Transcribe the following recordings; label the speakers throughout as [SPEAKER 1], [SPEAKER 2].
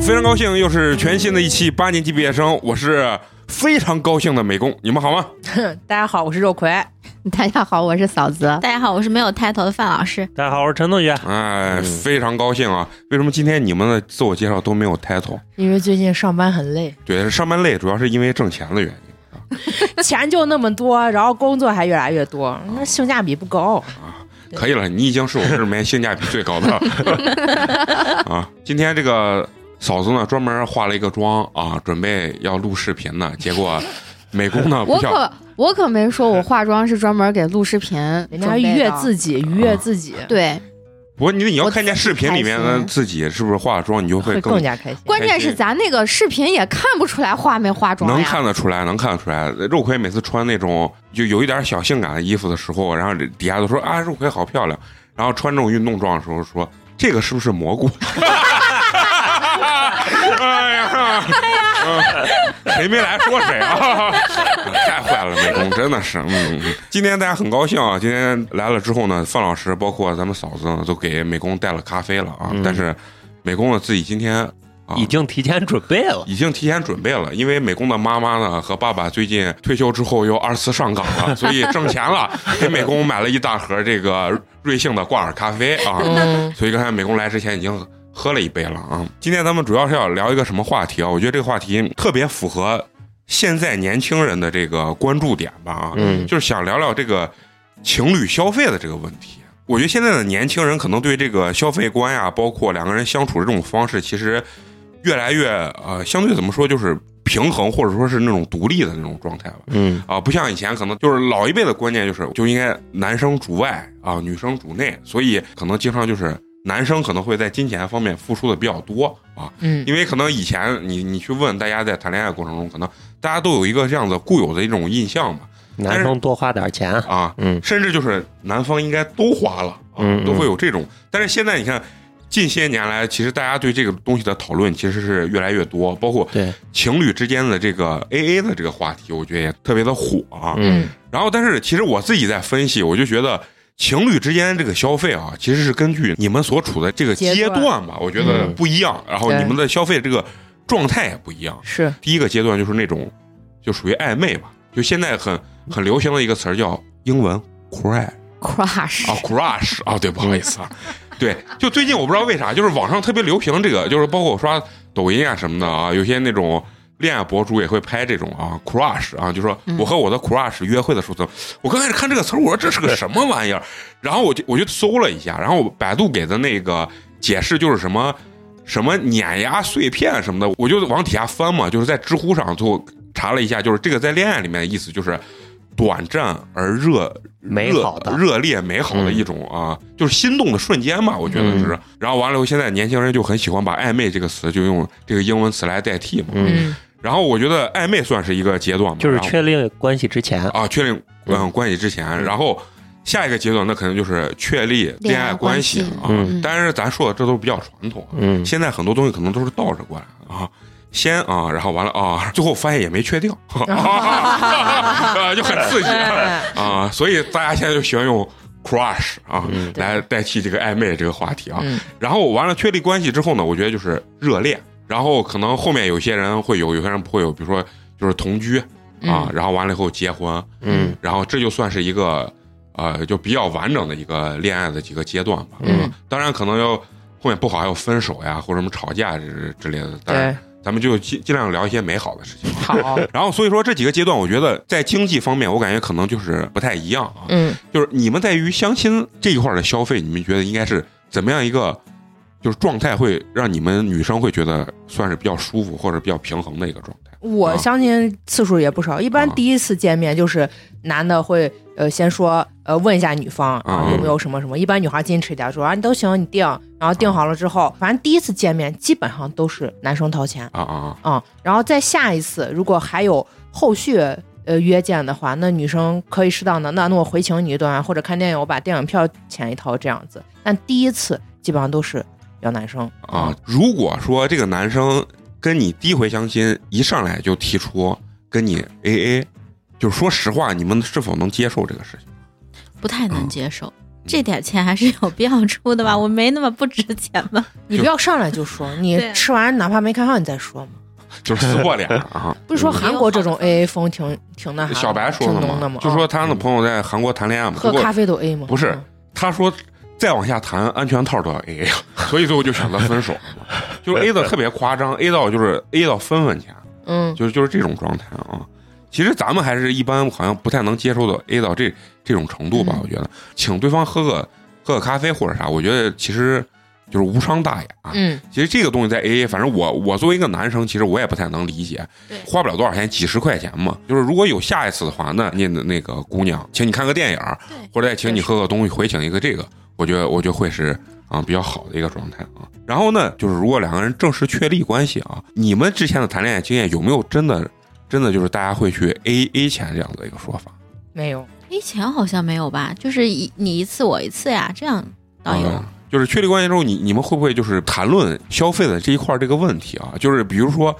[SPEAKER 1] 非常高兴，又是全新的一期八年级毕业生，我是非常高兴的美工，你们好吗？
[SPEAKER 2] 大家好，我是肉葵。
[SPEAKER 3] 大家好，我是嫂子。
[SPEAKER 4] 大家好，我是没有 title 的范老师。
[SPEAKER 5] 大家好，我是陈同学。
[SPEAKER 1] 哎，非常高兴啊！为什么今天你们的自我介绍都没有 title？
[SPEAKER 2] 因为最近上班很累，
[SPEAKER 1] 对，上班累，主要是因为挣钱的原因。
[SPEAKER 2] 钱就那么多，然后工作还越来越多，那性价比不高。
[SPEAKER 1] 可以了，你已经是我这里面性价比最高的了啊！今天这个嫂子呢，专门化了一个妆啊，准备要录视频呢，结果美工呢
[SPEAKER 3] 我
[SPEAKER 1] 不巧
[SPEAKER 3] 可我可没说，我化妆是专门给录视频
[SPEAKER 2] 人
[SPEAKER 3] 准备的，
[SPEAKER 2] 家愉悦自己，愉悦自己，
[SPEAKER 3] 对，
[SPEAKER 1] 不，你你要看见视频里面
[SPEAKER 3] 我
[SPEAKER 1] 呢，自己是不是化了妆，你就
[SPEAKER 2] 会
[SPEAKER 1] 会
[SPEAKER 2] 更
[SPEAKER 1] 更
[SPEAKER 2] 加开心。
[SPEAKER 3] 关键是咱那个视频也看不出来化没化妆
[SPEAKER 1] 能
[SPEAKER 3] 呀。
[SPEAKER 1] 看得出来，能看得出来。肉葵每次穿那种就有一点小性感的衣服的时候，然后底下都说啊，肉葵好漂亮。然后穿这种运动装的时候说，这个是不是蘑菇？哎呀，嗯谁没来说谁啊？ 太坏了，美工真的是。嗯，今天大家很高兴啊，今天来了之后呢，范老师包括咱们嫂子呢，都给美工带了咖啡了啊。
[SPEAKER 5] 嗯
[SPEAKER 1] 但是美工呢自己今天。啊
[SPEAKER 5] 已经提前准备了，
[SPEAKER 1] 已经提前准备了，因为美工的妈妈呢和爸爸最近退休之后又二次上岗了，所以挣钱了，给美工买了一大盒这个瑞幸的挂耳咖啡啊。
[SPEAKER 2] 嗯，
[SPEAKER 1] 所以刚才美工来之前已经喝了一杯了啊。今天咱们主要是要聊一个什么话题啊？我觉得这个话题特别符合现在年轻人的这个关注点吧啊，
[SPEAKER 5] 嗯
[SPEAKER 1] 就是想聊聊这个情侣消费的这个问题。我觉得现在的年轻人可能对这个消费观呀、包括两个人相处这种方式，其实越来越呃，相对怎么说就是平衡，或者说是那种独立的那种状态吧。
[SPEAKER 5] 嗯，
[SPEAKER 1] 啊，不像以前可能就是老一辈的观念就是就应该男生主外啊，女生主内，所以可能经常就是男生可能会在金钱方面付出的比较多啊，
[SPEAKER 2] 嗯
[SPEAKER 1] 因为可能以前你你去问大家在谈恋爱过程中，可能大家都有一个这样子固有的一种印象嘛
[SPEAKER 5] 男生多花点钱，
[SPEAKER 1] 啊，
[SPEAKER 5] 嗯
[SPEAKER 1] 甚至就是男方应该都花了啊，
[SPEAKER 5] 嗯嗯
[SPEAKER 1] 都会有这种，但是现在你看。近些年来，其实大家对这个东西的讨论其实是越来越多，包括
[SPEAKER 5] 对，
[SPEAKER 1] 情侣之间的这个 A A 的这个话题，我觉得也特别的火啊。
[SPEAKER 2] 嗯，
[SPEAKER 1] 然后，但是其实我自己在分析，我就觉得情侣之间这个消费啊，其实是根据你们所处的这个
[SPEAKER 2] 阶
[SPEAKER 1] 阶
[SPEAKER 2] 段
[SPEAKER 1] 段吧，我觉得
[SPEAKER 5] 嗯
[SPEAKER 1] 不一样，然后
[SPEAKER 2] 对
[SPEAKER 1] 你们的消费这个状态也不一样。
[SPEAKER 2] 是
[SPEAKER 1] 第一个阶段就是那种就属于暧昧吧，就现在很很流行的一个词儿叫英文 crush
[SPEAKER 3] crush，、
[SPEAKER 1] 啊 crush 啊，对，不好意思啊，对，就最近我不知道为啥，就是网上特别流行这个，就是包括我刷抖音啊什么的啊，有些那种。恋爱博主也会拍这种啊，crush 啊，就说
[SPEAKER 5] 嗯
[SPEAKER 1] 我和我的 crush 约会的时候，我刚开始看这个词儿，我说这是个什么玩意儿，然后我就我就搜了一下，然后我百度给的那个解释就是什么什么碾压碎片什么的，我就往底下翻嘛，就是在知乎上最后查了一下，就是这个在恋爱里面的意思就是短暂而热
[SPEAKER 5] 美
[SPEAKER 1] 热
[SPEAKER 5] 好的
[SPEAKER 1] 热烈美好的一种啊，就是心动的瞬间吧，我觉得是。然后完了以后，现在年轻人就很喜欢把暧昧这个词就用这个英文词来代替嘛。
[SPEAKER 5] 嗯，
[SPEAKER 1] 然后我觉得暧昧算是一个阶段嘛，
[SPEAKER 5] 就是
[SPEAKER 1] 然后
[SPEAKER 5] 确定关系之前，
[SPEAKER 1] 啊，确定嗯关系之前，然后下一个阶段那肯定就是确立恋爱关系
[SPEAKER 3] 恋爱
[SPEAKER 1] 啊
[SPEAKER 5] 关系
[SPEAKER 3] 嗯。
[SPEAKER 1] 当然，咱说的这都是比较传统啊，
[SPEAKER 5] 嗯
[SPEAKER 1] 现在很多东西可能都是倒着过来的啊。先啊，然后完了啊，最后发现也没确定， 啊，就很刺激
[SPEAKER 2] 哎
[SPEAKER 1] 啊，所以大家现在就喜欢用 crush 啊、
[SPEAKER 5] 嗯
[SPEAKER 1] 来代替这个暧昧这个话题啊。
[SPEAKER 2] 嗯
[SPEAKER 1] 然后完了确立关系之后呢，我觉得就是热恋，然后可能后面有些人会有，有些人不会有，比如说就是同居啊，然后完了以后结婚，
[SPEAKER 5] 嗯
[SPEAKER 1] 然后这就算是一个呃，就比较完整的一个恋爱的几个阶段吧。
[SPEAKER 2] 嗯，
[SPEAKER 1] 当然可能要后面不好还有分手呀，或者什么吵架之之类的。当然
[SPEAKER 2] 对，
[SPEAKER 1] 咱们就尽尽量聊一些美好的事情。
[SPEAKER 2] 好，
[SPEAKER 1] 然后所以说这几个阶段，我觉得在经济方面，我感觉可能就是不太一样啊。
[SPEAKER 2] 嗯，
[SPEAKER 1] 就是你们在于相亲这一块儿的消费，你们觉得应该是怎么样一个就是状态，会让你们女生会觉得算是比较舒服或者比较平衡的一个状态？
[SPEAKER 2] 我相亲次数也不少，一般
[SPEAKER 1] 啊
[SPEAKER 2] 第一次见面就是男的会呃先说呃问一下女方
[SPEAKER 1] 啊
[SPEAKER 2] 啊有没有什么什么，一般女孩矜持一点说啊你都行你定，然后定好了之后，反正第一次见面基本上都是男生掏钱
[SPEAKER 1] 啊啊啊！
[SPEAKER 2] 啊、然后再下一次如果还有后续。呃，约见的话，那女生可以适当的，那那我回请你一顿啊，或者看电影，我把电影票钱一掏这样子。但第一次基本上都是要男生
[SPEAKER 1] 啊，如果说这个男生跟你第一回相亲，一上来就提出跟你 A A，就是说实话，你们是否能接受这个事情？
[SPEAKER 4] 嗯不太能接受，这点钱还是有必要出的吧？我没那么不值钱吧？
[SPEAKER 2] 你不要上来就说，
[SPEAKER 4] 对
[SPEAKER 2] 你吃完哪怕没看上你再说嘛。
[SPEAKER 1] 就是撕破脸 啊。
[SPEAKER 2] 不是说韩国这种 AA 风挺挺那啥的，
[SPEAKER 1] 小白说
[SPEAKER 2] 挺
[SPEAKER 1] 的
[SPEAKER 2] 啊浓的哦
[SPEAKER 1] 嘛，就说他的
[SPEAKER 5] 嗯
[SPEAKER 1] 朋友在韩国谈恋爱嘛，
[SPEAKER 2] 喝
[SPEAKER 1] 结果
[SPEAKER 2] 咖啡都 A 吗？
[SPEAKER 1] 不是
[SPEAKER 2] 嗯
[SPEAKER 1] 他说再往下谈，安全套都要 A，所以最后就选择分手了嘛，就是 A 的特别夸张，A 到就是 A 到分分钱，啊
[SPEAKER 2] 嗯，
[SPEAKER 1] 就是就是这种状态啊。其实咱们还是一般，好像不太能接受到 A 到这这种程度吧。
[SPEAKER 2] 嗯
[SPEAKER 1] 我觉得请对方喝个喝个咖啡或者啥，我觉得其实就是无伤大雅。啊
[SPEAKER 2] 嗯，
[SPEAKER 1] 其实这个东西在 AA，反正我我作为一个男生，其实我也不太能理解
[SPEAKER 4] 对，
[SPEAKER 1] 花不了多少钱，几十块钱嘛。就是如果有下一次的话，那那那个姑娘请你看个电影儿
[SPEAKER 4] 对，
[SPEAKER 1] 或者再请你喝个东西，回请一个这个，我觉得我觉得会是啊、比较好的一个状态啊。然后呢，就是如果两个人正式确立关系啊，你们之前的谈恋爱经验有没有真的真的就是大家会去 A A 钱这样的一个说法？
[SPEAKER 2] 没有，
[SPEAKER 4] 以前好像没有吧？就是一你一次我一次呀，这样倒啊有。哦
[SPEAKER 1] 嗯就是确立关系之后，你你们会不会就是谈论消费的这一块儿这个问题啊？就是比如说，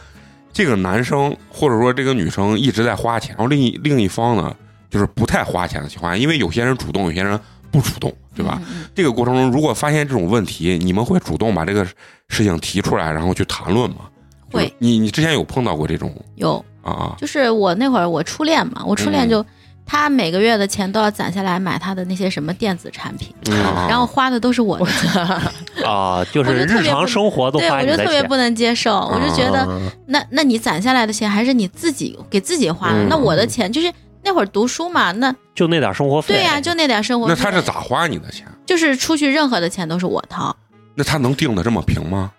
[SPEAKER 1] 这个男生或者说这个女生一直在花钱，然后另一另一方呢，就是不太花钱的情况下，因为有些人主动，有些人不主动，对吧？
[SPEAKER 4] 嗯？嗯
[SPEAKER 1] 这个过程中，如果发现这种问题，你们会主动把这个事情提出来，然后去谈论吗？就是
[SPEAKER 4] 会
[SPEAKER 1] 你你之前有碰到过这种
[SPEAKER 4] 有，
[SPEAKER 1] 啊啊？
[SPEAKER 4] 就是我那会儿我初恋嘛，我初恋
[SPEAKER 1] 嗯
[SPEAKER 4] 就、他每个月的钱都要攒下来买他的那些什么电子产品，
[SPEAKER 1] 嗯啊
[SPEAKER 4] 然后花的都是我的钱。
[SPEAKER 5] 啊，就是
[SPEAKER 4] 我就特别
[SPEAKER 5] 日常生活都
[SPEAKER 4] 对，
[SPEAKER 5] 花
[SPEAKER 4] 我
[SPEAKER 5] 你
[SPEAKER 4] 就
[SPEAKER 5] 的
[SPEAKER 4] 特别
[SPEAKER 5] 钱
[SPEAKER 4] 不。能接受，我就觉得
[SPEAKER 5] 啊
[SPEAKER 4] 那那你攒下来的钱还是你自己给自己花的，
[SPEAKER 1] 嗯
[SPEAKER 4] 那我的钱就是那会儿读书嘛，那
[SPEAKER 5] 就那点生活费，
[SPEAKER 4] 对呀、就那点生活费。
[SPEAKER 1] 那他是咋花你的钱？
[SPEAKER 4] 就是出去任何的钱都是我掏，
[SPEAKER 1] 那他能定的这么平吗？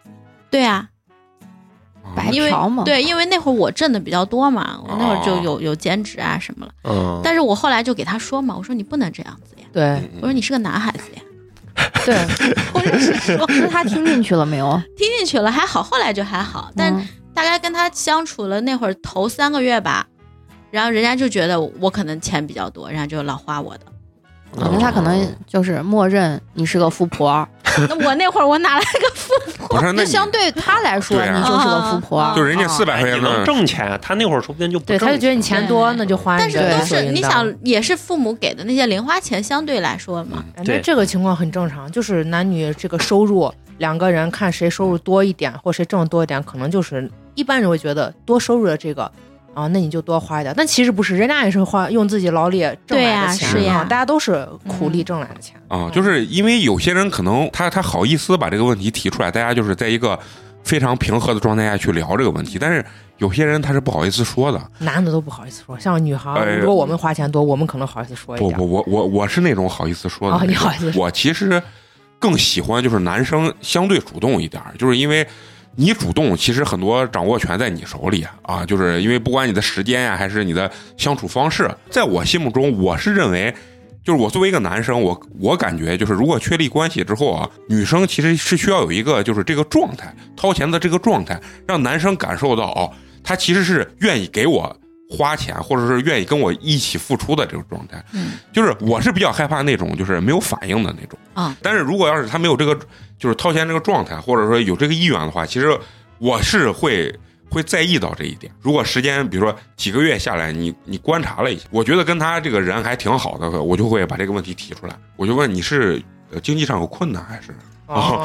[SPEAKER 4] 对啊，
[SPEAKER 1] 啊
[SPEAKER 3] 白
[SPEAKER 4] 因为
[SPEAKER 3] 嫖嘛，，
[SPEAKER 4] 对，因为那会儿我挣的比较多嘛，我那会儿就
[SPEAKER 1] 哦
[SPEAKER 4] 有有兼职啊什么了。
[SPEAKER 5] 嗯，
[SPEAKER 4] 但是我后来就给他说嘛，我说你不能这样子呀，
[SPEAKER 1] 嗯
[SPEAKER 2] 对
[SPEAKER 4] 我说你是个男孩子呀，
[SPEAKER 2] 对，
[SPEAKER 4] 我就是说
[SPEAKER 3] 那他听进去了没有？
[SPEAKER 4] 听进去了还好，后来就还好，但
[SPEAKER 3] 嗯
[SPEAKER 4] 大概跟他相处了那会儿头三个月吧，然后人家就觉得我可能钱比较多，人家就老花我的。
[SPEAKER 3] 我觉得他可能就是默认你是个富 婆，
[SPEAKER 4] 那我那会儿我哪来个富
[SPEAKER 1] 不是，那
[SPEAKER 3] 就
[SPEAKER 1] 你
[SPEAKER 3] 相对他来说
[SPEAKER 1] 对啊
[SPEAKER 3] 你就是个富
[SPEAKER 4] 啊
[SPEAKER 3] 婆，
[SPEAKER 1] 就人家四
[SPEAKER 3] 百，
[SPEAKER 1] 百块
[SPEAKER 5] 哎
[SPEAKER 1] 钱
[SPEAKER 5] 你
[SPEAKER 1] 的
[SPEAKER 5] 能挣钱，他那会儿说不定就不
[SPEAKER 2] 对，
[SPEAKER 5] 挣
[SPEAKER 2] 他就觉得你钱多，
[SPEAKER 4] 对
[SPEAKER 2] 那就花
[SPEAKER 4] 但
[SPEAKER 2] 你
[SPEAKER 4] 是
[SPEAKER 2] 的
[SPEAKER 4] 都
[SPEAKER 2] 理所
[SPEAKER 4] 是
[SPEAKER 2] 应
[SPEAKER 4] 你
[SPEAKER 2] 当
[SPEAKER 4] 想，也是父母给的那些零花钱，相对来说嘛，
[SPEAKER 5] 嗯
[SPEAKER 2] 哎那
[SPEAKER 5] 对，
[SPEAKER 2] 这个情况很正常，就是男女这个收入，两个人看谁收入多一点，或谁挣得多一点，可能就是一般人会觉得多收入的这个。啊，那你就多花一点，但其实不是，人家也是花用自己劳力挣
[SPEAKER 4] 对
[SPEAKER 2] 来
[SPEAKER 4] 呀
[SPEAKER 2] 的钱
[SPEAKER 1] 是
[SPEAKER 2] 啊
[SPEAKER 4] 呀
[SPEAKER 2] 大家都是苦力挣来的钱
[SPEAKER 1] 啊，就是因为有些人可能他他好意思把这个问题提出来，大家就是在一个非常平和的状态下去聊这个问题，但是有些人他是不好意思说的。
[SPEAKER 2] 男的都不好意思说，像女孩
[SPEAKER 1] 哎
[SPEAKER 2] 儿，如果我们花钱多，我们可能好意思说一
[SPEAKER 1] 不
[SPEAKER 2] 点。
[SPEAKER 1] 不，我我我是那种好意思说的
[SPEAKER 2] 哦
[SPEAKER 1] 那种，
[SPEAKER 2] 你好意思说
[SPEAKER 1] 我其实更喜欢就是男生相对主动一点儿，就是因为。你主动，其实很多掌握权在你手里啊，就是因为不管你的时间呀、还是你的相处方式，在我心目中，我是认为，就是我作为一个男生，我我感觉就是如果确立关系之后啊，女生其实是需要有一个就是这个状态，掏钱的这个状态，让男生感受到哦，他其实是愿意给我花钱，或者是愿意跟我一起付出的这种状态。
[SPEAKER 4] 嗯，
[SPEAKER 1] 就是我是比较害怕那种就是没有反应的那种
[SPEAKER 4] 啊
[SPEAKER 1] 但是如果要是他没有这个就是掏钱这个状态，或者说有这个意愿的话，其实我是会会在意到这一点。如果时间比如说几个月下来，你你观察了一下，我觉得跟他这个人还挺好的，我就会把这个问题提出来。我就问你是呃经济上有困难还是
[SPEAKER 2] 哦，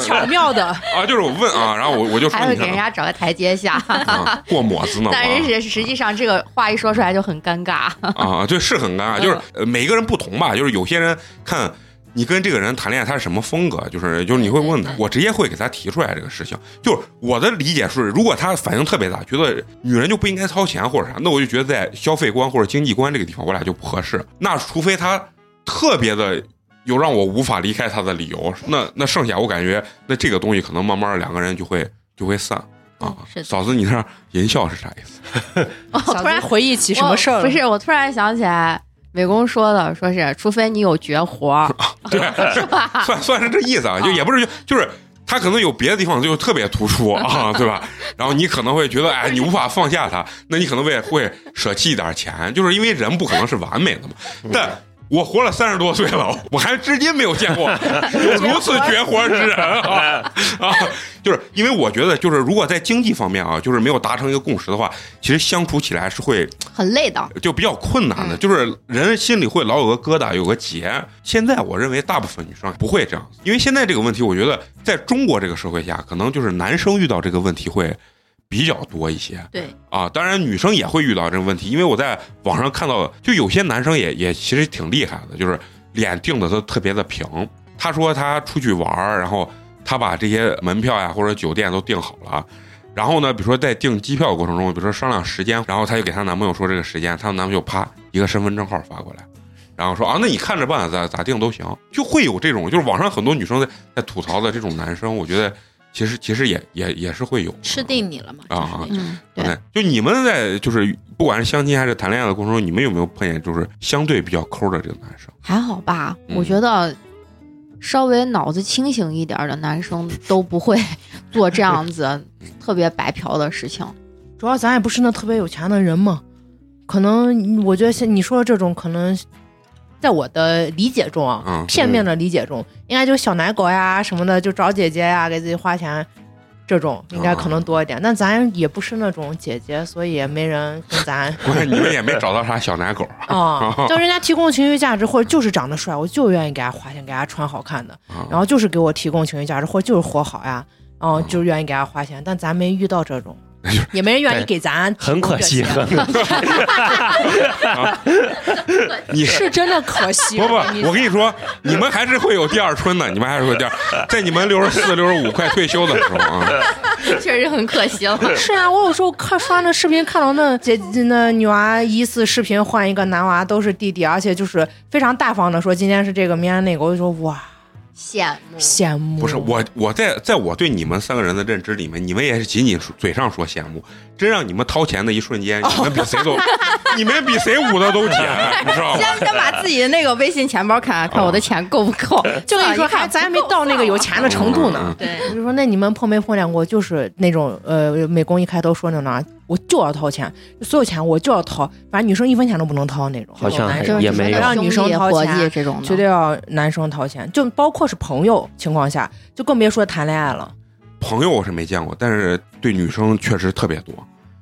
[SPEAKER 2] 巧妙的，
[SPEAKER 1] 啊？就是我问啊，然后我我就说
[SPEAKER 3] 还
[SPEAKER 1] 你
[SPEAKER 3] 会给
[SPEAKER 1] 看
[SPEAKER 3] 人家找个台阶下。
[SPEAKER 1] 啊过抹子呢吗？
[SPEAKER 3] 但是实际上，这个话一说出来就很尴尬。
[SPEAKER 1] 啊，对，是很尴尬，就是
[SPEAKER 4] 嗯
[SPEAKER 1] 呃每个人不同吧，就是有些人看你跟这个人谈恋爱，他是什么风格，就是就是你会问他，我直接会给他提出来这个事情。就是我的理解是，如果他反应特别大，觉得女人就不应该掏钱或者啥，那我就觉得在消费观或者经济观这个地方，我俩就不合适。那除非他特别的。有让我无法离开他的理由，那那剩下我感觉，那这个东西可能慢慢两个人就会就会散啊
[SPEAKER 4] 嗯。是的
[SPEAKER 1] 嫂子，你那儿淫笑是啥意思？
[SPEAKER 3] 哦
[SPEAKER 4] 我
[SPEAKER 2] 我突然回忆起什么事儿了
[SPEAKER 3] 不是，我突然想起来，美工说的，说是除非你有绝活 儿，
[SPEAKER 1] 对，
[SPEAKER 3] 是吧？
[SPEAKER 1] 算算是这意思啊，就也不是就就是他可能有别的地方就特别突 出啊，对吧？然后你可能会觉得，哎，你无法放
[SPEAKER 3] 嗯
[SPEAKER 1] 下他，那你可能会会舍弃一点钱，就是因为人不可能是完美的嘛。但我活了三十多岁了， 我还至今没有见 过有如此绝活之人啊！啊，就是因为我觉得，就是如果在经济方面啊，就是没有达成一个共识的话，其实相处起来是会
[SPEAKER 3] 很累的。
[SPEAKER 1] 就比较困难的，就是人心里会老有个疙瘩，有个结。现在我认为大部分女生不会这样，因为现在这个问题，我觉得在中国这个社会下，可能就是男生遇到这个问题会比较多一些
[SPEAKER 4] 对，
[SPEAKER 1] 啊。当然，女生也会遇到这个问题，因为我在网上看到，就有些男生也也其实挺厉害的，就是脸定的都特别的平。他说他出去玩儿，然后他把这些门票呀或者酒店都订好了。然后呢，比如说在订机票的过程中，比如说商量时间，然后她就给她男朋友说这个时间，她男朋友啪一个身份证号发过来，然后说啊，那你看着办，咋咋定都行，就会有这种，就是网上很多女生在在吐槽的这种男生，我觉得其实其实也也也是会有
[SPEAKER 4] 吃定你了嘛，
[SPEAKER 1] 啊
[SPEAKER 4] 就是那种
[SPEAKER 3] 嗯，对，
[SPEAKER 1] 哎就你们在就是不管是相亲还是谈恋爱的过程中，你们有没有碰见就是相对比较抠的这个男生？
[SPEAKER 3] 还好吧，
[SPEAKER 1] 嗯
[SPEAKER 3] 我觉得稍微脑子清醒一点儿的男生都不会做这样 子特别白嫖的事情。
[SPEAKER 2] 主要咱也不是那特别有钱的人嘛，可能我觉得像你说的这种，可能在我的理解中啊，
[SPEAKER 1] 嗯
[SPEAKER 2] 片面的理解中，应该就是小奶狗呀什么的，就找姐姐呀给自己花钱。这种应该
[SPEAKER 1] 哦
[SPEAKER 2] 可能多一点，但咱也不是那种姐姐，所以也没人跟 咱
[SPEAKER 1] 我看你们也没找到啥小奶狗
[SPEAKER 2] 啊，就人家提供情绪价值，或者就是长得帅，我就愿意给他花钱，给他穿好看的，
[SPEAKER 1] 啊，
[SPEAKER 2] 然后就是给我提供情绪价值，或者就是活好呀，啊，
[SPEAKER 1] 哦
[SPEAKER 2] 就是愿意给他花钱，但咱没遇到 这种，也没人愿意给咱提
[SPEAKER 5] 很
[SPEAKER 2] 供
[SPEAKER 5] 可
[SPEAKER 2] 这
[SPEAKER 5] 惜，
[SPEAKER 2] 些
[SPEAKER 5] 很可惜
[SPEAKER 1] 你
[SPEAKER 2] 是真的可惜。
[SPEAKER 1] 不不
[SPEAKER 2] 我跟你，
[SPEAKER 1] 我跟你说，你们还是会有第二春的，你们还是会有第二，在你们六十四、六十五快退休的时候啊，
[SPEAKER 3] 确实很可惜了。
[SPEAKER 2] 是啊，我有时候看刷那视频，看到那姐那女娃疑似视频换一个男娃都是弟弟，而且就是非常大方的说今天是这个，明天那个，我就说哇，
[SPEAKER 3] 羡慕，
[SPEAKER 2] 羡慕。
[SPEAKER 1] 不是我，我在在我对你们三个人的认知里面，你们也是仅仅是嘴上说羡慕，真让你们掏钱的一瞬间，你们比谁都，你们比谁捂的都紧，你知道吗？
[SPEAKER 3] 先先把自己的那个微信钱包看看，看我的钱够不够。 嗯
[SPEAKER 2] 就跟你说，还咱还没到那个有钱的程度呢。
[SPEAKER 4] 对，
[SPEAKER 2] 我就说，那你们碰没碰见过，就是那种呃，美工一开头说那种啊，我就要掏钱，所有钱我就要掏，反正女生一分钱都不能掏那种。
[SPEAKER 5] 好像
[SPEAKER 2] 男
[SPEAKER 5] 还
[SPEAKER 2] 生
[SPEAKER 5] 也
[SPEAKER 2] 就
[SPEAKER 5] 没
[SPEAKER 2] 是
[SPEAKER 5] 有
[SPEAKER 2] 让女生掏
[SPEAKER 3] 伙
[SPEAKER 2] 钱，
[SPEAKER 3] 计这种
[SPEAKER 2] 绝对要男生掏钱，就包括是朋友情况下，就更别说谈恋爱了。
[SPEAKER 1] 朋友我是没见过，但是对女生确实特别多，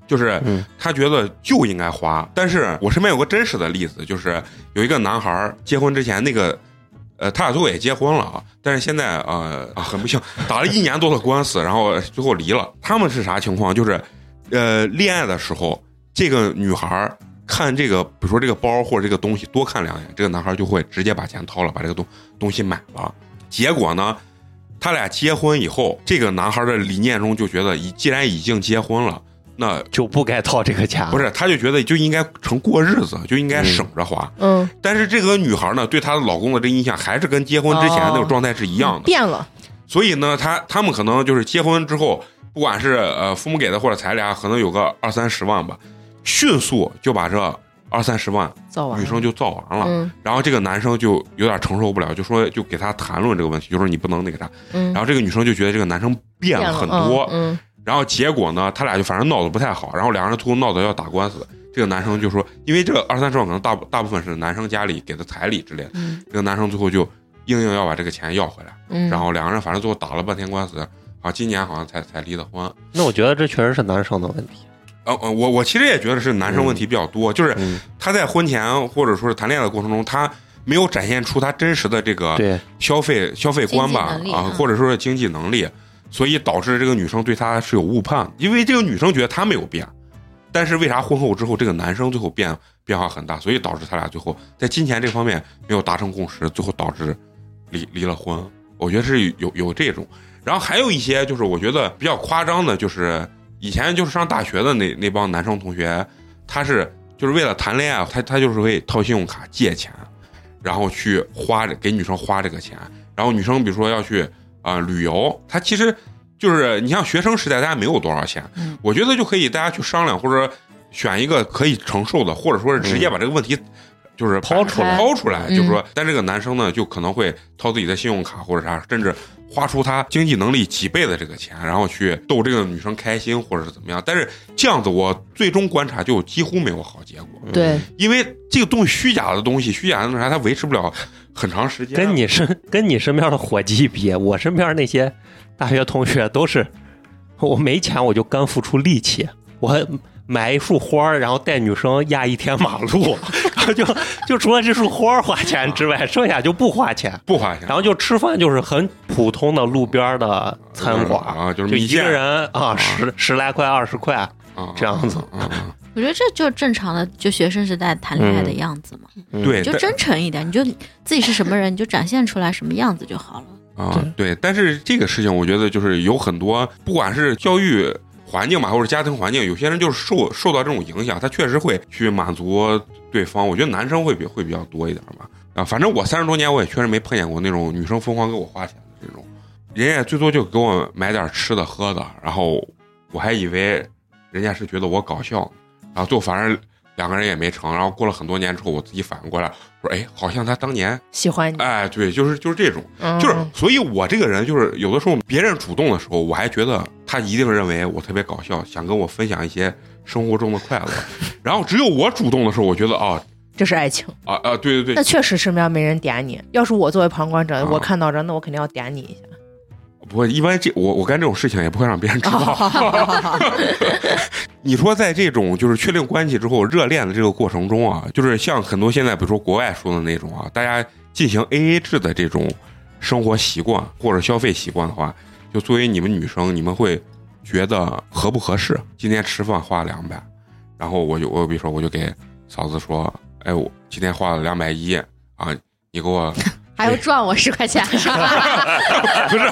[SPEAKER 1] 就是
[SPEAKER 5] 嗯
[SPEAKER 1] 他觉得就应该花。但是我身边有个真实的例子，就是有一个男孩儿结婚之前那个。呃，他俩最后也结婚了啊，但是现在呃啊很不幸，打了一年多的官司，然后呃最后离了。他们是啥情况？就是，呃，恋爱的时候，这个女孩儿看这个，比如说这个包或者这个东西多看两眼，这个男孩儿就会直接把钱掏了，把这个东东西买了。结果呢，他俩结婚以后，这个男孩的理念中就觉得，已既然已经结婚了，那
[SPEAKER 5] 就不该掏这个钱。
[SPEAKER 2] 啊
[SPEAKER 1] 不，是他就觉得就应该成过日子，就应该省着花。
[SPEAKER 2] 嗯，
[SPEAKER 1] 但是这个女孩呢，对她的老公的这印象还是跟结婚之前
[SPEAKER 2] 哦
[SPEAKER 1] 那种状态是一样的。
[SPEAKER 2] 变了，
[SPEAKER 1] 所以呢，他他们可能就是结婚之后，不管是呃父母给的或者彩礼啊，可能有个二三十万吧，迅速就把这二三十万
[SPEAKER 2] 造完
[SPEAKER 1] 女生就造完了。
[SPEAKER 2] 嗯
[SPEAKER 1] 然后这个男生就有点承受不了，就说就给他谈论这个问题，就说你不能那个啥。
[SPEAKER 2] 嗯，
[SPEAKER 1] 然后这个女生就觉得这个男生变了很多，
[SPEAKER 2] 嗯，
[SPEAKER 1] 然后结果呢，他俩就反正闹得不太好，然后两个人最后闹得要打官司。这个男生就说，因为这个二三十万可能大部大部分是男生家里给的彩礼之类的，
[SPEAKER 3] 嗯
[SPEAKER 1] 这个男生最后就硬硬要把这个钱要回来，
[SPEAKER 2] 嗯，
[SPEAKER 1] 然后两个人反正最后打了半天官司，啊，今年好像才才离的婚。
[SPEAKER 5] 那我觉得这确实是男生的问题。
[SPEAKER 1] 呃呃，我我其实也觉得是男生问题比较多，就是
[SPEAKER 5] 嗯，
[SPEAKER 1] 他在婚前或者说是谈恋爱的过程中，他没有展现出他真实的这个
[SPEAKER 5] 对，
[SPEAKER 1] 消费消费观吧
[SPEAKER 4] 经济能力
[SPEAKER 1] 啊，
[SPEAKER 4] 嗯
[SPEAKER 1] 或者说是经济能力，所以导致这个女生对他是有误判，因为这个女生觉得他没有变，但是为啥婚后之后这个男生最后变变化很大，所以导致他俩最后在金钱这方面没有达成共识，最后导致离离了婚。我觉得是有有这种，然后还有一些就是我觉得比较夸张的，就是以前就是上大学的那那帮男生同学，他是就是为了谈恋爱，他他就是会掏信用卡借钱，然后去花这给女生花这个钱，然后女生比如说要去啊、呃旅游，他其实就是你像学生时代大家没有多少钱，
[SPEAKER 4] 嗯
[SPEAKER 1] 我觉得就可以大家去商量或者选一个可以承受的，或者说是直接把这个问题。就是
[SPEAKER 5] 抛出
[SPEAKER 1] 来，
[SPEAKER 3] 来
[SPEAKER 1] 抛出来，
[SPEAKER 2] 嗯
[SPEAKER 1] 就是说，但这个男生呢，就可能会掏自己的信用卡或者啥，甚至花出他经济能力几倍的这个钱，然后去逗这个女生开心或者是怎么样。但是这样子，我最终观察就几乎没有好结果，
[SPEAKER 2] 对，
[SPEAKER 1] 因为这个东西虚假的东西，虚假的那啥，它维持不了很长时间。
[SPEAKER 5] 跟你身跟你身边的伙计比，我身边那些大学同学都是，我没钱我就干付出力气，我买一束花儿，然后带女生压一天马路， 然后就就除了这束花儿花钱之外，剩下就不花钱。
[SPEAKER 1] 不花钱
[SPEAKER 5] 然，后就吃饭，就是很普通的路边的餐馆，
[SPEAKER 1] 啊，就是
[SPEAKER 5] 就
[SPEAKER 1] 蜜
[SPEAKER 5] 一个
[SPEAKER 1] 饯
[SPEAKER 5] 人啊，十十来块、二十块，
[SPEAKER 1] 啊
[SPEAKER 5] 这样子
[SPEAKER 1] 啊啊
[SPEAKER 4] 我觉得这就是正常的，就学生时代谈恋爱的样子嘛，
[SPEAKER 5] 嗯
[SPEAKER 1] 对，
[SPEAKER 4] 就
[SPEAKER 1] 哎但
[SPEAKER 4] 真诚一点，你就自己是什么人，你就展现出来什么样子就好了。
[SPEAKER 1] 啊，对，但是这个事情，我觉得就是有很多，不管是教育环境吧，或者家庭环境，有些人就是受受到这种影响，他确实会去满足对方。我觉得男生会比会比较多一点吧。啊，反正我三十多年，我也确实没碰见过那种女生疯狂给我花钱的这种，人家最多就给我买点吃的喝的，然后我还以为人家是觉得我搞笑呢，然后最后反正两个人也没成。然后过了很多年之后，我自己反应过来，我说哎，好像他当年，
[SPEAKER 2] 喜欢你，
[SPEAKER 1] 哎，对，就是就是这种。
[SPEAKER 2] 嗯
[SPEAKER 1] 就是，所以我这个人就是有的时候别人主动的时候，我还觉得他一定认为我特别搞笑，想跟我分享一些生活中的快乐。然后只有我主动的时候，我觉得啊
[SPEAKER 2] 这是爱情。
[SPEAKER 1] 啊啊，对对
[SPEAKER 2] 那
[SPEAKER 1] 对，
[SPEAKER 2] 确实身边没人点你，要是我作为旁观者，
[SPEAKER 1] 啊
[SPEAKER 2] 我看到这，那我肯定要点你一下。
[SPEAKER 1] 不过一般这我我干这种事情也不会让别人知道。 你说在这种就是确定关系之后热恋的这个过程中啊，就是像很多现在比如说国外说的那种啊，大家进行 A A 制的这种生活习惯或者消费习惯的话，就作为你们女生，你们会觉得合不合适？今天吃饭花两百，然后我就我比如说我就给嫂子说，哎，我今天花了两百一啊，你给我
[SPEAKER 3] 还有赚我十块钱，
[SPEAKER 1] 不是，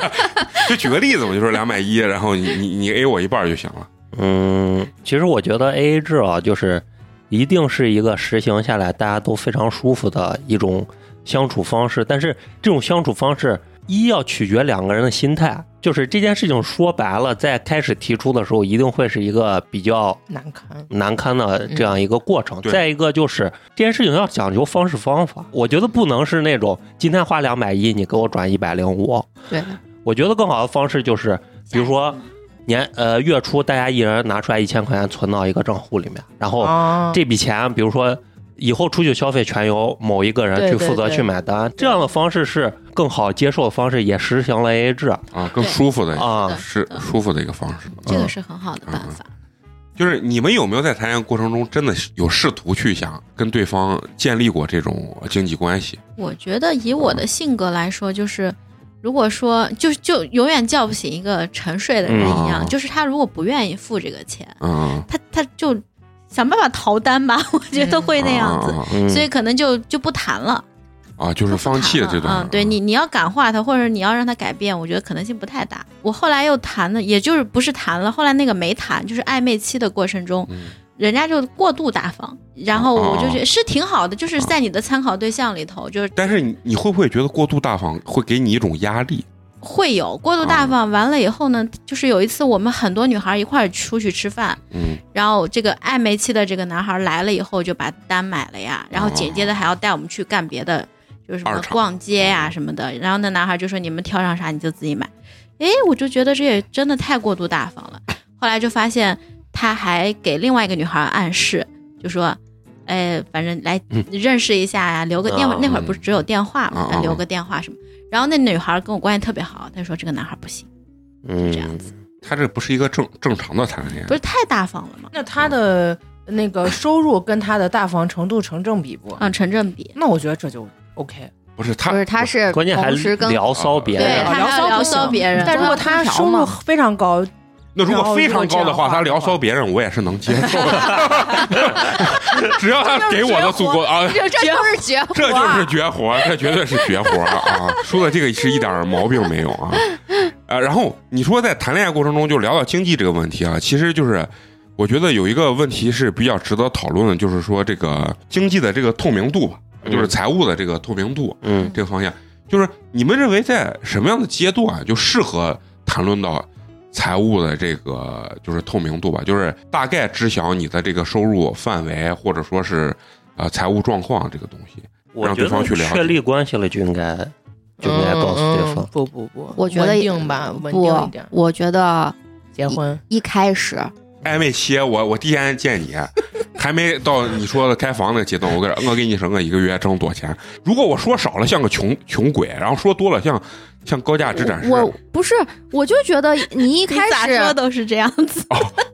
[SPEAKER 1] 就举个例子，我就说两百一，然后你你你 A 我一半儿就行了。
[SPEAKER 5] 嗯，其实我觉得 A A 制啊，就是一定是一个实行下来大家都非常舒服的一种相处方式。但是这种相处方式，一要取决两个人的心态，就是这件事情说白了，在开始提出的时候，一定会是一个比较
[SPEAKER 2] 难堪，
[SPEAKER 5] 难堪的这样一个过程。
[SPEAKER 1] 对
[SPEAKER 5] 再一个就是这件事情要讲究方式方法，我觉得不能是那种今天花两百一，你给我转一百零五。
[SPEAKER 3] 对，
[SPEAKER 5] 我觉得更好的方式就是比如说年呃月初大家一人拿出来一千块钱存到一个账户里面，然后
[SPEAKER 2] 哦，
[SPEAKER 5] 这笔钱，比如说以后出去消费全由某一个人
[SPEAKER 2] 对
[SPEAKER 5] 去
[SPEAKER 2] 对
[SPEAKER 5] 负责
[SPEAKER 2] 对
[SPEAKER 5] 去买单，这样的方式是更好接受的方式，也实行了 AA 制
[SPEAKER 1] 啊，更
[SPEAKER 4] 对
[SPEAKER 1] 舒服的
[SPEAKER 5] 啊
[SPEAKER 4] 嗯对。
[SPEAKER 1] 是舒服的一个方式。
[SPEAKER 4] 这个
[SPEAKER 1] 嗯
[SPEAKER 4] 是很好的办法。
[SPEAKER 1] 就是你们有没有在谈恋爱过程中真的是有试图去想跟对方建立过这种经济关系？
[SPEAKER 4] 我觉得以我的性格来说，就是如果说就就永远叫不醒一个沉睡的人一样，
[SPEAKER 1] 嗯
[SPEAKER 4] 就是他如果不愿意付这个钱，
[SPEAKER 1] 嗯，
[SPEAKER 4] 他他就想办法逃单吧， 我觉得会那样子，
[SPEAKER 1] 啊啊
[SPEAKER 5] 嗯
[SPEAKER 4] 所以可能就就不谈了，
[SPEAKER 1] 啊啊，就是放弃了这段。
[SPEAKER 4] 嗯，对你你要感化他，或者你要让他改变，我觉得可能性不太大。我后来又谈了，也就是不是谈了，后来那个没谈，就是暧昧期的过程中，
[SPEAKER 1] 嗯哦
[SPEAKER 4] 人家就过度大方，然后我就觉得是挺好的，就是在你的参考对象里头，就是
[SPEAKER 1] 但是你你会不会觉得过度大方会给你一种压力？
[SPEAKER 4] 会有过度
[SPEAKER 1] 哦
[SPEAKER 4] 大方。完了以后呢，就是有一次我们很多女孩一块儿出去吃饭，
[SPEAKER 1] 嗯，
[SPEAKER 4] 然后这个暧昧期的这个男孩来了以后就把单买了呀，然后紧接着还要带我们去干别的，就是什
[SPEAKER 1] 二
[SPEAKER 4] 么
[SPEAKER 1] 厂嗯
[SPEAKER 4] 逛街呀什么的。然后那男孩就说你们挑上啥你就自己买，诶，我就觉得这也真的太过度大方了。后来就发现他还给另外一个女孩暗示，就说。哎，反正来
[SPEAKER 5] 嗯
[SPEAKER 4] 认识一下呀、留个电话。
[SPEAKER 5] 啊
[SPEAKER 4] 那会儿不是只有电话嘛，
[SPEAKER 1] 嗯啊啊
[SPEAKER 4] 留个电话什么。然后那女孩跟我关系特别好，她说这个男孩不行，
[SPEAKER 5] 嗯
[SPEAKER 4] 这样子
[SPEAKER 1] 他这不是一个正正常的谈恋
[SPEAKER 4] 不
[SPEAKER 1] 爱。
[SPEAKER 4] 是太大方了吗？
[SPEAKER 2] 那他的那个收入跟他的大方程度成正比不？
[SPEAKER 4] 嗯，成正比。
[SPEAKER 2] 那我觉得这就 OK。
[SPEAKER 1] 不是他
[SPEAKER 3] 不是，他是
[SPEAKER 5] 关键还
[SPEAKER 3] 同时跟
[SPEAKER 5] 聊
[SPEAKER 1] 啊
[SPEAKER 5] 骚别
[SPEAKER 4] 对
[SPEAKER 5] 人
[SPEAKER 4] 他，还要
[SPEAKER 2] 啊聊骚
[SPEAKER 4] 聊骚
[SPEAKER 2] 不行
[SPEAKER 4] 别人
[SPEAKER 2] 但如果啊他收入非常高，
[SPEAKER 1] 那如果非常高的
[SPEAKER 2] 然后如果这样的话
[SPEAKER 1] 话，他聊骚别人，我也是能接受的。 只要他给我的足够啊，
[SPEAKER 3] 这这就是绝活，
[SPEAKER 1] 这就是绝活，这绝对是绝活啊！说的这个是一点毛病没有啊。呃，然后你说在谈恋爱过程中就聊到经济这个问题啊，其实就是我觉得有一个问题是比较值得讨论的，就是说这个经济的这个透明度吧，
[SPEAKER 5] 嗯
[SPEAKER 1] 就是财务的这个透明度
[SPEAKER 5] 嗯
[SPEAKER 1] 这个方向，就是你们认为在什么样的阶段啊就适合谈论到？财务的这个就是透明度吧，就是大概知晓你的这个收入范围，或者说是呃财务状况这个东西。
[SPEAKER 5] 我
[SPEAKER 1] 让
[SPEAKER 5] 觉
[SPEAKER 1] 对方
[SPEAKER 5] 得
[SPEAKER 1] 去了解
[SPEAKER 5] 确立关系了就应该就应该告诉对
[SPEAKER 2] 嗯
[SPEAKER 5] 方
[SPEAKER 2] 嗯。不不不，
[SPEAKER 3] 我觉得
[SPEAKER 2] 稳定吧， 稳定一
[SPEAKER 3] 不
[SPEAKER 2] 点，，
[SPEAKER 3] 我觉得
[SPEAKER 2] 结婚。
[SPEAKER 3] 一开始
[SPEAKER 1] 暧昧期，我我第一天见你，啊 还没到你说的开房那个阶段，我给我给你省个一个月挣多少钱？如果我说少了像个穷穷鬼，然后说多了像像高价值展示，
[SPEAKER 3] 我我不是，我就觉得 你一开
[SPEAKER 4] 你咋说
[SPEAKER 3] 始
[SPEAKER 4] 都是这样子，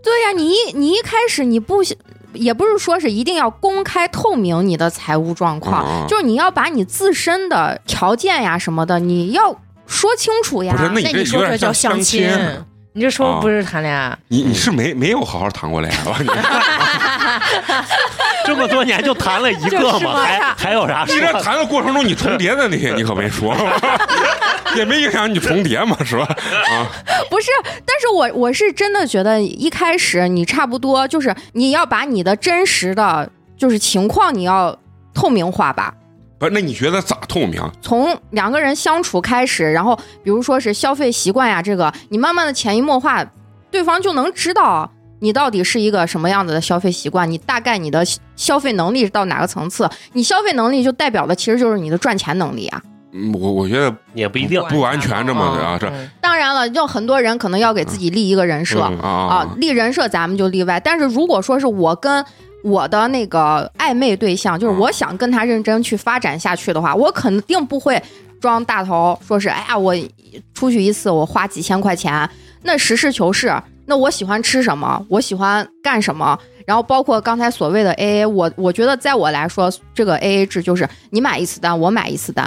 [SPEAKER 3] 对呀、你一你一开始你不喜也不是说是一定要公开透明你的财务状况，
[SPEAKER 1] 嗯嗯
[SPEAKER 3] 就是你要把你自身的条件呀什么的，你要说清楚呀
[SPEAKER 1] 不。是那你
[SPEAKER 2] 那你
[SPEAKER 1] 这有
[SPEAKER 2] 说这
[SPEAKER 1] 点
[SPEAKER 2] 叫
[SPEAKER 1] 像
[SPEAKER 2] 相
[SPEAKER 1] 亲啊
[SPEAKER 2] 亲，，你这说不是谈恋爱？
[SPEAKER 1] 你你是没没有好好谈过啊恋爱吧？你
[SPEAKER 5] 这么多年就谈了一个
[SPEAKER 2] 就是
[SPEAKER 5] 嘛，
[SPEAKER 2] 嘛
[SPEAKER 5] 还还有啥
[SPEAKER 1] 你
[SPEAKER 5] 说
[SPEAKER 1] 这
[SPEAKER 5] 的？
[SPEAKER 1] 谈的过程中你重叠的那些 你可没说， 也没影响你重叠嘛，是吧？
[SPEAKER 3] 不是，但是我我是真的觉得一开始你差不多就是你要把你的真实的就是情况你要透明化吧。
[SPEAKER 1] 不是，那你觉得咋透明？
[SPEAKER 3] 从两个人相处开始，然后比如说是消费习惯呀，这个你慢慢的潜移默化，对方就能知道你到底是一个什么样子的消费习惯，你大概你的消费能力到哪个层次，你消费能力就代表的其实就是你的赚钱能力啊。
[SPEAKER 1] 嗯我我觉得
[SPEAKER 5] 也不一定。
[SPEAKER 1] 不完全这么的啊
[SPEAKER 2] 嗯
[SPEAKER 1] 这
[SPEAKER 2] 嗯
[SPEAKER 3] 当然了，就很多人可能要给自己立一个人设、
[SPEAKER 1] 嗯啊
[SPEAKER 3] 啊，立人设咱们就例外，但是如果说是我跟我的那个暧昧对
[SPEAKER 1] 嗯
[SPEAKER 3] 象，就是我想跟他认真去发展下去的话，我肯定不会装大头，说是哎呀，我出去一次我花几千块钱，那实事求是，那我喜欢吃什么，我喜欢干什么，然后包括刚才所谓
[SPEAKER 1] 嗯
[SPEAKER 3] 的 AA，我我觉得在我来说，这个 AA 制就是你买一次单，我买一次单，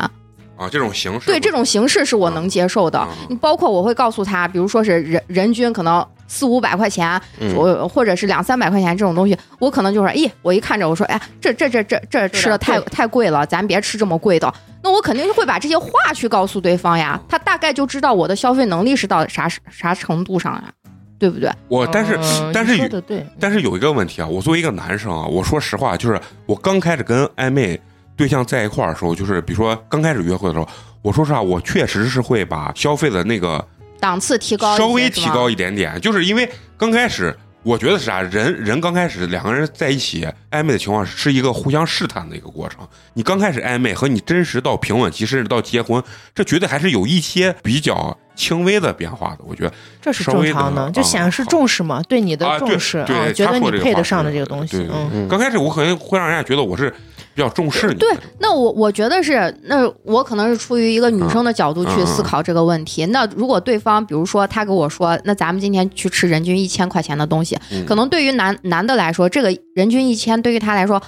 [SPEAKER 1] 啊这种形式，
[SPEAKER 3] 对这种形式是我能接受的。
[SPEAKER 1] 嗯
[SPEAKER 3] 你包括我会告诉他，比如说是人人均可能四五百块钱，
[SPEAKER 5] 嗯
[SPEAKER 3] 我或者是两三百块钱这种东西，我可能就说，咦，我一看着我说，哎，这这这这这吃的太
[SPEAKER 2] 贵
[SPEAKER 3] 太贵了，咱别吃这么贵的。那我肯定会把这些话去告诉对方呀，他大概就知道我的消费能力是到啥啥程度上呀，对不对？
[SPEAKER 1] 我但是
[SPEAKER 2] 嗯
[SPEAKER 1] 但是
[SPEAKER 2] 你
[SPEAKER 1] 有
[SPEAKER 2] 说的对，
[SPEAKER 1] 但是有一个问题啊，我作为一个男生啊，我说实话，就是我刚开始跟暧昧对象在一块儿的时候，就是比如说刚开始约会的时候，我说实话，我确实是会把消费的那个
[SPEAKER 3] 档次提高一些，
[SPEAKER 1] 稍微提
[SPEAKER 3] 是吗
[SPEAKER 1] 高一点点，就是因为刚开始我觉得是啥，人啊人刚开始两个人在一起暧昧的情况是一个互相试探的一个过程。你刚开始暧昧和你真实到平稳期，甚至到结婚，这绝对还是有一些比较轻微的变化的。我觉得
[SPEAKER 2] 这是
[SPEAKER 1] 稍
[SPEAKER 2] 正
[SPEAKER 1] 微
[SPEAKER 2] 常
[SPEAKER 1] 的
[SPEAKER 2] 的，就
[SPEAKER 1] 啊
[SPEAKER 2] 显示
[SPEAKER 1] 好
[SPEAKER 2] 重视嘛，对你
[SPEAKER 1] 啊
[SPEAKER 2] 的
[SPEAKER 1] 对
[SPEAKER 2] 重视
[SPEAKER 1] 对
[SPEAKER 2] 啊，
[SPEAKER 1] 他
[SPEAKER 2] 觉得
[SPEAKER 1] 说
[SPEAKER 2] 你
[SPEAKER 1] 这个
[SPEAKER 2] 配
[SPEAKER 1] 话
[SPEAKER 2] 得上的
[SPEAKER 1] 是
[SPEAKER 2] 这个东
[SPEAKER 1] 对
[SPEAKER 2] 西
[SPEAKER 1] 对，
[SPEAKER 2] 嗯，
[SPEAKER 1] 刚开始我可能会让人家觉得我是比较重视你的，
[SPEAKER 3] 对，那我我觉得是，那我可能是出于一个
[SPEAKER 1] 嗯
[SPEAKER 3] 女生的角度去思考这个问题。那如果对方，比如说他跟我说，那咱们今天去吃人均一千块钱的东西，
[SPEAKER 1] 嗯
[SPEAKER 3] 可能对于男男的来说，这个人均一千对于他来说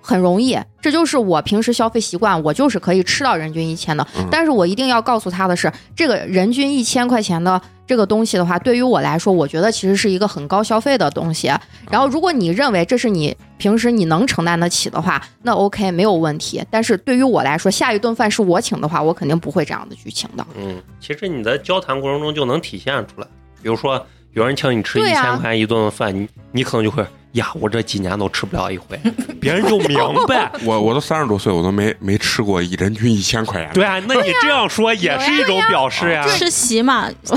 [SPEAKER 3] 很容易，这就是我平时消费习惯，我就是可以吃到人均一千的。
[SPEAKER 1] 嗯
[SPEAKER 3] 但是我一定要告诉他的是，这个人均一千块钱的这个东西的话，对于我来说，我觉得其实是一个很高消费的东
[SPEAKER 1] 嗯
[SPEAKER 3] 西。然后，如果你认为这是你平时你能承担得起的话，那 OK 没有问题。但是对于我来说，下一顿饭是我请的话，我肯定不会这样子去请的。
[SPEAKER 5] 嗯，其实你的交谈过程中就能体现出来。比如说，有人请你吃一
[SPEAKER 3] 对啊
[SPEAKER 5] 千块钱一顿饭，你你可能就会呀，我这几年都吃不了 一回，别人就明白。
[SPEAKER 1] 我我都三十多岁，我都没没吃过一人均一千块钱。
[SPEAKER 5] 对啊，那你这样说也是一
[SPEAKER 3] 啊
[SPEAKER 5] 种表示呀。
[SPEAKER 4] 吃席嘛，
[SPEAKER 1] 那，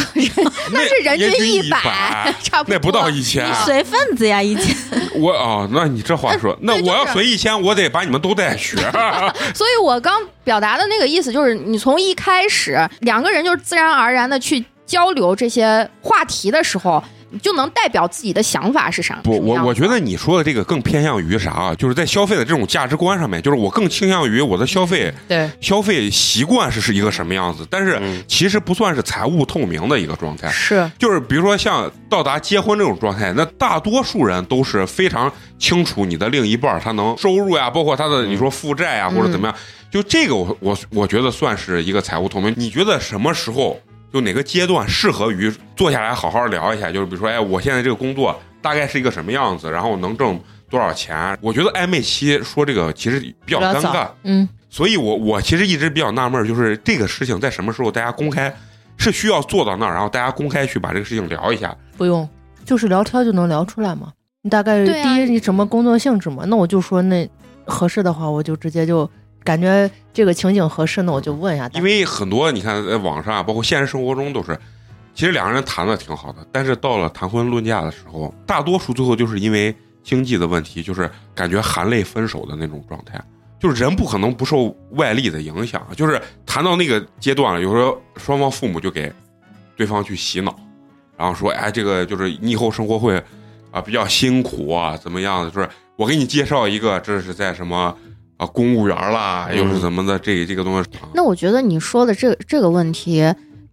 [SPEAKER 3] 是人均
[SPEAKER 1] 均
[SPEAKER 3] 一
[SPEAKER 1] 百
[SPEAKER 3] 百， 差不多
[SPEAKER 1] 那不到一千啊
[SPEAKER 5] 啊
[SPEAKER 4] 你随份子呀，以 前
[SPEAKER 1] 我哦，那你这话说，那
[SPEAKER 3] 对就
[SPEAKER 1] 我要
[SPEAKER 3] 是
[SPEAKER 1] 随一千，我得把你们都带学。啊
[SPEAKER 3] 所以我刚表达的那个意思就是，你从一开始两个人就是自然而然的去交流这些话题的时候，你就能代表自己的想法是啥。
[SPEAKER 1] 不，
[SPEAKER 3] 什么
[SPEAKER 1] 我
[SPEAKER 3] 样
[SPEAKER 1] 我
[SPEAKER 3] 子
[SPEAKER 1] 觉得你说的这个更偏向于啥啊？就是在消费的这种价值观上面，就是我更倾向于我的消
[SPEAKER 3] 嗯
[SPEAKER 1] 费
[SPEAKER 2] 对，
[SPEAKER 1] 消费习惯是是一个什么样子，但是
[SPEAKER 5] 嗯
[SPEAKER 1] 其实不算是财务透明的一个状态。
[SPEAKER 2] 是
[SPEAKER 1] 就是比如说像到达结婚这种状态，那大多数人都是非常清楚你的另一半儿他能收入呀，包括他的你说负债啊呀、或者怎
[SPEAKER 3] 嗯
[SPEAKER 1] 么样，就这个我我我觉得算是一个财务透明。你觉得什么时候就哪个阶段适合于坐下来好好聊一下？就是比如说，哎，我现在这个工作大概是一个什么样子，然后能挣多少钱？我觉得暧昧期说这个其实比较
[SPEAKER 2] 比较
[SPEAKER 1] 尴
[SPEAKER 2] 早
[SPEAKER 1] 尬，
[SPEAKER 2] 嗯，
[SPEAKER 1] 所以我我其实一直比较纳闷儿，就是这个事情在什么时候大家公开是需要做到那儿，然后大家公开去把这个事情聊一下。
[SPEAKER 2] 不用，就是聊天就能聊出来嘛。你大概
[SPEAKER 3] 对啊
[SPEAKER 2] 第一你什么工作性质嘛？那我就说那合适的话，我就直接就感觉这个情景合适，那我就问一下大家。
[SPEAKER 1] 因为很多你看在网上啊，包括现实生活中都是，其实两个人谈的挺好的，但是到了谈婚论嫁的时候，大多数最后就是因为经济的问题，就是感觉含泪分手的那种状态。就是人不可能不受外力的影响，啊就是谈到那个阶段了，有时候双方父母就给对方去洗脑，然后说，哎，这个就是你以后生活会啊比较辛苦啊，怎么样的？就是我给你介绍一个，这是在什么啊公务员啦，又是怎么的，这这个东西啊
[SPEAKER 3] 那我觉得你说的这这个问题，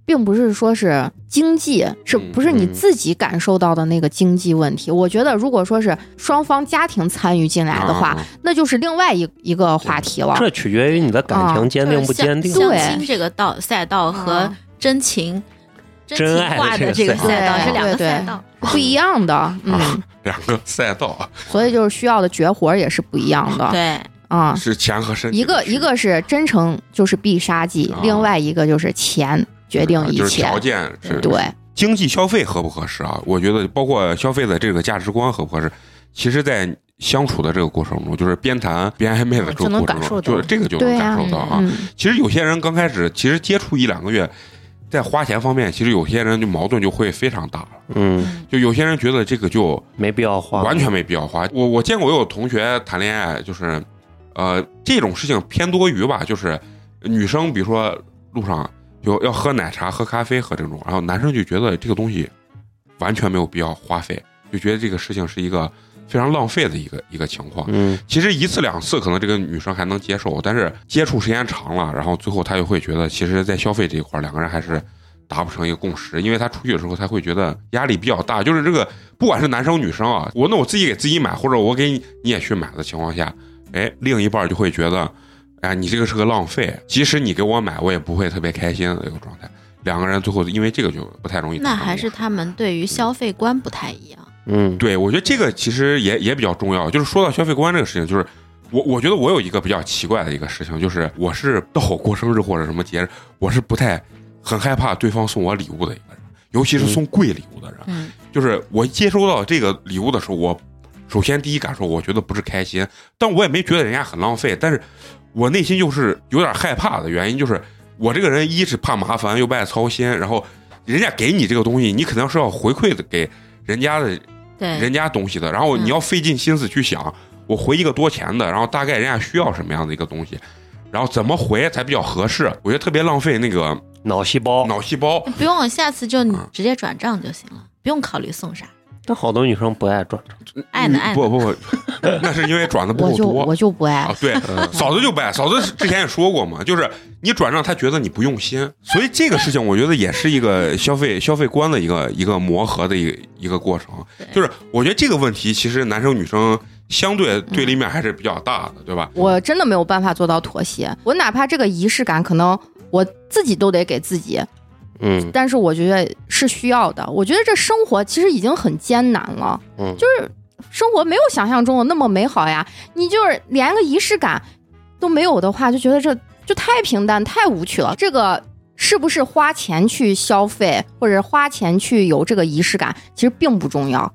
[SPEAKER 3] 并不是说是经济，是
[SPEAKER 1] 嗯
[SPEAKER 3] 不是你
[SPEAKER 5] 嗯
[SPEAKER 3] 自己感受到的那个经济问题？我觉得如果说是双方家庭参与进来的话，
[SPEAKER 1] 啊
[SPEAKER 3] 那就是另外一一个话题了。
[SPEAKER 5] 这取决于你的感情坚定不坚定。
[SPEAKER 4] 就是
[SPEAKER 3] 啊对
[SPEAKER 4] 相亲这个道赛道和
[SPEAKER 3] 嗯
[SPEAKER 4] 真情、真
[SPEAKER 5] 真
[SPEAKER 4] 情
[SPEAKER 5] 爱
[SPEAKER 4] 话
[SPEAKER 5] 的这
[SPEAKER 4] 的这
[SPEAKER 5] 个
[SPEAKER 4] 个赛道
[SPEAKER 3] 赛
[SPEAKER 4] 是两个
[SPEAKER 3] 对对
[SPEAKER 4] 赛道。
[SPEAKER 3] 不一样的，嗯，
[SPEAKER 1] 两个赛道啊，
[SPEAKER 3] 所以就是需要的绝活也是不一样的
[SPEAKER 4] 对，
[SPEAKER 3] 啊。
[SPEAKER 1] 是钱和 身体
[SPEAKER 3] 一
[SPEAKER 1] 的
[SPEAKER 3] 个
[SPEAKER 1] 区别
[SPEAKER 3] 一个是真诚，就是必杀技；
[SPEAKER 1] 啊
[SPEAKER 3] 另外一个就是钱决定
[SPEAKER 1] 啊
[SPEAKER 3] 一
[SPEAKER 1] 就是
[SPEAKER 3] 切。嗯
[SPEAKER 1] 条件是
[SPEAKER 3] 对，
[SPEAKER 1] 经济消费合不合适啊？我觉得包括消费的这个价值观合不合适，其实，在相处的这个过程中，就是边谈边暧昧的这
[SPEAKER 2] 就
[SPEAKER 1] 个
[SPEAKER 2] 能
[SPEAKER 1] 过程
[SPEAKER 2] 感
[SPEAKER 1] 中，
[SPEAKER 2] 受
[SPEAKER 1] 就
[SPEAKER 2] 到
[SPEAKER 1] 是这个就
[SPEAKER 3] 对
[SPEAKER 1] 能
[SPEAKER 3] 呀
[SPEAKER 1] 感受到啊。
[SPEAKER 3] 嗯，
[SPEAKER 1] 其实有些人刚开始，其实接触一两个月，在花钱方面，其实有些人就矛盾就会非常大了。
[SPEAKER 5] 嗯，
[SPEAKER 1] 就有些人觉得这个就
[SPEAKER 5] 没必要花，
[SPEAKER 1] 完全没必要花。我我见过有同学谈恋爱，就是，呃，这种事情偏多余吧，就是女生比如说路上有要喝奶茶、喝咖啡、喝这种，然后男生就觉得这个东西完全没有必要花费，就觉得这个事情是一个非常浪费的一个一个情况。
[SPEAKER 5] 嗯，
[SPEAKER 1] 其实一次两次可能这个女生还能接受，但是接触时间长了，然后最后她就会觉得，其实，在消费这一块儿，两个人还是达不成一个共识，因为她出去的时候，她会觉得压力比较大。就是这个，不管是男生女生啊，我那我自己给自己买，或者我给你你也去买的情况下，哎，另一半就会觉得，哎，你这个是个浪费，即使你给我买，我也不会特别开心的一个状态。两个人最后因为这个就不太容易达
[SPEAKER 4] 那
[SPEAKER 1] 成
[SPEAKER 4] 还是
[SPEAKER 1] 共识
[SPEAKER 4] 他们对于消费观不太一样。
[SPEAKER 5] 嗯，
[SPEAKER 1] 对，我觉得这个其实也也比较重要。就是说到消费观这个事情，就是我我觉得我有一个比较奇怪的一个事情，就是我是到我过生日或者什么节日，我是不太很害怕对方送我礼物的一个人，尤其是送贵礼物的人。
[SPEAKER 4] 嗯，
[SPEAKER 1] 就是我接收到这个礼物的时候，我首先第一感受，我觉得不是开心，但我也没觉得人家很浪费，但是我内心就是有点害怕的原因，就是我这个人一是怕麻烦，又不爱操心，然后人家给你这个东西，你肯定是要回馈的给人家的
[SPEAKER 4] 对
[SPEAKER 1] 人家东西的，然后
[SPEAKER 4] 嗯
[SPEAKER 1] 你要费尽心思去想，我回一个多钱的，然后大概人家需要什么样的一个东西，然后怎么回才比较合适，我觉得特别浪费那个
[SPEAKER 5] 脑细
[SPEAKER 3] 哦
[SPEAKER 5] 胞。
[SPEAKER 1] 脑细胞。
[SPEAKER 4] 不用，下次就你
[SPEAKER 1] 嗯
[SPEAKER 4] 直接转账就行了，不用考虑送啥。
[SPEAKER 5] 但好多女生不爱转账，
[SPEAKER 4] 爱呢爱
[SPEAKER 1] 嗯
[SPEAKER 4] 呢
[SPEAKER 1] 不不不，那是因为转的不
[SPEAKER 3] 我
[SPEAKER 1] 够
[SPEAKER 3] 就
[SPEAKER 1] 多
[SPEAKER 3] 我就不爱
[SPEAKER 1] 啊。对，嫂子就不爱，嫂子之前也说过嘛，就是你转让，她觉得你不用心，所以这个事情我觉得也是一个消费消费观的一个一个磨合的一个一个过程。
[SPEAKER 4] 对
[SPEAKER 1] 就是我觉得这个问题其实男生女生相对对立面还是比较大的，对吧？
[SPEAKER 3] 我真的没有办法做到妥协。我哪怕这个仪式感，可能我自己都得给自己，
[SPEAKER 5] 嗯
[SPEAKER 3] 但是我觉得是需要的。我觉得这生活其实已经很艰难了，
[SPEAKER 5] 嗯，
[SPEAKER 3] 就是生活没有想象中的那么美好呀。你就是连个仪式感都没有的话，就觉得这就太平淡、太无趣了。这个是不是花钱去消费，或者花钱去有这个仪式感，其实并不重要。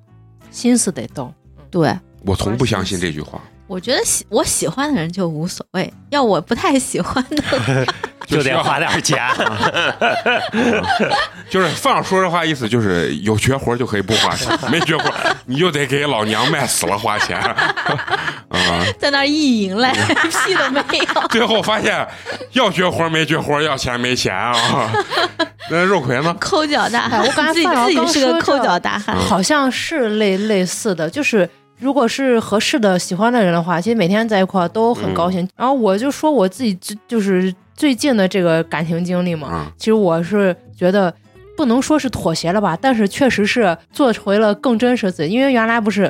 [SPEAKER 2] 心思得动。
[SPEAKER 3] 对，
[SPEAKER 1] 我从不相信这句话。
[SPEAKER 4] 我觉得喜我喜欢的人就无所谓，要我不太喜欢的，
[SPEAKER 5] 就得花点钱。啊
[SPEAKER 1] 就是放着说这话意思就是有绝活就可以不花钱，没绝活你就得给老娘卖死了花钱。啊、
[SPEAKER 4] 在那儿意淫来， 屁都没有。
[SPEAKER 1] 最后发现要绝活没绝活，要钱没钱啊。那肉葵呢？
[SPEAKER 4] 抠脚大汉，
[SPEAKER 2] 哎我刚才
[SPEAKER 4] 自己
[SPEAKER 2] 范老
[SPEAKER 4] 自己
[SPEAKER 2] 刚
[SPEAKER 4] 是个
[SPEAKER 2] 说
[SPEAKER 4] 抠
[SPEAKER 2] 这
[SPEAKER 4] 脚大汉。
[SPEAKER 2] 好像是类类似的，就是如果是合适的、喜欢的人的话，其实每天在一块儿都很
[SPEAKER 1] 嗯
[SPEAKER 2] 高兴。然后我就说我自己就就是最近的这个感情经历嘛，
[SPEAKER 1] 嗯，
[SPEAKER 2] 其实我是觉得。不能说是妥协了吧，但是确实是做回了更真实的自己。因为原来不是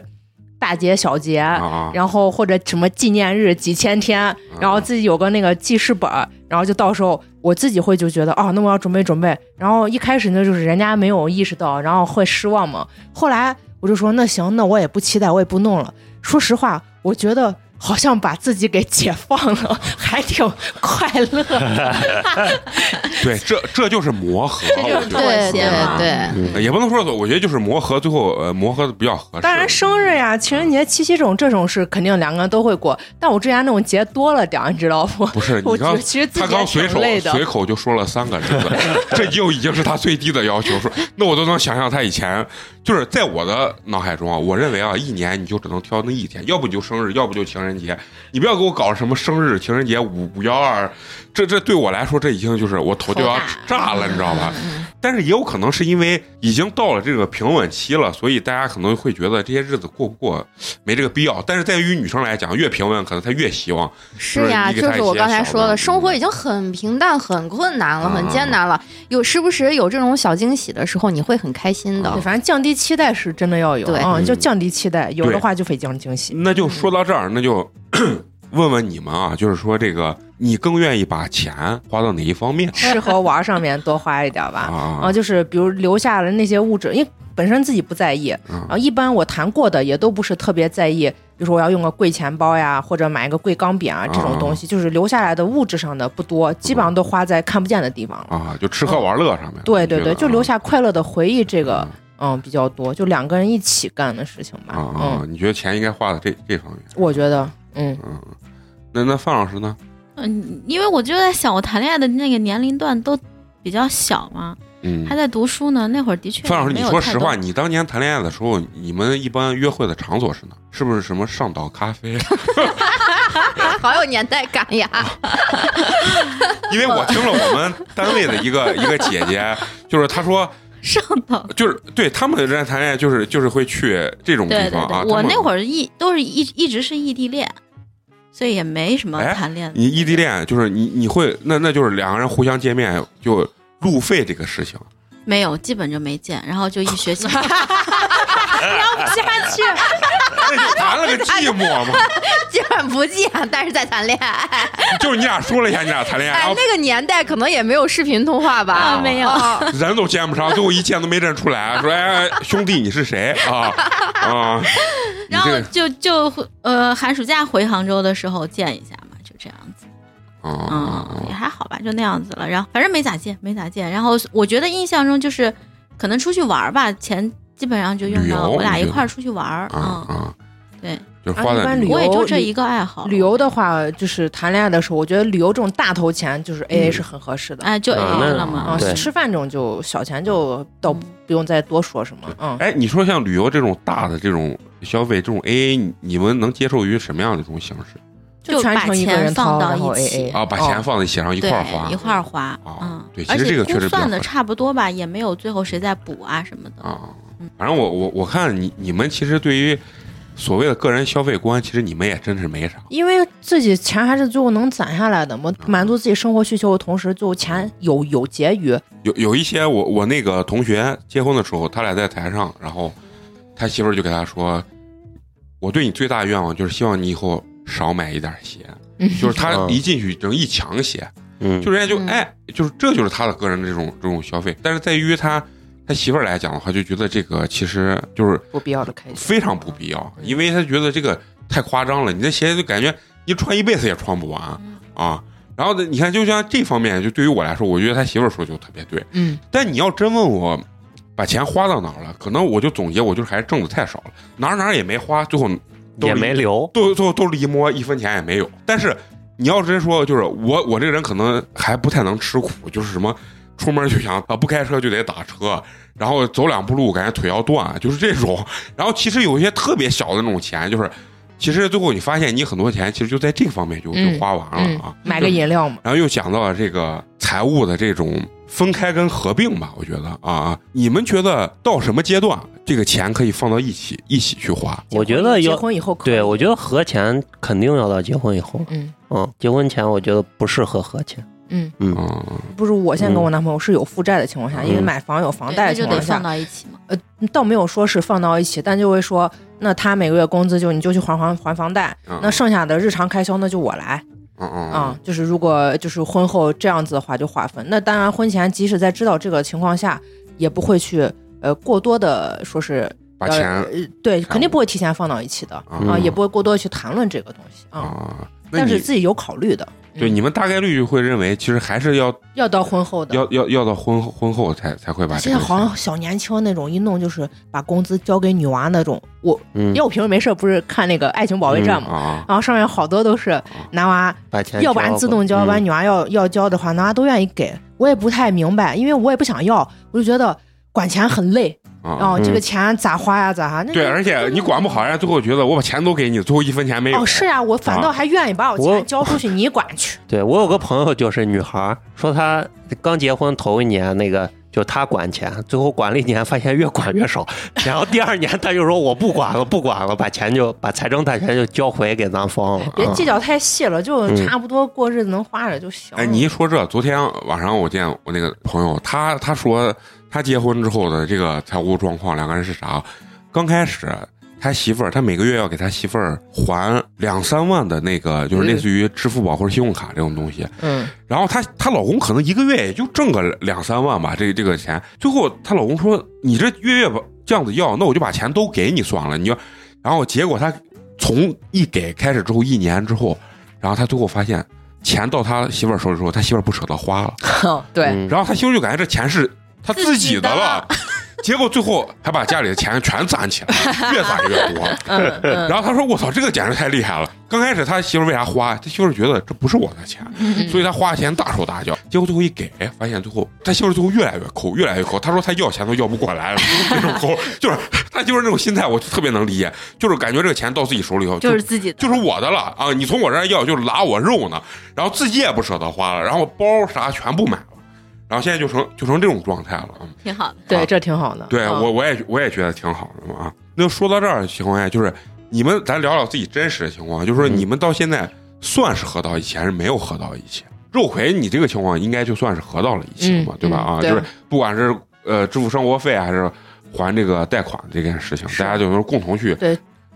[SPEAKER 2] 大节小节，
[SPEAKER 1] 啊啊，
[SPEAKER 2] 然后或者什么纪念日几千天，然后自己有个那个记事本儿，然后就到时候我自己会就觉得哦，那我要准备准备。然后一开始呢，就是人家没有意识到，然后会失望嘛。后来我就说那行，那我也不期待，我也不弄了。说实话，我觉得。好像把自己给解放了，还挺快乐的。
[SPEAKER 1] 对，这这就是磨合，
[SPEAKER 4] 这就是
[SPEAKER 1] 我觉得
[SPEAKER 4] 妥协嘛
[SPEAKER 3] 对对
[SPEAKER 1] 嗯也不能说妥，我觉得就是磨合，最后呃磨合的比较合适。
[SPEAKER 2] 当然，生日呀、情人节、七夕这种这种是肯定两个人都会过，但我之前那种节多了点儿，你知道不？
[SPEAKER 1] 不是你
[SPEAKER 2] 我觉
[SPEAKER 1] 刚
[SPEAKER 2] 得其实自
[SPEAKER 1] 他
[SPEAKER 2] 己也
[SPEAKER 1] 刚随
[SPEAKER 2] 挺
[SPEAKER 1] 手
[SPEAKER 2] 累的。
[SPEAKER 1] 随口就说了三个这 个，这就已经是他最低的要求。说那我都能想象他以前就是在我的脑海中啊，我认为啊，一年你就只能挑那一天，要不你就生日，要不就情人人节，你不要给我搞什么生日、情人节、五五幺二，这这对我来说这已经就是我头就要
[SPEAKER 4] 头
[SPEAKER 1] 炸了，你知道吧？
[SPEAKER 2] 嗯
[SPEAKER 1] 但是也有可能是因为已经到了这个平稳期了，所以大家可能会觉得这些日子过不过没这个必要。但是在于女生来讲，越平稳，可能她越希望
[SPEAKER 3] 是呀，
[SPEAKER 1] 就是你给他
[SPEAKER 3] 就是我
[SPEAKER 1] 一些
[SPEAKER 3] 刚才
[SPEAKER 1] 小
[SPEAKER 3] 说
[SPEAKER 1] 的
[SPEAKER 3] 的，生活已经很平淡、很困难了，
[SPEAKER 1] 嗯
[SPEAKER 3] 很艰难了。有时不时有这种小惊喜的时候，你会很开心的
[SPEAKER 2] 对，。反正降低期待是真的要有
[SPEAKER 3] 啊对
[SPEAKER 2] 啊，就降低期待，有
[SPEAKER 1] 嗯对
[SPEAKER 2] 的话就非常惊喜。
[SPEAKER 1] 那就说到这儿，那就 问问你们啊，就是说这个你更愿意把钱花到哪一方面
[SPEAKER 2] 适合玩儿上面多花一点吧。
[SPEAKER 1] 啊
[SPEAKER 2] 啊，？就是比如留下了那些物质，因为本身自己不在意，
[SPEAKER 1] 嗯
[SPEAKER 2] 然后一般我谈过的也都不是特别在意，比如说我要用个贵钱包呀，或者买一个贵钢笔啊这种东西，就是留下来的物质上的不多，基本上都花在看不见的地方了。
[SPEAKER 1] 啊，就吃喝玩乐上面。
[SPEAKER 2] 对
[SPEAKER 1] 你觉
[SPEAKER 2] 对
[SPEAKER 1] 得啊
[SPEAKER 2] 对，就留下快乐的回忆，这个
[SPEAKER 1] 嗯
[SPEAKER 2] 嗯比较多，就两个人一起干的事情
[SPEAKER 1] 啊。
[SPEAKER 2] 吧
[SPEAKER 1] 啊啊
[SPEAKER 2] 嗯，！
[SPEAKER 1] 你觉得钱应该花在这这方面？
[SPEAKER 2] 我觉得，嗯，
[SPEAKER 1] 嗯，那那范老师呢？
[SPEAKER 4] 嗯，因为我就在想，我谈恋爱的那个年龄段都比较小嘛，
[SPEAKER 1] 嗯
[SPEAKER 4] 还，在读书呢，那会儿的确
[SPEAKER 1] 范老师，
[SPEAKER 4] 没
[SPEAKER 1] 你
[SPEAKER 4] 有
[SPEAKER 1] 说
[SPEAKER 4] 太
[SPEAKER 1] 实
[SPEAKER 4] 多
[SPEAKER 1] 话，你当年谈恋爱的时候，你们一般约会的场所是哪？是不是什么上岛咖啡？
[SPEAKER 3] 好有年代感 呀！
[SPEAKER 1] 因为我听了我们单位的一个一个姐姐，就是她说，
[SPEAKER 4] 上岛
[SPEAKER 1] 就是对他们人家谈恋爱，就是就是会去这种
[SPEAKER 4] 对
[SPEAKER 1] 地
[SPEAKER 4] 对
[SPEAKER 1] 方啊。
[SPEAKER 4] 对，我那
[SPEAKER 1] 儿
[SPEAKER 4] 会儿一都是一一直是异地恋，所以也没什么
[SPEAKER 1] 哎
[SPEAKER 4] 谈恋爱。
[SPEAKER 1] 你异地恋，就是你你会那那就是两个人互相见面就路费这个事 情，
[SPEAKER 4] 没有，基本就没见，然后就一 学期
[SPEAKER 2] 下去。
[SPEAKER 1] 那你谈了个寂寞 嘛。
[SPEAKER 3] 基本不见，但是在谈恋爱。
[SPEAKER 1] 就是你俩说了一下你俩谈恋爱，然
[SPEAKER 3] 哎
[SPEAKER 1] 后，
[SPEAKER 3] 那个年代可能也没有视频通话吧？
[SPEAKER 4] 啊没有
[SPEAKER 3] 哦
[SPEAKER 1] 人都见不上，最后一见都没认出来，说哎兄弟你是谁啊 啊？你这
[SPEAKER 4] 然后
[SPEAKER 1] 个
[SPEAKER 4] 就就呃寒暑假回杭州的时候见一下嘛，就这样子，嗯，也
[SPEAKER 1] 啊
[SPEAKER 4] 还好吧，就那样子了。然后反正没咋见，没咋见。然后我觉得印象中就是可能出去玩儿吧，钱基本上就用
[SPEAKER 1] 旅
[SPEAKER 4] 到
[SPEAKER 1] 游
[SPEAKER 4] 我俩
[SPEAKER 1] 你
[SPEAKER 4] 一
[SPEAKER 1] 就
[SPEAKER 4] 块儿出去玩儿，
[SPEAKER 1] 啊
[SPEAKER 4] 嗯，
[SPEAKER 1] 啊，
[SPEAKER 4] 对，
[SPEAKER 1] 就是花
[SPEAKER 2] 啊一
[SPEAKER 1] 在
[SPEAKER 2] 般
[SPEAKER 1] 旅
[SPEAKER 2] 旅
[SPEAKER 1] 游
[SPEAKER 4] 我也就
[SPEAKER 2] 游
[SPEAKER 4] 这
[SPEAKER 2] 旅
[SPEAKER 4] 一个爱好。
[SPEAKER 2] 旅游的话，就是谈恋爱的时候，我觉得旅游这种大头钱就是 A A 是很合适的。
[SPEAKER 4] 嗯哎，就 A
[SPEAKER 5] 啊
[SPEAKER 4] A
[SPEAKER 5] 那
[SPEAKER 4] 了嘛
[SPEAKER 2] 啊，
[SPEAKER 5] 对，
[SPEAKER 2] 吃饭这种就小钱就倒
[SPEAKER 4] 嗯
[SPEAKER 2] 不用再多说什么，嗯，
[SPEAKER 1] 哎，你说像旅游这种大的这种消费，这种 AA，你你们能接受于什么样的这种形式
[SPEAKER 4] 就
[SPEAKER 2] 全
[SPEAKER 4] 把
[SPEAKER 2] 程一个
[SPEAKER 4] 钱
[SPEAKER 2] 人掏，
[SPEAKER 4] 放到
[SPEAKER 2] 然
[SPEAKER 4] 一
[SPEAKER 2] 后
[SPEAKER 4] 起
[SPEAKER 2] AA
[SPEAKER 1] 啊？把钱
[SPEAKER 2] 哦
[SPEAKER 1] 放在一起，然后一块
[SPEAKER 4] 对
[SPEAKER 1] 儿花
[SPEAKER 4] 一块儿花，
[SPEAKER 1] 哦
[SPEAKER 4] 嗯，
[SPEAKER 1] 对其
[SPEAKER 4] 而
[SPEAKER 1] 实这
[SPEAKER 4] 且
[SPEAKER 1] 个确实
[SPEAKER 4] 估
[SPEAKER 1] 比较
[SPEAKER 4] 算的
[SPEAKER 1] 合
[SPEAKER 4] 差不多吧，也没有最后谁再补啊什么的。
[SPEAKER 1] 啊。反正我我我看你你们其实对于所谓的个人消费观，其实你们也真是没啥。
[SPEAKER 2] 因为自己钱还是最后能攒下来的嘛，
[SPEAKER 1] 嗯
[SPEAKER 2] 满足自己生活需求的同时，最后钱有有结余，
[SPEAKER 1] 有有一些我我那个同学结婚的时候，他俩在台上，然后他媳妇儿就给他说：“我对你最大的愿望就是希望你以后少买一点鞋。”就是他
[SPEAKER 5] 嗯
[SPEAKER 1] 一进去整一墙鞋，
[SPEAKER 5] 嗯，
[SPEAKER 1] 就人家就
[SPEAKER 3] 嗯
[SPEAKER 1] 哎，就是这就是他的个人的这种这种消费。但是在于他他媳妇儿来讲的话，就觉得这个其实就是
[SPEAKER 2] 不必要的开销。
[SPEAKER 1] 非常不必要，因为他觉得这个太夸张了，你这鞋就感觉你穿一辈子也穿不完啊。然后呢，你看，就像这方面，就对于我来说，我觉得他媳妇儿说就特别对。
[SPEAKER 2] 嗯，
[SPEAKER 1] 但你要真问我把钱花到哪儿了，可能我就总结，我就是还是挣的太少了，哪儿哪儿也没花，最后兜
[SPEAKER 5] 也
[SPEAKER 1] 里
[SPEAKER 5] 没留，
[SPEAKER 1] 兜最后兜里一摸一分钱也没有。但是你要真说，就是我我这个人可能还不太能吃苦，就是什么出门就想啊不开车就得打车，然后走两步路感觉腿要断，就是这种。然后其实有一些特别小的那种钱，就是其实最后你发现你很多钱其实就在这个方面就就
[SPEAKER 2] 嗯
[SPEAKER 1] 花完了啊。
[SPEAKER 2] 嗯，买个饮料嘛，
[SPEAKER 1] 然后又讲到了这个财务的这种分开跟合并吧，我觉得啊，你们觉得到什么阶段这个钱可以放到一起一起去花？
[SPEAKER 5] 我觉得
[SPEAKER 2] 结
[SPEAKER 5] 要
[SPEAKER 2] 婚以后可以
[SPEAKER 5] 对，我觉得合钱肯定要到结婚以后，
[SPEAKER 2] 嗯
[SPEAKER 5] 嗯，结婚前我觉得不适合合钱，
[SPEAKER 2] 嗯，
[SPEAKER 5] 嗯，
[SPEAKER 1] 嗯，
[SPEAKER 2] 不是我现在跟我男朋友是有负债的情况下，
[SPEAKER 1] 嗯
[SPEAKER 2] 因为买房有房
[SPEAKER 4] 对，
[SPEAKER 2] 贷
[SPEAKER 4] 那
[SPEAKER 2] 的
[SPEAKER 4] 就
[SPEAKER 2] 情
[SPEAKER 4] 得
[SPEAKER 2] 况
[SPEAKER 4] 放
[SPEAKER 2] 下，
[SPEAKER 4] 到一起嘛。
[SPEAKER 2] 倒没有说是放到一起，但就会说，那他每个月工资就你就去还还还房贷，
[SPEAKER 1] 嗯
[SPEAKER 2] 那剩下的日常开销那就我来，
[SPEAKER 1] 嗯嗯
[SPEAKER 2] 啊、就是如果就是婚后这样子的话，就划分。那当然，婚前即使在知道这个情况下，也不会去呃过多的说是
[SPEAKER 1] 嗯把钱
[SPEAKER 2] 呃呃对，
[SPEAKER 1] 看
[SPEAKER 2] 肯定不会提前放到一起的啊、
[SPEAKER 1] 啊
[SPEAKER 2] 也不会过多地去谈论这个东西啊、
[SPEAKER 1] 啊，那
[SPEAKER 2] 但
[SPEAKER 1] 你
[SPEAKER 2] 是自己有考虑的，嗯
[SPEAKER 1] 对你们大概率会认为，其实还是要
[SPEAKER 2] 要到婚后的。
[SPEAKER 1] 要要要到婚后婚后才才会把这
[SPEAKER 2] 现在
[SPEAKER 1] 个
[SPEAKER 2] 嗯好
[SPEAKER 1] 钱
[SPEAKER 2] 像小年轻那种，一弄就是把工资交给女娃那种。我
[SPEAKER 5] 嗯
[SPEAKER 2] 因为我平时没事儿不是看那个《爱情保卫战》嘛，
[SPEAKER 1] 啊
[SPEAKER 2] 然后上面好多都是男娃
[SPEAKER 5] 把钱
[SPEAKER 2] 要不然自动哦交，要不然
[SPEAKER 5] 嗯
[SPEAKER 2] 女娃要要交的话，男娃都愿意给。我也不太明白，因为我也不想要，我就觉得管钱很累，
[SPEAKER 1] 啊。
[SPEAKER 2] 哦，这个钱咋花呀咋哈？那
[SPEAKER 1] 对，
[SPEAKER 2] 就
[SPEAKER 1] 而且你管不好，人家最后觉得我把钱都给你，最后一分钱没有。啊
[SPEAKER 2] 哦是呀，我反倒还愿意把我
[SPEAKER 5] 我
[SPEAKER 2] 钱交出去，你管去。
[SPEAKER 5] 对我有个朋友就是女孩儿，说她刚结婚头一年那个。就她管钱，最后管了一年，发现越管越少，然后第二年她就说我不管了，不管了，把钱就把财政大权就交回给咱方了。
[SPEAKER 2] 别
[SPEAKER 5] 啊
[SPEAKER 2] 计较太细了，就
[SPEAKER 5] 嗯
[SPEAKER 2] 差不多过日子能花着就行。
[SPEAKER 1] 哎，你一说这，昨天晚上我见我那个朋友，他他说他结婚之后的这个财务状况，两个人是啥？刚开始他媳妇儿，他每个月要给他媳妇儿还两三万的那个，就是类似于支付宝或者信用卡这种东西。
[SPEAKER 2] 嗯，
[SPEAKER 1] 然后她她老公可能一个月也就挣个两三万吧，这这个钱。最后她老公说：“你这月月吧这样子要，那我就把钱都给你算了。”你要，然后结果她从一给开始之后，一年之后，然后她最后发现钱到她媳妇儿手里之后，她媳妇儿不舍得花了，
[SPEAKER 2] 哦对，
[SPEAKER 5] 嗯
[SPEAKER 1] 然后她媳妇儿就感觉这钱是她自己的了。 结果最后还把家里的钱全攒起 来，越攒越多。
[SPEAKER 2] 嗯嗯，
[SPEAKER 1] 然后她说：“我操，这个简直太厉害了！”刚开始她媳妇儿为啥花？她媳妇儿觉得这不是我的钱，所以他花钱大手大脚，结果最后一给，发现最后他媳妇儿最后越来越抠，越来越抠。他说他要钱都要不过来了，那种抠， 就是他就是那种心态，我就特别能理解，就是感觉这个钱到自己手里以后，
[SPEAKER 4] 就是自己的
[SPEAKER 1] 就是我的了啊！你从我这儿要就是拉我肉呢，然后自己也不舍得花了，然后包啥全部买了，然后现在就成就成这种状态了。嗯
[SPEAKER 4] 挺好的。
[SPEAKER 1] 啊
[SPEAKER 2] 对，这挺好的。
[SPEAKER 1] 对、
[SPEAKER 2] 嗯
[SPEAKER 1] 我我也我也觉得挺好的嘛啊。那说到这儿的情况下，就是你们咱聊聊自己真实的情况，就是说
[SPEAKER 5] 嗯
[SPEAKER 1] 你们到现在算是合到一起，还是没有合到一起？肉葵，你这个情况应该就算是合到了一起了嘛，
[SPEAKER 2] 嗯
[SPEAKER 1] 对吧？啊，
[SPEAKER 2] 嗯对
[SPEAKER 1] 就是不管是呃支付生活费还是还这个贷款这件事情，
[SPEAKER 2] 是
[SPEAKER 1] 大家就是共同去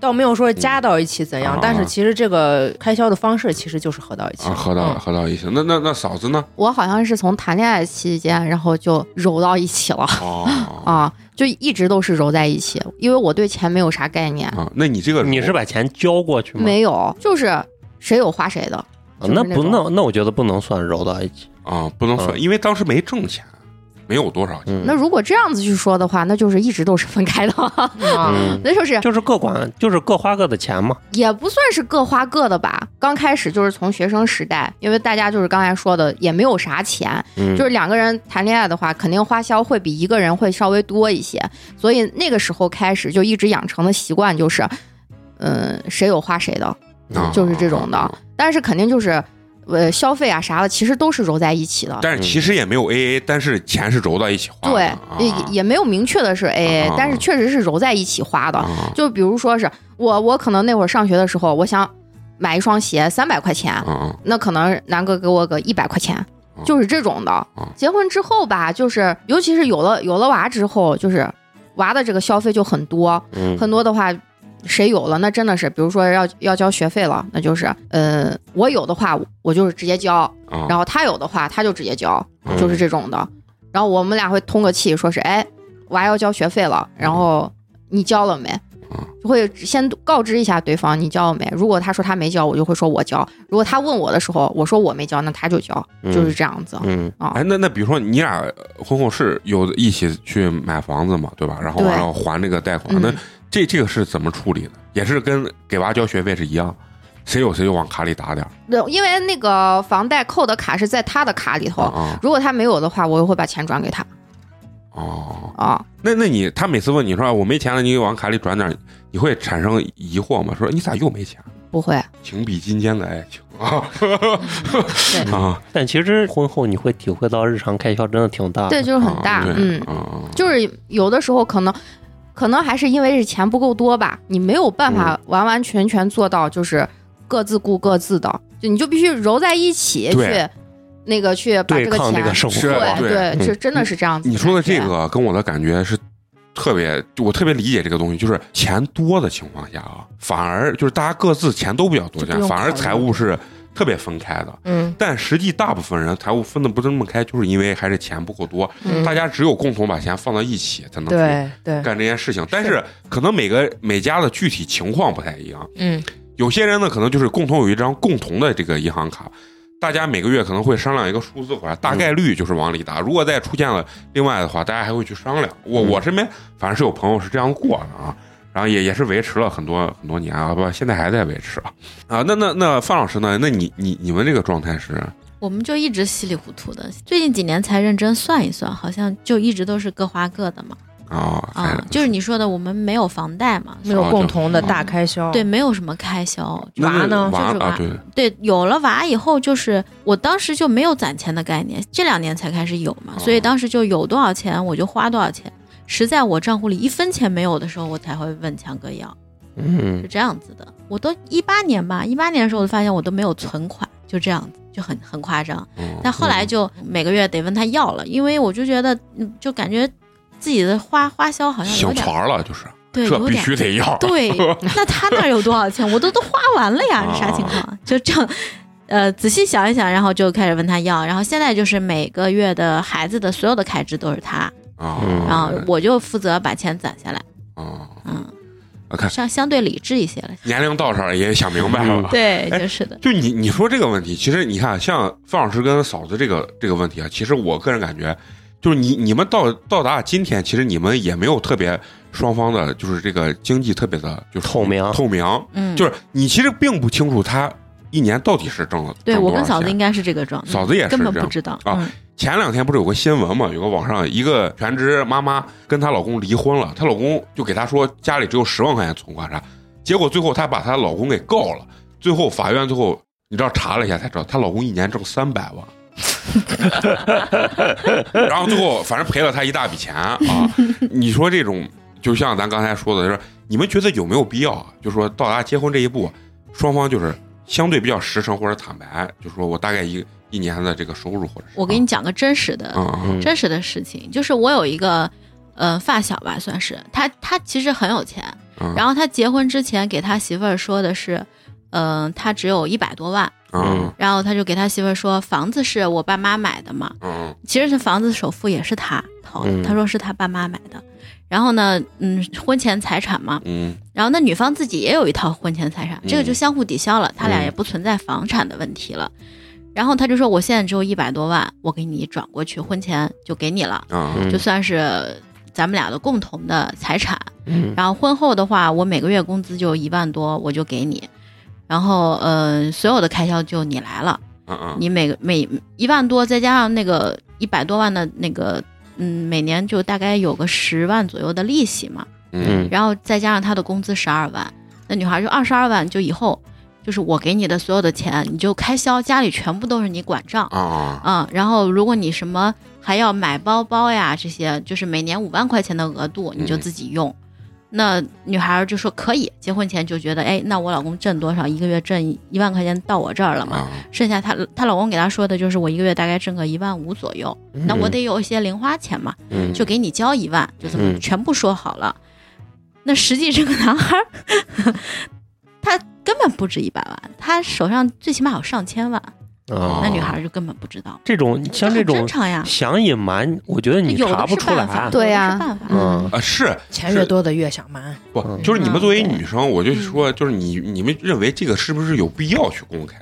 [SPEAKER 2] 倒没有说加到一起怎样
[SPEAKER 1] 嗯，
[SPEAKER 2] 但是其实这个开销的方式其实就是合到一起
[SPEAKER 1] 啊。合到、
[SPEAKER 2] 嗯
[SPEAKER 1] 合到一起。那那那嫂子 呢？
[SPEAKER 3] 我好像是从谈恋爱期间，然后就揉到一起了
[SPEAKER 1] 哦啊
[SPEAKER 3] 啊，就一直都是揉在一起，因为我对钱没有啥概念，
[SPEAKER 1] 啊那你这个
[SPEAKER 5] 你是把钱交过去吗？
[SPEAKER 3] 没有，就是谁有花谁的，
[SPEAKER 5] 啊那不
[SPEAKER 3] 就是那
[SPEAKER 5] 那
[SPEAKER 3] 种
[SPEAKER 5] 那我觉得不能算揉到一起。
[SPEAKER 1] 啊不能算，
[SPEAKER 5] 嗯
[SPEAKER 1] 因为当时没挣钱，没有多少钱。
[SPEAKER 5] 嗯，
[SPEAKER 3] 那如果这样子去说的话，那就是一直都是分开的，
[SPEAKER 2] 啊，
[SPEAKER 5] 嗯，
[SPEAKER 3] 那就是
[SPEAKER 5] 就是各管，就是各花各的钱嘛。
[SPEAKER 3] 也不算是各花各的吧。刚开始就是从学生时代，因为大家就是刚才说的，也没有啥钱，
[SPEAKER 5] 嗯，
[SPEAKER 3] 就是两个人谈恋爱的话，肯定花销会比一个人会稍微多一些，所以那个时候开始就一直养成的习惯就是，嗯，谁有花谁的，
[SPEAKER 5] 嗯
[SPEAKER 1] 啊
[SPEAKER 3] 就是这种的
[SPEAKER 1] 啊
[SPEAKER 3] 但是肯定就是。呃，消费啊啥的，其实都是揉在一起的。
[SPEAKER 1] 但是其实也没有 AA，但是钱是揉到一起花的。
[SPEAKER 3] 啊对，
[SPEAKER 1] 啊
[SPEAKER 3] 也也没有明确的是 AA，、
[SPEAKER 1] 啊
[SPEAKER 3] 但是确实是揉在一起花的。
[SPEAKER 1] 啊
[SPEAKER 3] 就比如说是我，我可能那会儿上学的时候，我想买一双鞋，三百块钱，
[SPEAKER 1] 啊
[SPEAKER 3] 那可能南哥给我个一百块钱，就是这种的
[SPEAKER 1] 嗯。
[SPEAKER 3] 结婚之后吧，就是尤其是有了有了娃之后，就是娃的这个消费就很多，
[SPEAKER 5] 嗯
[SPEAKER 3] 很多的话。谁有了，那真的是，比如说要要交学费了，那就是，呃，我有的话，我就是直接交，
[SPEAKER 1] 啊！
[SPEAKER 3] 然后他有的话，他就直接交，
[SPEAKER 1] 嗯
[SPEAKER 3] 就是这种的。然后我们俩会通个气，说是哎，我还要交学费了，然后你交了没
[SPEAKER 1] 嗯？
[SPEAKER 3] 会先告知一下对方你交了没。如果他说他没交，我就会说我交；如果他问我的时候，我说我没交，那他就交，就是这样子。
[SPEAKER 5] 嗯
[SPEAKER 1] 哎，那那比如说你俩婚后是有一起去买房子嘛，对吧？然后
[SPEAKER 3] 对
[SPEAKER 1] 然后还这个贷款，
[SPEAKER 3] 嗯
[SPEAKER 1] 那这这个是怎么处理的？也是跟给娃交学费是一样，谁有谁就往卡里打点儿
[SPEAKER 3] 对，因为那个房贷扣的卡是在他的卡里头，
[SPEAKER 1] 啊
[SPEAKER 3] 如果他没有的话，我就会把钱转给他
[SPEAKER 1] 啊哦。
[SPEAKER 3] 啊。
[SPEAKER 1] 那那你他每次问你说哎我没钱了，你给往卡里转点儿，你会产生疑惑吗？说你咋又没钱？
[SPEAKER 3] 不会，
[SPEAKER 1] 情比金坚的爱情啊
[SPEAKER 3] 对
[SPEAKER 1] 啊！
[SPEAKER 5] 但其实婚后你会体会到日常开销真的挺大的。
[SPEAKER 3] 对，就是很大，
[SPEAKER 1] 啊对
[SPEAKER 3] 嗯，
[SPEAKER 1] 啊
[SPEAKER 3] 就是有的时候可能，可能还是因为是钱不够多吧，你没有办法完完全全做到就是各自顾各自的，就你就必须揉在一起
[SPEAKER 1] 对
[SPEAKER 3] 去，那个去把
[SPEAKER 5] 对
[SPEAKER 3] 这个
[SPEAKER 5] 抗这
[SPEAKER 3] 钱
[SPEAKER 5] 个，生
[SPEAKER 1] 是
[SPEAKER 5] 活，
[SPEAKER 1] 对
[SPEAKER 3] 对
[SPEAKER 5] 嗯
[SPEAKER 3] 对，这真的是这样子。
[SPEAKER 1] 你说的这，个跟我的感觉是特别，我特别理解这个东西，就是钱多的情况下啊，反而就是大家各自钱都比较多，
[SPEAKER 2] 就不
[SPEAKER 1] 钱
[SPEAKER 2] 用
[SPEAKER 1] 反而
[SPEAKER 2] 考虑
[SPEAKER 1] 财务是特别分开的。
[SPEAKER 2] 嗯
[SPEAKER 1] 但实际大部分人财务分的不是那么开，就是因为还是钱不够多，
[SPEAKER 2] 嗯
[SPEAKER 1] 大家只有共同把钱放到一起才能去
[SPEAKER 2] 对对，
[SPEAKER 1] 干这件事情。但是可能每个每家的具体情况不太一样，
[SPEAKER 2] 嗯
[SPEAKER 1] 有些人呢可能就是共同有一张共同的这个银行卡。大家每个月可能会商量一个数字回来，大概率就是往里打。如果再出现了另外的话，大家还会去商量。我
[SPEAKER 5] 嗯
[SPEAKER 1] 我身边反正是有朋友是这样过的啊，然后也也是维持了很多很多年啊，不，现在还在维持啊。啊，那那那范老师呢？那你你你们这个状态是
[SPEAKER 4] 我们就一直稀里糊涂的，最近几年才认真算一算，好像就一直都是各花各的嘛。
[SPEAKER 1] 啊，还
[SPEAKER 4] 啊，就是你说的，我们没有房贷嘛，
[SPEAKER 2] 没有
[SPEAKER 1] 哦
[SPEAKER 2] 共
[SPEAKER 1] 就
[SPEAKER 2] 同的大开销。
[SPEAKER 1] 嗯
[SPEAKER 4] 对，，没有什么开销。
[SPEAKER 1] 那
[SPEAKER 2] 娃呢
[SPEAKER 1] 娃
[SPEAKER 4] 就是
[SPEAKER 1] 啊
[SPEAKER 4] 娃，
[SPEAKER 1] 对，
[SPEAKER 4] 对，有了娃以后，就是我当时就没有攒钱的概念，这两年才开始有嘛，所
[SPEAKER 1] 哦
[SPEAKER 4] 以当时就有多少钱我就花多少钱。实在我账户里一分钱没有的时候，我才会问强哥要，
[SPEAKER 5] 嗯
[SPEAKER 4] 是，这样子的。我都一八年吧，一八年的时候我就发现我都没有存款，就这样子，就很很夸张。
[SPEAKER 1] 嗯
[SPEAKER 4] 但后来就每个月得问他要了，因为我就觉得，嗯就感觉自己的花花销好像有
[SPEAKER 1] 想
[SPEAKER 4] 点
[SPEAKER 1] 团儿了，就是
[SPEAKER 4] 对，
[SPEAKER 1] 这
[SPEAKER 4] 有
[SPEAKER 1] 必
[SPEAKER 4] 点
[SPEAKER 1] 须得要，
[SPEAKER 4] 对，那他那儿有多少钱？我都都花完了 呀，
[SPEAKER 1] 啊
[SPEAKER 4] 这啥情况？就这样，呃，仔细想一想，然后就开始问他要，然后现在就是每个月的孩子的所有的开支都是他，
[SPEAKER 1] 啊
[SPEAKER 5] 嗯
[SPEAKER 4] 然后我就负责把钱攒下来，
[SPEAKER 1] 啊，
[SPEAKER 4] 嗯，
[SPEAKER 1] 我啊看
[SPEAKER 4] 相相对理智一些了。
[SPEAKER 1] 年龄到这儿也想明白了
[SPEAKER 5] 嗯。
[SPEAKER 4] 对，
[SPEAKER 1] 哎
[SPEAKER 4] 就是的，
[SPEAKER 1] 就你你说这个问题，其实你看，像范老师跟嫂子这个这个问题啊，其实我个人感觉，就是你你们到到达今天，其实你们也没有特别双方的，就是这个经济特别的，就是
[SPEAKER 5] 透明
[SPEAKER 1] 透明，
[SPEAKER 4] 嗯，
[SPEAKER 1] 就是你其实并不清楚他一年到底是挣了
[SPEAKER 4] 对
[SPEAKER 1] 挣多
[SPEAKER 4] 我
[SPEAKER 1] 少
[SPEAKER 4] 跟嫂子
[SPEAKER 1] 钱
[SPEAKER 4] 应该是这个状态，
[SPEAKER 1] 嫂子也是
[SPEAKER 4] 根本
[SPEAKER 1] 这
[SPEAKER 4] 不
[SPEAKER 1] 样
[SPEAKER 4] 知道
[SPEAKER 1] 啊
[SPEAKER 4] 嗯
[SPEAKER 1] 前两天不是有个新闻嘛？有个网上一个全职妈妈跟她老公离婚了，她老公就给她说家里只有十万块钱存款啥，结果最后她把她老公给告了，最后法院最后你知道查了一下才知道，她老公一年挣三百万，然后最后反正赔了她一大笔钱啊。你说这种就像咱刚才说的，就是你们觉得有没有必要啊？就说到达结婚这一步，双方就是相对比较实诚或者坦白，就说我大概一一年的这个收入或者是
[SPEAKER 4] 我给你讲个真实的，
[SPEAKER 1] 啊啊
[SPEAKER 5] 嗯
[SPEAKER 4] 真实的事情，就是我有一个呃发小吧，算是他，他其实很有钱，
[SPEAKER 1] 嗯
[SPEAKER 4] 然后他结婚之前给他媳妇儿说的是，嗯、他只有一百多万，
[SPEAKER 1] 嗯
[SPEAKER 4] 然后他就给他媳妇儿说，房子是我爸妈买的嘛，
[SPEAKER 1] 嗯
[SPEAKER 4] 其实这房子首付也是他掏的，
[SPEAKER 5] 嗯
[SPEAKER 4] 他说是他爸妈买的，然后呢，嗯，婚前财产嘛，
[SPEAKER 1] 嗯
[SPEAKER 4] 然后那女方自己也有一套婚前财产，
[SPEAKER 1] 嗯
[SPEAKER 4] 这个就相互抵消了，他俩
[SPEAKER 5] 嗯
[SPEAKER 4] 也不存在房产的问题了。然后他就说：“我现在只有一百多万，我给你转过去，婚前就给你了，
[SPEAKER 1] 嗯
[SPEAKER 5] 嗯
[SPEAKER 4] 就算是咱们俩的共同的财产。
[SPEAKER 5] 嗯
[SPEAKER 4] 然后婚后的话，我每个月工资就一万多，我就给你。然后，呃，所有的开销就你来了，
[SPEAKER 1] 嗯
[SPEAKER 4] 你每个每一万多，再加上那个一百多万的那个，嗯，每年就大概有个十万左右的利息嘛。
[SPEAKER 1] 嗯
[SPEAKER 4] 然后再加上她的工资十二万，那女孩就二十二万，就以后就是我给你的所有的钱，你就开销，家里全部都是你管账。
[SPEAKER 1] 啊
[SPEAKER 4] 嗯，然后如果你什么还要买包包呀，这些就是每年五万块钱的额度，你就
[SPEAKER 1] 嗯
[SPEAKER 4] 自己用。那女孩儿就说可以，结婚前就觉得，哎，那我老公挣多少，一个月挣一万块钱到我这儿了嘛，
[SPEAKER 1] 啊
[SPEAKER 5] 嗯
[SPEAKER 4] 剩下她她老公给她说的就是我一个月大概挣个一万五左右，那我
[SPEAKER 5] 嗯
[SPEAKER 4] 得有一些零花钱嘛，
[SPEAKER 5] 嗯
[SPEAKER 4] 就给你交一万，就这么
[SPEAKER 5] 嗯
[SPEAKER 4] 全部说好了。那实际这个男孩儿， 他根本不止一百万，他手上最起码有上千万，
[SPEAKER 5] 啊
[SPEAKER 4] 那女孩儿就根本不知道。
[SPEAKER 5] 这种像
[SPEAKER 4] 很
[SPEAKER 5] 这种
[SPEAKER 4] 正常呀，
[SPEAKER 5] 想隐瞒，我觉得你
[SPEAKER 4] 有
[SPEAKER 5] 查
[SPEAKER 4] 的
[SPEAKER 5] 不
[SPEAKER 4] 是
[SPEAKER 5] 出
[SPEAKER 4] 办法，
[SPEAKER 5] 来。
[SPEAKER 3] 对啊
[SPEAKER 4] 呀、
[SPEAKER 3] 呀
[SPEAKER 4] 办法。
[SPEAKER 5] 嗯
[SPEAKER 1] 啊是
[SPEAKER 2] 钱越
[SPEAKER 1] 是
[SPEAKER 2] 多的越想瞒。
[SPEAKER 1] 不
[SPEAKER 5] 嗯
[SPEAKER 1] 就是你们作为
[SPEAKER 4] 嗯
[SPEAKER 1] 女生，我就说就是你你们认为这个是不是有必要去公开？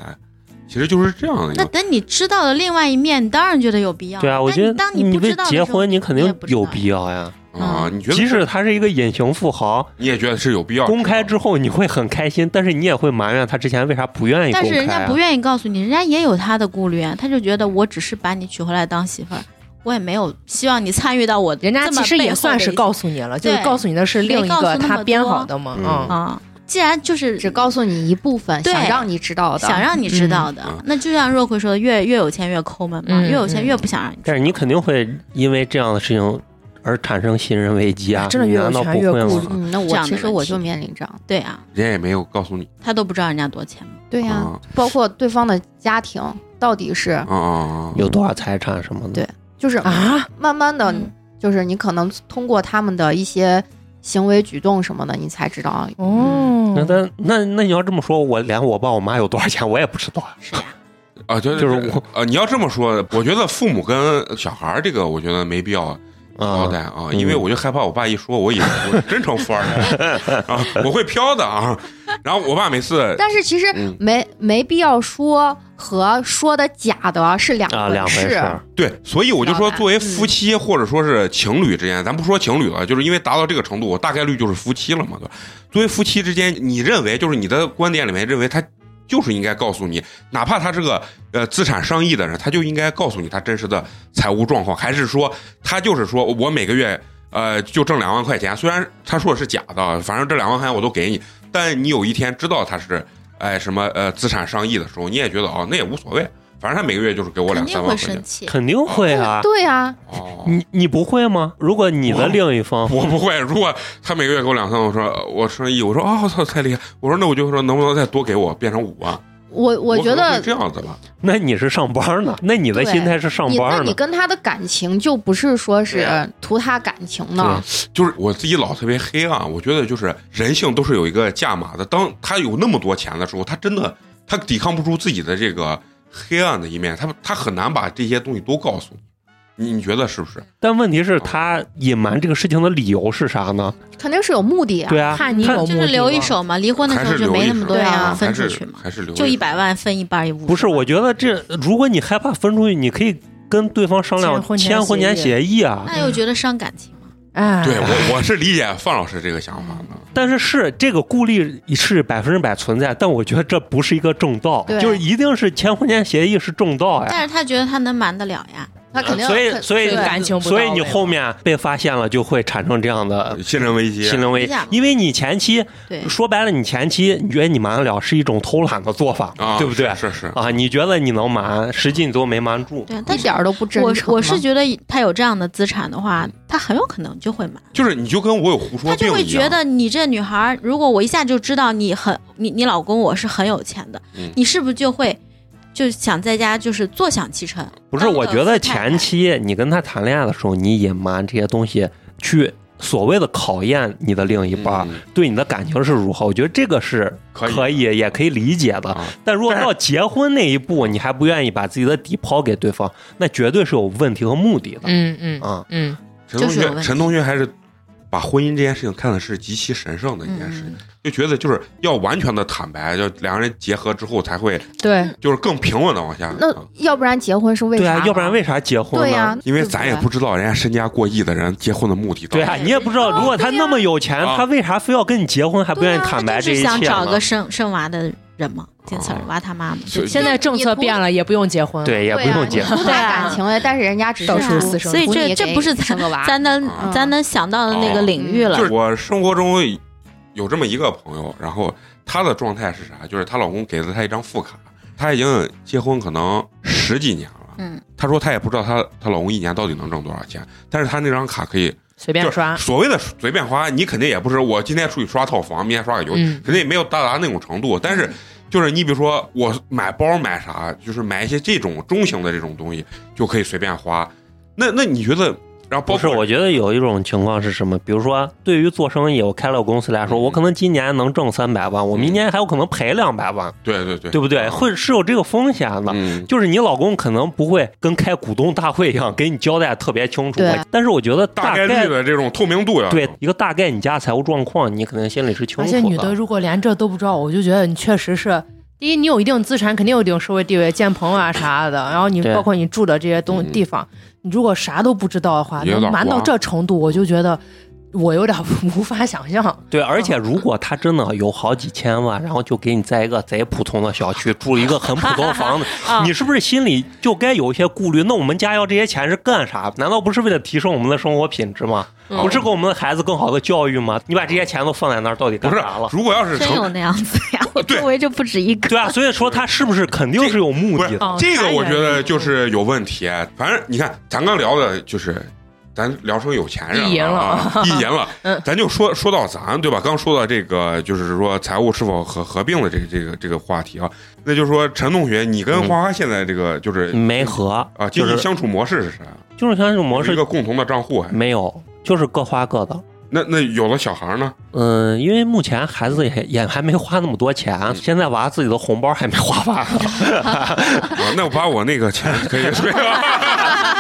[SPEAKER 1] 其实就是这样的一
[SPEAKER 4] 那
[SPEAKER 1] 个，
[SPEAKER 4] 等你知道了另外一面，你当然觉得有必要。
[SPEAKER 5] 对啊，
[SPEAKER 4] 但
[SPEAKER 5] 我
[SPEAKER 4] 你
[SPEAKER 5] 觉得
[SPEAKER 4] 当
[SPEAKER 5] 你
[SPEAKER 4] 不
[SPEAKER 5] 为
[SPEAKER 4] 知道的时
[SPEAKER 5] 结
[SPEAKER 4] 候
[SPEAKER 5] 婚，你肯
[SPEAKER 4] 你也
[SPEAKER 5] 定
[SPEAKER 4] 不知道
[SPEAKER 5] 有必要呀。
[SPEAKER 1] 啊，你觉得
[SPEAKER 5] 即使他是一个啊隐形富豪，
[SPEAKER 1] 你也觉得是有必要
[SPEAKER 5] 公开之后你会很开心，但是你也会埋怨他之前为啥不愿意公
[SPEAKER 4] 但
[SPEAKER 5] 开啊。
[SPEAKER 4] 是人家不愿意告诉你，人家也有他的顾虑啊，他就觉得我只是把你娶回来当媳妇儿，我也没有希望你 参与到我
[SPEAKER 2] 人家
[SPEAKER 4] 这么
[SPEAKER 2] 其实
[SPEAKER 4] 背
[SPEAKER 2] 也
[SPEAKER 4] 后
[SPEAKER 2] 算
[SPEAKER 4] 的
[SPEAKER 2] 是
[SPEAKER 4] 一
[SPEAKER 2] 告诉你了，就是
[SPEAKER 4] 对
[SPEAKER 2] 告诉你的是另一
[SPEAKER 4] 没告诉
[SPEAKER 2] 个
[SPEAKER 4] 那
[SPEAKER 2] 他
[SPEAKER 4] 么
[SPEAKER 2] 编
[SPEAKER 4] 多
[SPEAKER 2] 好的嘛。
[SPEAKER 5] 嗯
[SPEAKER 2] 嗯，
[SPEAKER 4] 啊。既然就是
[SPEAKER 3] 只告诉你一部分，
[SPEAKER 4] 对
[SPEAKER 3] 想让你知道的，
[SPEAKER 4] 想让你知道的，
[SPEAKER 1] 嗯
[SPEAKER 4] 那就像若葵说的，越越有钱越抠门嘛，
[SPEAKER 2] 嗯
[SPEAKER 4] 越有钱
[SPEAKER 2] 嗯
[SPEAKER 4] 越不想让你知
[SPEAKER 5] 但
[SPEAKER 4] 道。
[SPEAKER 5] 是你肯定会因为这样的事情而产生信任危机啊！
[SPEAKER 2] 真的
[SPEAKER 5] 你
[SPEAKER 2] 越有
[SPEAKER 5] 难道
[SPEAKER 2] 钱
[SPEAKER 5] 不
[SPEAKER 2] 越
[SPEAKER 5] 会
[SPEAKER 2] 顾
[SPEAKER 5] 吗
[SPEAKER 2] 虑？
[SPEAKER 3] 嗯，那
[SPEAKER 4] 这
[SPEAKER 3] 我
[SPEAKER 4] 样
[SPEAKER 3] 其
[SPEAKER 4] 的
[SPEAKER 3] 实我
[SPEAKER 4] 问题
[SPEAKER 3] 就面临这样，
[SPEAKER 4] 对啊，
[SPEAKER 1] 人家也没有告诉你
[SPEAKER 4] 他都不知道人家多钱嘛。
[SPEAKER 3] 对呀、
[SPEAKER 1] 啊
[SPEAKER 3] 包括对方的家庭到底是
[SPEAKER 1] 啊啊
[SPEAKER 5] 有多少财产什么的？
[SPEAKER 3] 对就是
[SPEAKER 1] 嗯
[SPEAKER 2] 啊，
[SPEAKER 3] 慢慢的，
[SPEAKER 4] 嗯
[SPEAKER 3] 就是你可能通过他们的一些行为举动什么的，你才知道
[SPEAKER 1] 嗯
[SPEAKER 3] 嗯
[SPEAKER 2] 哦，
[SPEAKER 5] 那咱那那你要这么说，我连我爸我妈有多少钱我也不知道啊。
[SPEAKER 4] 是呀，
[SPEAKER 1] 啊！就
[SPEAKER 5] 就是我
[SPEAKER 1] 啊，你要这么说，我觉得父母跟小孩儿这个，我觉得没必要交代
[SPEAKER 5] 啊，
[SPEAKER 1] 啊，
[SPEAKER 5] 嗯
[SPEAKER 1] 因为我就害怕我爸一说，我以为我真成富二代啊，我会飘的啊。然后我爸每次
[SPEAKER 3] 但是其实
[SPEAKER 1] 嗯
[SPEAKER 3] 没、没必要说和说的假的是两
[SPEAKER 5] 啊，两回
[SPEAKER 3] 事。
[SPEAKER 5] 事儿。
[SPEAKER 1] 对，所以我就
[SPEAKER 3] 知
[SPEAKER 1] 说，
[SPEAKER 3] 道吧
[SPEAKER 1] 作
[SPEAKER 4] 嗯
[SPEAKER 1] 为夫妻或者说是情侣之间，咱不说情侣了，就是因为达到这个程度，我大概率就是夫妻了嘛，对吧？作为夫妻之间，你认为就是你的观点里面认为他就是应该告诉你，哪怕他是个呃资产上亿的人，他就应该告诉你他真实的财务状况，还是说他就是说我每个月呃就挣两万块钱，虽然他说的是假的，反正这两万块钱我都给你，但你有一天知道他是哎什么呃资产上亿的时候，你也觉得哦那也无所谓，反正他每个月就是给我
[SPEAKER 4] 肯
[SPEAKER 1] 两
[SPEAKER 4] 定
[SPEAKER 1] 三万
[SPEAKER 4] 会
[SPEAKER 1] 块
[SPEAKER 4] 生
[SPEAKER 1] 钱。
[SPEAKER 4] 气。
[SPEAKER 5] 肯定会啊。
[SPEAKER 3] 嗯对呀，
[SPEAKER 1] 哦，
[SPEAKER 5] 你你不会吗？如果你的
[SPEAKER 1] 我
[SPEAKER 5] 另一方
[SPEAKER 1] 我不会。如果他每个月给我两三万，我说呃我生意，我说啊，我、操，太厉害！我说那我就说能不能再多给我变成五万？
[SPEAKER 3] 我我觉
[SPEAKER 1] 可能会
[SPEAKER 3] 得
[SPEAKER 1] 这样子了。
[SPEAKER 5] 那你是上班呢？那你的
[SPEAKER 3] 对
[SPEAKER 5] 心态是上
[SPEAKER 3] 你那
[SPEAKER 5] 班
[SPEAKER 3] 你
[SPEAKER 5] 呢？
[SPEAKER 3] 跟他的感情就不是说
[SPEAKER 1] 对
[SPEAKER 3] 是
[SPEAKER 1] 啊
[SPEAKER 3] 图他感情呢，
[SPEAKER 1] 就是我自己老特别黑啊，我觉得就是人性都是有一个价码的。当他有那么多钱的时候，他真的他抵抗不住自己的这个黑暗的一面，他他很难把这些东西都告诉你。你你觉得是不是？
[SPEAKER 5] 但问题是，他隐瞒这个事情的理由是啥呢？
[SPEAKER 3] 肯定是有目的啊。
[SPEAKER 5] 对啊，
[SPEAKER 2] 怕你有目
[SPEAKER 4] 就是
[SPEAKER 2] 的
[SPEAKER 4] 留一
[SPEAKER 2] 了
[SPEAKER 4] 手嘛，离婚的
[SPEAKER 1] 还
[SPEAKER 4] 时候
[SPEAKER 1] 是
[SPEAKER 4] 就
[SPEAKER 1] 留
[SPEAKER 4] 没
[SPEAKER 1] 一
[SPEAKER 4] 那么
[SPEAKER 1] 手
[SPEAKER 4] 多
[SPEAKER 3] 对啊
[SPEAKER 4] 要分
[SPEAKER 1] 还
[SPEAKER 4] 出
[SPEAKER 1] 是
[SPEAKER 4] 去嘛，
[SPEAKER 1] 还是留
[SPEAKER 4] 就一
[SPEAKER 1] 手
[SPEAKER 4] 百万分一半也无所谓。
[SPEAKER 5] 不是，我觉得这，如果你害怕分出去，你可以跟对方商量
[SPEAKER 2] 签婚前
[SPEAKER 5] 签婚前协议啊。
[SPEAKER 4] 那又觉得伤感情嘛。
[SPEAKER 2] 哎，
[SPEAKER 1] 对我我是理解范老师这个想法的，
[SPEAKER 5] 但是是这个顾虑是百分之百存在，但我觉得这不是一个正道，
[SPEAKER 3] 对
[SPEAKER 5] 就是一定是签婚前协议是正道呀。
[SPEAKER 4] 但是他觉得他能瞒得了呀，
[SPEAKER 3] 他肯定
[SPEAKER 5] 所以
[SPEAKER 3] 肯
[SPEAKER 5] 所以
[SPEAKER 3] 对
[SPEAKER 2] 感情不到
[SPEAKER 5] 所以你
[SPEAKER 2] 位
[SPEAKER 5] 后面被发现了，就会产生这样的
[SPEAKER 1] 信任危机。
[SPEAKER 5] 心灵危机
[SPEAKER 4] 理解嘛，
[SPEAKER 5] 因为你前期
[SPEAKER 4] 对，
[SPEAKER 5] 说白了，你前期你觉得你瞒得了是一种偷懒的做法，
[SPEAKER 1] 啊，
[SPEAKER 5] 对不对？
[SPEAKER 1] 是是，
[SPEAKER 5] 啊，你觉得你能瞒，实际你都没瞒住。
[SPEAKER 4] 对，但
[SPEAKER 3] 一
[SPEAKER 4] 是
[SPEAKER 3] 点儿都不真
[SPEAKER 4] 我
[SPEAKER 3] 诚嘛。
[SPEAKER 4] 我是觉得他有这样的资产的话，他很有可能就会瞒，
[SPEAKER 1] 就是你就跟我有胡说
[SPEAKER 4] 他
[SPEAKER 1] 病一
[SPEAKER 4] 就
[SPEAKER 1] 样，
[SPEAKER 4] 会觉得你这女孩儿，如果我一下就知道你很你你老公我是很有钱的，
[SPEAKER 1] 嗯
[SPEAKER 4] 你是不是就会就想在家就是坐享其成？
[SPEAKER 5] 不是，
[SPEAKER 4] 当个
[SPEAKER 5] 我觉得
[SPEAKER 4] 富太太
[SPEAKER 5] 前期你跟他谈恋爱的时候，你隐瞒这些东西，去所谓的考验你的另一半儿、
[SPEAKER 1] 嗯
[SPEAKER 5] 对你的感情是如何，我觉得这个是
[SPEAKER 1] 可以
[SPEAKER 5] 也可以理解的。
[SPEAKER 1] 啊
[SPEAKER 5] 但如果到结婚那一步，你还不愿意把自己的底抛给对方，那绝对是有问题和目的的
[SPEAKER 2] 嗯嗯
[SPEAKER 5] 啊。
[SPEAKER 2] 嗯，
[SPEAKER 1] 陈同
[SPEAKER 4] 就是有问
[SPEAKER 1] 学，
[SPEAKER 4] 题
[SPEAKER 1] 陈同学还是把婚姻这件事情看的是极其神圣的一件事
[SPEAKER 4] 嗯
[SPEAKER 1] 情，就觉得就是要完全的坦白，就两个人结合之后才会
[SPEAKER 2] 嗯对，
[SPEAKER 1] 就是更平稳的往下。
[SPEAKER 3] 那
[SPEAKER 1] 嗯
[SPEAKER 3] 要不然结婚是为啥
[SPEAKER 5] 对
[SPEAKER 3] 呢？
[SPEAKER 5] 啊，要不然为啥结婚呢？
[SPEAKER 3] 对呀，
[SPEAKER 1] 因为
[SPEAKER 3] 对
[SPEAKER 1] 咱
[SPEAKER 3] 对
[SPEAKER 1] 也不知道人家身家过亿的人结婚的目的到
[SPEAKER 5] 对
[SPEAKER 1] 底。
[SPEAKER 5] 啊，你也不知道，如果他那么有钱，
[SPEAKER 1] 啊
[SPEAKER 5] 他为啥非要跟你结婚，还不愿意
[SPEAKER 4] 哦对啊
[SPEAKER 5] 坦
[SPEAKER 4] 他
[SPEAKER 5] 白
[SPEAKER 4] 就
[SPEAKER 5] 这
[SPEAKER 4] 是
[SPEAKER 5] 一
[SPEAKER 4] 想
[SPEAKER 5] 切
[SPEAKER 4] 找
[SPEAKER 5] 呢
[SPEAKER 4] 个？生生娃的人嘛，仅此而已，娃他妈嘛。
[SPEAKER 1] 所以
[SPEAKER 2] 现在政策变了，也不用结婚了，
[SPEAKER 5] 对，也不
[SPEAKER 3] 对啊
[SPEAKER 5] 用结
[SPEAKER 3] 你。不
[SPEAKER 4] 对
[SPEAKER 3] 谈
[SPEAKER 4] 啊
[SPEAKER 3] 感情了，但是人家只是
[SPEAKER 2] 到处
[SPEAKER 3] 图
[SPEAKER 2] 私生
[SPEAKER 4] 所以
[SPEAKER 3] 图
[SPEAKER 4] 这
[SPEAKER 3] 你
[SPEAKER 4] 这
[SPEAKER 3] 给
[SPEAKER 4] 不是
[SPEAKER 3] 生个娃，
[SPEAKER 4] 咱能
[SPEAKER 1] 嗯
[SPEAKER 4] 咱能想到的那个领域了
[SPEAKER 1] 就，是我生活中有这么一个朋友，然后她的状态是啥？就是她老公给了她一张副卡，她已经结婚可能十几年了。
[SPEAKER 4] 嗯，
[SPEAKER 1] 她说她也不知道她她老公一年到底能挣多少钱，但是她那张卡可以
[SPEAKER 2] 随便
[SPEAKER 1] 就是
[SPEAKER 2] 刷，
[SPEAKER 1] 所谓的随便花，你肯定也不是我今天出去刷套房，明天刷个油，
[SPEAKER 2] 嗯
[SPEAKER 1] 肯定也没有到达那种程度。但是，就是你比如说我买包买啥，就是买一些这种中型的这种东西就可以随便花。那那你觉得，然后包
[SPEAKER 5] 不是，
[SPEAKER 1] 括
[SPEAKER 5] 我觉得有一种情况是什么？比如说，对于做生意，我开了公司来说，
[SPEAKER 1] 嗯
[SPEAKER 5] 我可能今年能挣三百万，我明年还有可能赔两百万，
[SPEAKER 1] 对对对，
[SPEAKER 5] 对不对？
[SPEAKER 1] 嗯
[SPEAKER 5] 会是有这个风险的。
[SPEAKER 1] 嗯，
[SPEAKER 5] 就是你老公可能不会跟开股东大会一样给你交代特别清楚
[SPEAKER 3] 对，
[SPEAKER 5] 但是我觉得
[SPEAKER 1] 大
[SPEAKER 5] 大
[SPEAKER 1] 概率的这啊种透明度呀，
[SPEAKER 5] 对一个大概你家财务状况，你肯定心里是清
[SPEAKER 2] 而
[SPEAKER 5] 楚的。
[SPEAKER 2] 且女的如果连这都不知道，我就觉得你确实是。第一，你有一定资产，肯定有一定社会地位，见朋友啊啥的。然后你
[SPEAKER 5] 对
[SPEAKER 2] 包括你住的这些东
[SPEAKER 1] 嗯
[SPEAKER 2] 地方，你如果啥都不知道的话，
[SPEAKER 1] 有
[SPEAKER 2] 能
[SPEAKER 1] 点
[SPEAKER 2] 瞒到
[SPEAKER 1] 慌
[SPEAKER 2] 这程度，我就觉得我有点 无法想 象。
[SPEAKER 5] 对，而且如果他真的有好几千万，然后就给你在一个贼普通的小区住一个很普通的 房子，
[SPEAKER 2] 啊
[SPEAKER 5] 你是不是心里就该有一些顾虑？那我们家要这些钱是干啥？难道不是为了提升我们的生活品质吗？
[SPEAKER 2] 嗯
[SPEAKER 5] 不是给我们的孩子更好的教育吗？你把这些钱都放在那儿，到底
[SPEAKER 1] 不
[SPEAKER 5] 干
[SPEAKER 1] 是
[SPEAKER 5] 啥了？
[SPEAKER 1] 如果要是
[SPEAKER 4] 真有
[SPEAKER 1] 成。
[SPEAKER 4] 那样子呀，我
[SPEAKER 1] 对
[SPEAKER 4] 周围就不止一个。
[SPEAKER 5] 对啊，所以说他是不是肯定是有目
[SPEAKER 1] 不
[SPEAKER 5] 的
[SPEAKER 1] 是
[SPEAKER 5] 的？
[SPEAKER 2] 哦
[SPEAKER 1] 这个，我觉
[SPEAKER 2] 当然
[SPEAKER 1] 得
[SPEAKER 2] 有
[SPEAKER 1] 就是有问题。反正你看，咱刚聊的就是，咱聊成有钱人
[SPEAKER 2] 意淫 了
[SPEAKER 1] 啊，意淫了。
[SPEAKER 2] 嗯
[SPEAKER 1] 咱就说说到咱对吧？刚说到这个，就是说财务是否合合并的这个这个这个话题啊，那就是说陈同学，你跟
[SPEAKER 5] 嗯
[SPEAKER 1] 花花现在这个就是、
[SPEAKER 5] 没和，
[SPEAKER 1] 啊，经
[SPEAKER 5] 嗯就
[SPEAKER 1] 济
[SPEAKER 5] 是
[SPEAKER 1] 相处模式是啥？
[SPEAKER 5] 就是像这种模
[SPEAKER 1] 有一
[SPEAKER 5] 式嗯
[SPEAKER 1] 个共同的账户还，
[SPEAKER 5] 没有，就是各花各的。
[SPEAKER 1] 那那有了小孩呢？
[SPEAKER 5] 嗯，因为目前孩子也也还没花那么多
[SPEAKER 1] 嗯
[SPEAKER 5] 钱，啊现在娃自己的红包还没花 完。
[SPEAKER 1] 啊，那我把我那个钱可以退了，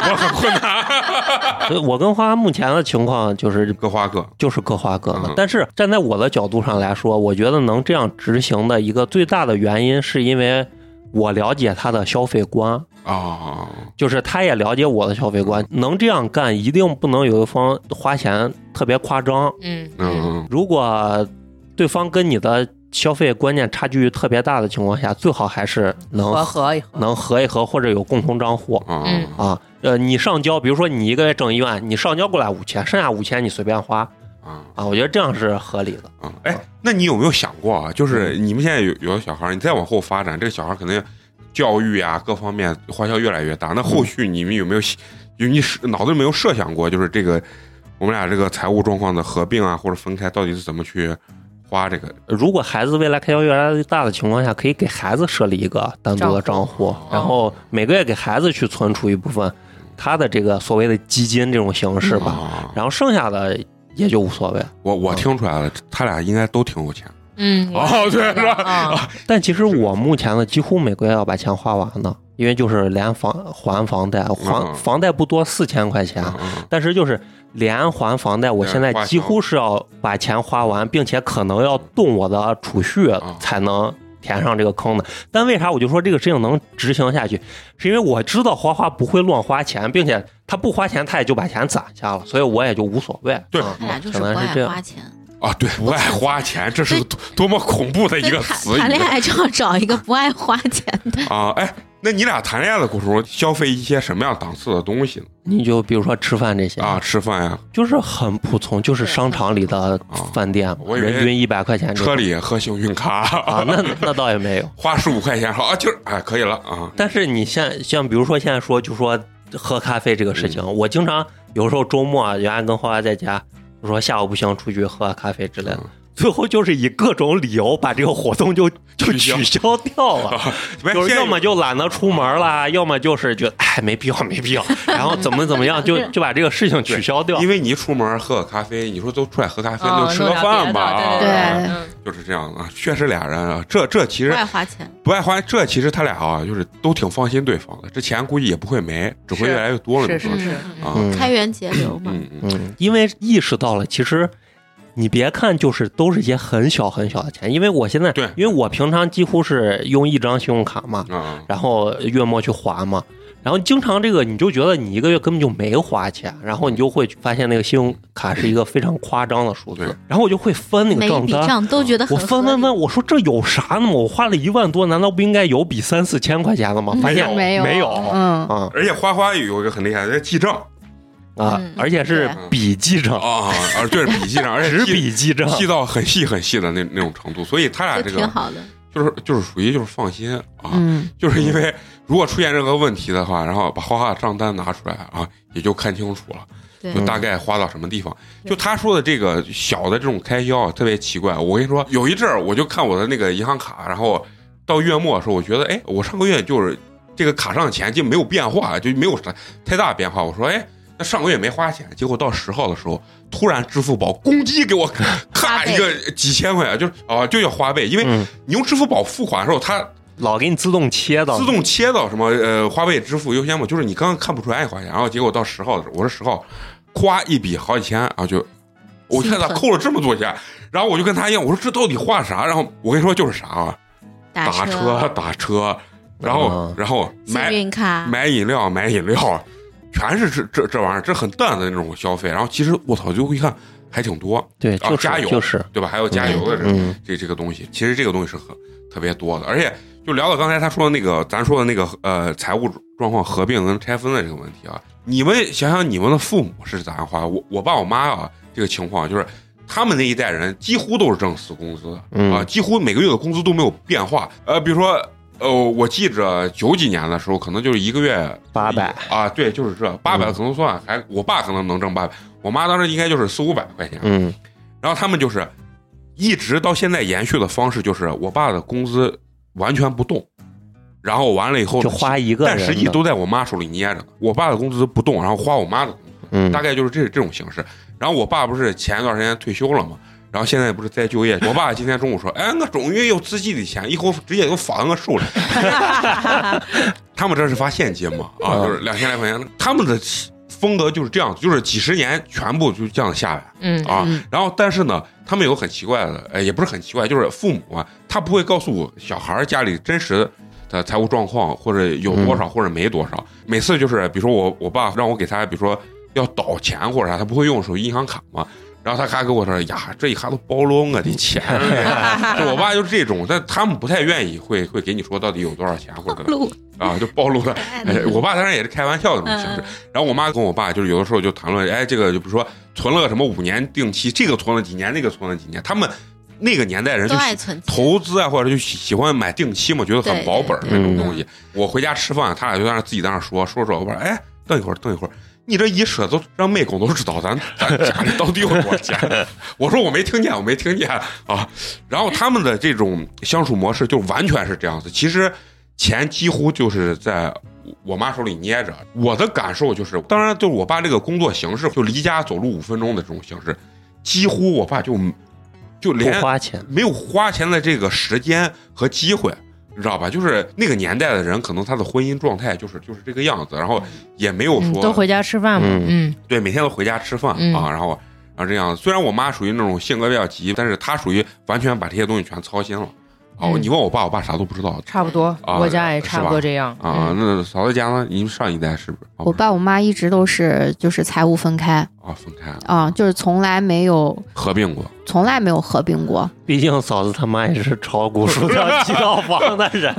[SPEAKER 1] 我很困难。
[SPEAKER 5] 所以我跟花花目前的情况就是
[SPEAKER 1] 各花各，
[SPEAKER 5] 就是各花各的
[SPEAKER 1] 嗯。
[SPEAKER 5] 但是站在我的角度上来说，我觉得能这样执行的一个最大的原因，是因为我了解他的消费观，
[SPEAKER 1] 啊，
[SPEAKER 5] 就是他也了解我的消费观。能这样干，一定不能有一方花钱特别夸张。
[SPEAKER 2] 嗯
[SPEAKER 1] 嗯，
[SPEAKER 5] 呃如果对方跟你的消费观念差距特别大的情况下，最好还是能
[SPEAKER 2] 和和一和，
[SPEAKER 5] 能合一合，或者有共同账户
[SPEAKER 1] 啊，
[SPEAKER 2] 嗯
[SPEAKER 5] 啊。呃，你上交，比如说你一个月挣一万，你上交过来五千，剩下五千你随便花
[SPEAKER 1] 啊
[SPEAKER 5] 啊。我觉得这样是合理的。
[SPEAKER 1] 啊！哎，那你有没有想过啊？就是你们现在有有的小孩儿，你再往后发展，这个小孩儿可能教育啊各方面花销越来越大。那后续你们有没有想就你是脑子里没有设想过，就是这个我们俩这个财务状况的合并啊，或者分开，到底是怎么去花这个？
[SPEAKER 5] 如果孩子未来开销越来越大的情况下，可以给孩子设立一个单独的账户，然后每个月给孩子去存储一部分他的这个所谓的基金这种形式
[SPEAKER 4] 哦
[SPEAKER 5] 吧，
[SPEAKER 1] 啊，
[SPEAKER 5] 然后剩下的也就无所谓。
[SPEAKER 1] 我我听出来了，他俩应该都挺 有钱。
[SPEAKER 2] 嗯，
[SPEAKER 1] 哦，对，是吧？
[SPEAKER 2] 啊，
[SPEAKER 5] 但其实我目前呢，几乎每个月要把钱花完呢，因为就是连房还房贷，还
[SPEAKER 1] 嗯
[SPEAKER 5] 房贷不多四千块钱，
[SPEAKER 1] 嗯嗯
[SPEAKER 5] 但是就是连还房贷，我现在几乎是要把钱花完，并且可能要动我的储蓄
[SPEAKER 1] 嗯
[SPEAKER 5] 才能填上这个坑的。但为啥我就说这个事情能执行下去，是因为我知道花花不会乱花钱，并且他不花钱，他也就把钱攒下了，所以我也就无所谓。
[SPEAKER 1] 对
[SPEAKER 5] 嗯
[SPEAKER 4] 他俩哎就是
[SPEAKER 5] 可
[SPEAKER 4] 不
[SPEAKER 5] 能是这样。
[SPEAKER 4] 爱花钱，
[SPEAKER 1] 啊，对，不爱花钱，这是多多么恐怖的一
[SPEAKER 4] 所以
[SPEAKER 1] 个
[SPEAKER 4] 谈
[SPEAKER 1] 词语
[SPEAKER 4] 谈恋爱就要找一个不爱花钱的。
[SPEAKER 1] 啊！哎，那你俩谈恋爱的时候，消费一些什么样档次的东西呢？
[SPEAKER 5] 你就比如说吃饭这些，
[SPEAKER 1] 啊，吃饭呀，
[SPEAKER 5] 就是很普通，就是商场里的饭店，
[SPEAKER 1] 啊我以为
[SPEAKER 5] 人均一百块钱这种
[SPEAKER 1] 车里喝幸运
[SPEAKER 5] 啊
[SPEAKER 1] 咖，，
[SPEAKER 5] 那那倒也没有。
[SPEAKER 1] 花十五块钱，好，啊今儿哎可以了啊。
[SPEAKER 5] 但是你像像比如说现在说就说喝咖啡这个事
[SPEAKER 1] 嗯
[SPEAKER 5] 情，我经常有时候周末啊，原来跟花花在家，我说下午不行，出去喝个咖啡之类的
[SPEAKER 1] 嗯。
[SPEAKER 5] 最后就是以各种理由把这个活动就就
[SPEAKER 1] 取消
[SPEAKER 5] 取消掉了，
[SPEAKER 1] 没
[SPEAKER 5] 就是
[SPEAKER 1] 现在
[SPEAKER 5] 要么就懒得出门啦，要么就是觉得哎没必要没必要，然后怎么怎么样就就把这个事情取消掉
[SPEAKER 1] 因。为你一出门喝个咖啡，你说都出来喝咖啡，
[SPEAKER 2] 啊
[SPEAKER 1] 就吃个饭吧，
[SPEAKER 2] 弄点别的
[SPEAKER 1] 啊
[SPEAKER 3] 对
[SPEAKER 2] 嗯
[SPEAKER 1] 就是这样啊。确实俩人啊，这这其
[SPEAKER 4] 不
[SPEAKER 1] 实
[SPEAKER 4] 爱花钱，
[SPEAKER 1] 不爱花，这其实他俩啊，就是都挺放心对方的，这钱估计也不会没，只会
[SPEAKER 2] 是
[SPEAKER 1] 越来越多了。
[SPEAKER 2] 是
[SPEAKER 1] 你说
[SPEAKER 2] 是是，
[SPEAKER 4] 嗯
[SPEAKER 1] 啊，
[SPEAKER 5] 嗯
[SPEAKER 4] 开源节流嘛。
[SPEAKER 1] 嗯嗯
[SPEAKER 5] 嗯，因为意识到了，其实你别看就是都是一些很小很小的钱，因为我现在
[SPEAKER 1] 对
[SPEAKER 5] 因为我平常几乎是用一张信用卡嘛，
[SPEAKER 1] 嗯啊，
[SPEAKER 5] 然后月末去还嘛，然后经常这个你就觉得你一个月根本就没花钱，然后你就会发现那个信用卡是一个非常夸张的数
[SPEAKER 1] 对
[SPEAKER 5] 字，然后我就会翻那个
[SPEAKER 4] 每一
[SPEAKER 5] 账
[SPEAKER 4] 笔
[SPEAKER 5] 单。
[SPEAKER 4] 账
[SPEAKER 1] 啊
[SPEAKER 4] 都觉得
[SPEAKER 5] 我翻
[SPEAKER 4] 很合
[SPEAKER 5] 翻
[SPEAKER 4] 理
[SPEAKER 5] 翻，我说这有啥呢嘛？我花了一万多，难道不应该有比三四千块钱的吗？发现
[SPEAKER 1] 有
[SPEAKER 3] 没有
[SPEAKER 5] 没有
[SPEAKER 3] 嗯，
[SPEAKER 5] 啊
[SPEAKER 1] 而且花花有一个很厉害的记账
[SPEAKER 5] 啊
[SPEAKER 4] 嗯！
[SPEAKER 5] 而且是
[SPEAKER 1] 对
[SPEAKER 5] 笔记账，
[SPEAKER 1] 啊，而对笔记上，而且
[SPEAKER 5] 只
[SPEAKER 1] 记
[SPEAKER 5] 笔记账，
[SPEAKER 1] 细到很细很细的那那种程度，所以他俩
[SPEAKER 4] 就
[SPEAKER 1] 这
[SPEAKER 4] 挺
[SPEAKER 1] 个
[SPEAKER 4] 好的。
[SPEAKER 1] 就是就是属于就是放心啊，
[SPEAKER 3] 嗯，
[SPEAKER 1] 就是因为如果出现任何问题的话，然后把花花的账单拿出来啊，也就看清楚了，
[SPEAKER 4] 对
[SPEAKER 1] 就大概花到什么地方。
[SPEAKER 4] 对
[SPEAKER 1] 就他说的这个小的这种开销啊特别奇怪，我跟你说，有一阵儿我就看我的那个银行卡，然后到月末的时候，我觉得哎，我上个月就是这个卡上的钱就没有变化，就没有啥太大变化。我说哎。那上个月没花钱，结果到十号的时候，突然支付宝公鸡 给我咔一个几千块钱，就是啊，就叫花呗，因为
[SPEAKER 5] 嗯，
[SPEAKER 1] 你用支付宝付款的时候，它
[SPEAKER 5] 老给你自动切
[SPEAKER 4] 哦
[SPEAKER 5] 到，
[SPEAKER 1] 自动切到什么呃花呗支付优先嘛，就是你刚刚看不出来爱花钱，然后结果到十号的时候，我说十号，咵一笔好几千，然后就我看他
[SPEAKER 4] 心疼
[SPEAKER 1] 扣了这么多钱，然后我就跟他一样，我说这到底花啥？然后我跟你说就是啥啊，
[SPEAKER 4] 打
[SPEAKER 1] 打车打车，然后
[SPEAKER 5] 嗯
[SPEAKER 1] 然后
[SPEAKER 4] 幸
[SPEAKER 1] 买
[SPEAKER 4] 运
[SPEAKER 5] 啊
[SPEAKER 4] 卡，
[SPEAKER 1] 买饮料买饮料，全是这这这玩意儿，这很淡的那种消费。然后其实我操，最后一看还挺多，
[SPEAKER 5] 对，
[SPEAKER 1] 啊
[SPEAKER 5] 就
[SPEAKER 1] 加
[SPEAKER 5] 是
[SPEAKER 1] 油
[SPEAKER 5] 就是，
[SPEAKER 1] 对吧？还有加油的这种
[SPEAKER 5] 嗯
[SPEAKER 1] 这这个东西，其实这个东西是很特别多的，而且就聊到刚才他说的那个，咱说的那个呃财务状况合并跟拆分的这个问题啊，你们想想你们的父母是咋样花？我我爸我妈啊，这个情况就是他们那一代人几乎都是挣死工资的
[SPEAKER 5] 嗯
[SPEAKER 1] 啊，几乎每个月的工资都没有变化。呃，比如说呃，我记着九几年的时候，可能就是一个月
[SPEAKER 5] 800
[SPEAKER 1] 啊，对，就是这八百
[SPEAKER 5] 嗯
[SPEAKER 1] 可能算还，我爸可能能挣八百，我妈当时应该就是四五百块钱，
[SPEAKER 5] 嗯
[SPEAKER 1] 然后他们就是一直到现在延续的方式，就是我爸的工资完全不动，然后完了以后
[SPEAKER 5] 就花，一个人
[SPEAKER 1] 但
[SPEAKER 5] 的，
[SPEAKER 1] 实际都在我妈手里捏着。我爸的工资不动，然后花我妈的，
[SPEAKER 5] 嗯
[SPEAKER 1] 大概就是这这种形式。然后我爸不是前一段时间退休了嘛，然后现在不是再就业。我爸今天中午说：“哎，我终于有自己的钱，以后直接就放我手里。” 他们这是发现金嘛？啊，
[SPEAKER 5] 嗯
[SPEAKER 1] 就是两千来块钱。他们的风格就是这样，就是几十年全部就这样下来。
[SPEAKER 2] 嗯
[SPEAKER 1] 啊
[SPEAKER 2] 嗯
[SPEAKER 1] 然后，但是呢，他们有个很奇怪的，呃，也不是很奇怪，就是父母啊，他不会告诉小孩儿家里真实的财务状况，或者有多
[SPEAKER 2] 嗯
[SPEAKER 1] 少，或者没多少。每次就是，比如说我我爸让我给他，比如说要倒钱或者啥，他不会用手机银行卡嘛，然后他咔跟我说：“呀，这一下都包拢我的 钱了。”就我爸就这种，但他们不太愿意会会给你说到底有多少钱或者怎么
[SPEAKER 4] 路
[SPEAKER 1] 啊，就暴露了。哎我爸当然也是开玩笑的这种形式
[SPEAKER 4] 嗯。
[SPEAKER 1] 然后我妈跟我爸就是有的时候就谈论，哎，这个就比如说存了个什么五年定期，这个存了几年，那个存了几年，他们那个年代人就
[SPEAKER 4] 都
[SPEAKER 1] 喜
[SPEAKER 4] 爱存钱，
[SPEAKER 1] 投资啊，或者就喜喜欢买定期嘛，觉得很保本儿
[SPEAKER 4] 对
[SPEAKER 1] 那
[SPEAKER 5] 对
[SPEAKER 1] 种
[SPEAKER 5] 对
[SPEAKER 1] 东西。我回家吃饭，他俩就在那自己在那说说说，我说哎，等一会儿，等一会儿。你这一说都让妹狗都知道咱咱家里到底有多少钱。我说我没听见，我没听见啊。然后他们的这种相处模式就完全是这样子。其实钱几乎就是在我妈手里捏着。我的感受就是，当然就是我爸这个工作形式，就离家走路五分钟的这种形式，几乎我爸就就
[SPEAKER 5] 不
[SPEAKER 1] 连
[SPEAKER 5] 花钱，
[SPEAKER 1] 没有花钱的这个时间和机会，你知道吧？就是那个年代的人，可能他的婚姻状态就是就是这个样子，然后也没有
[SPEAKER 2] 嗯
[SPEAKER 1] 说、
[SPEAKER 2] 都回家吃饭嘛，嗯
[SPEAKER 1] 对每天都回家吃饭、
[SPEAKER 2] 嗯
[SPEAKER 1] 啊，然后然后这样。虽然我妈属于那种性格比较急，但是她属于完全把这些东西全操心了。啊，
[SPEAKER 2] 嗯
[SPEAKER 1] 你问我爸，我爸啥都不知道
[SPEAKER 2] 差不多，
[SPEAKER 1] 啊
[SPEAKER 2] 我家也差不多这样
[SPEAKER 1] 啊。
[SPEAKER 2] 嗯
[SPEAKER 1] 那嫂子家呢？你们上一代是不是？啊
[SPEAKER 3] 我爸我妈一直都是就是财务分开
[SPEAKER 1] 啊，分开
[SPEAKER 3] 啊，就是从来没有
[SPEAKER 1] 合并过。
[SPEAKER 3] 从来没有合并过，
[SPEAKER 5] 毕竟嫂子他妈也是炒股输掉几套房的 人，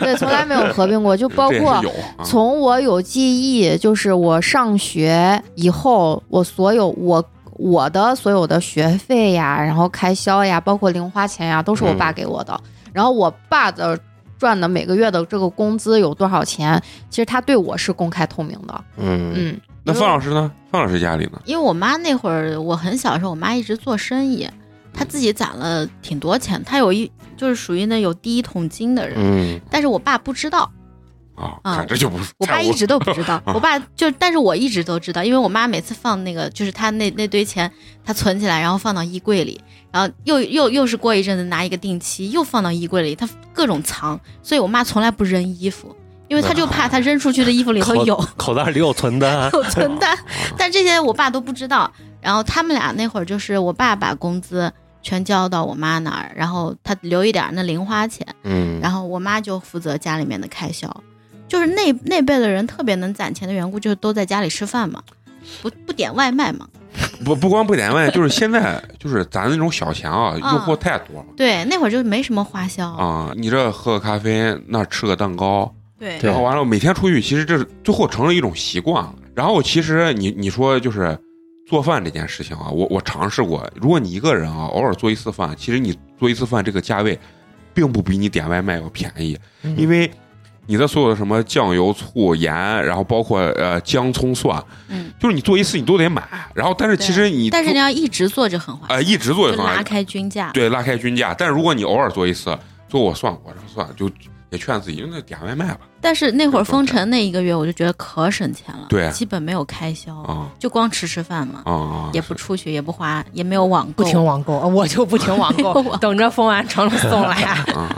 [SPEAKER 3] 对，从来没有合并过，就包
[SPEAKER 1] 这也
[SPEAKER 3] 括
[SPEAKER 1] 是有啊，
[SPEAKER 3] 从我有记忆，就是我上学以后，我所有我我的所有的学费呀，然后开销呀，包括零花钱呀，都是我
[SPEAKER 1] 嗯
[SPEAKER 3] 爸给我的。然后我爸的赚的每个月的这个工资有多少钱，其实他对我是公开透明的。
[SPEAKER 5] 嗯，
[SPEAKER 3] 嗯，
[SPEAKER 1] 那范老师呢？范老师家里呢？
[SPEAKER 4] 因为我妈那会儿，我很小的时候，我妈一直做生意，她自己攒了挺多钱，她有一就是属于那有第一桶金的人，
[SPEAKER 5] 嗯，
[SPEAKER 4] 但是我爸不知道，
[SPEAKER 1] 啊，
[SPEAKER 4] 啊
[SPEAKER 1] 看这就不是
[SPEAKER 4] 我爸
[SPEAKER 1] 太
[SPEAKER 4] 一直都不知道，我爸就但是我一直都知道，因为我妈每次放那个就是她那那堆钱，她存起来，然后放到衣柜里，然后又又又是过一阵子拿一个定期，又放到衣柜里，她各种藏，所以我妈从来不扔衣服，因为她就怕她扔出去的衣服里头
[SPEAKER 5] 口
[SPEAKER 4] 有。
[SPEAKER 5] 口袋里有 存单，
[SPEAKER 4] 有存单，但这些我爸都不知道。然后他们俩那会儿就是我爸把工资全交到我妈那儿，然后他留一点儿那零花钱，
[SPEAKER 5] 嗯，
[SPEAKER 4] 然后我妈就负责家里面的开销。就是那那辈的人特别能攒钱的缘故，就是都在家里吃饭嘛，不不点外卖嘛。
[SPEAKER 1] 不不光不点外，就是现 在就是咱那种小钱啊，诱
[SPEAKER 4] 啊
[SPEAKER 1] 惑太多了。
[SPEAKER 4] 对，那会儿就没什么花销。
[SPEAKER 1] 啊、你这喝个咖啡，那吃个蛋糕，
[SPEAKER 4] 对
[SPEAKER 5] 对
[SPEAKER 1] 然后完了每天出去，其实这是最后成了一种习惯了。然后其实你你说就是做饭这件事情啊，我我尝试过，如果你一个人啊，偶尔做一次饭，其实你做一次饭这个价位，并不比你点外卖要便宜，因为你的所有的什么酱油、醋、盐，然后包括呃姜、葱、蒜，
[SPEAKER 4] 嗯，
[SPEAKER 1] 就是你做一次你都得买。然后但是其实你
[SPEAKER 4] 但是
[SPEAKER 1] 做
[SPEAKER 4] 你要一直做着很花，
[SPEAKER 1] 呃一直做
[SPEAKER 4] 就
[SPEAKER 1] 一份
[SPEAKER 4] 拉开均价。
[SPEAKER 1] 对，拉开均价。但是如果你偶尔做一次，做我算过，算了，就也劝自己，那点外卖吧。
[SPEAKER 4] 但是那会儿封城那一个月，我就觉得可省钱了，
[SPEAKER 1] 对
[SPEAKER 4] 基本没有开销，
[SPEAKER 1] 啊
[SPEAKER 4] 就光吃吃饭嘛。
[SPEAKER 1] 啊啊！
[SPEAKER 4] 也不出去，也不花，也没有网
[SPEAKER 2] 不
[SPEAKER 4] 购，
[SPEAKER 2] 停网购，啊我就不停 网
[SPEAKER 4] 没有
[SPEAKER 2] 购，
[SPEAKER 4] 网
[SPEAKER 2] 等着封完城了送来。
[SPEAKER 1] 啊。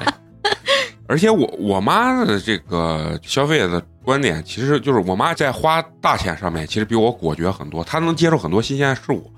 [SPEAKER 1] 而且我我妈的这个消费的观点，其实就是我妈在花大钱上面，其实比我果决很多。她能接受很多新鲜事物，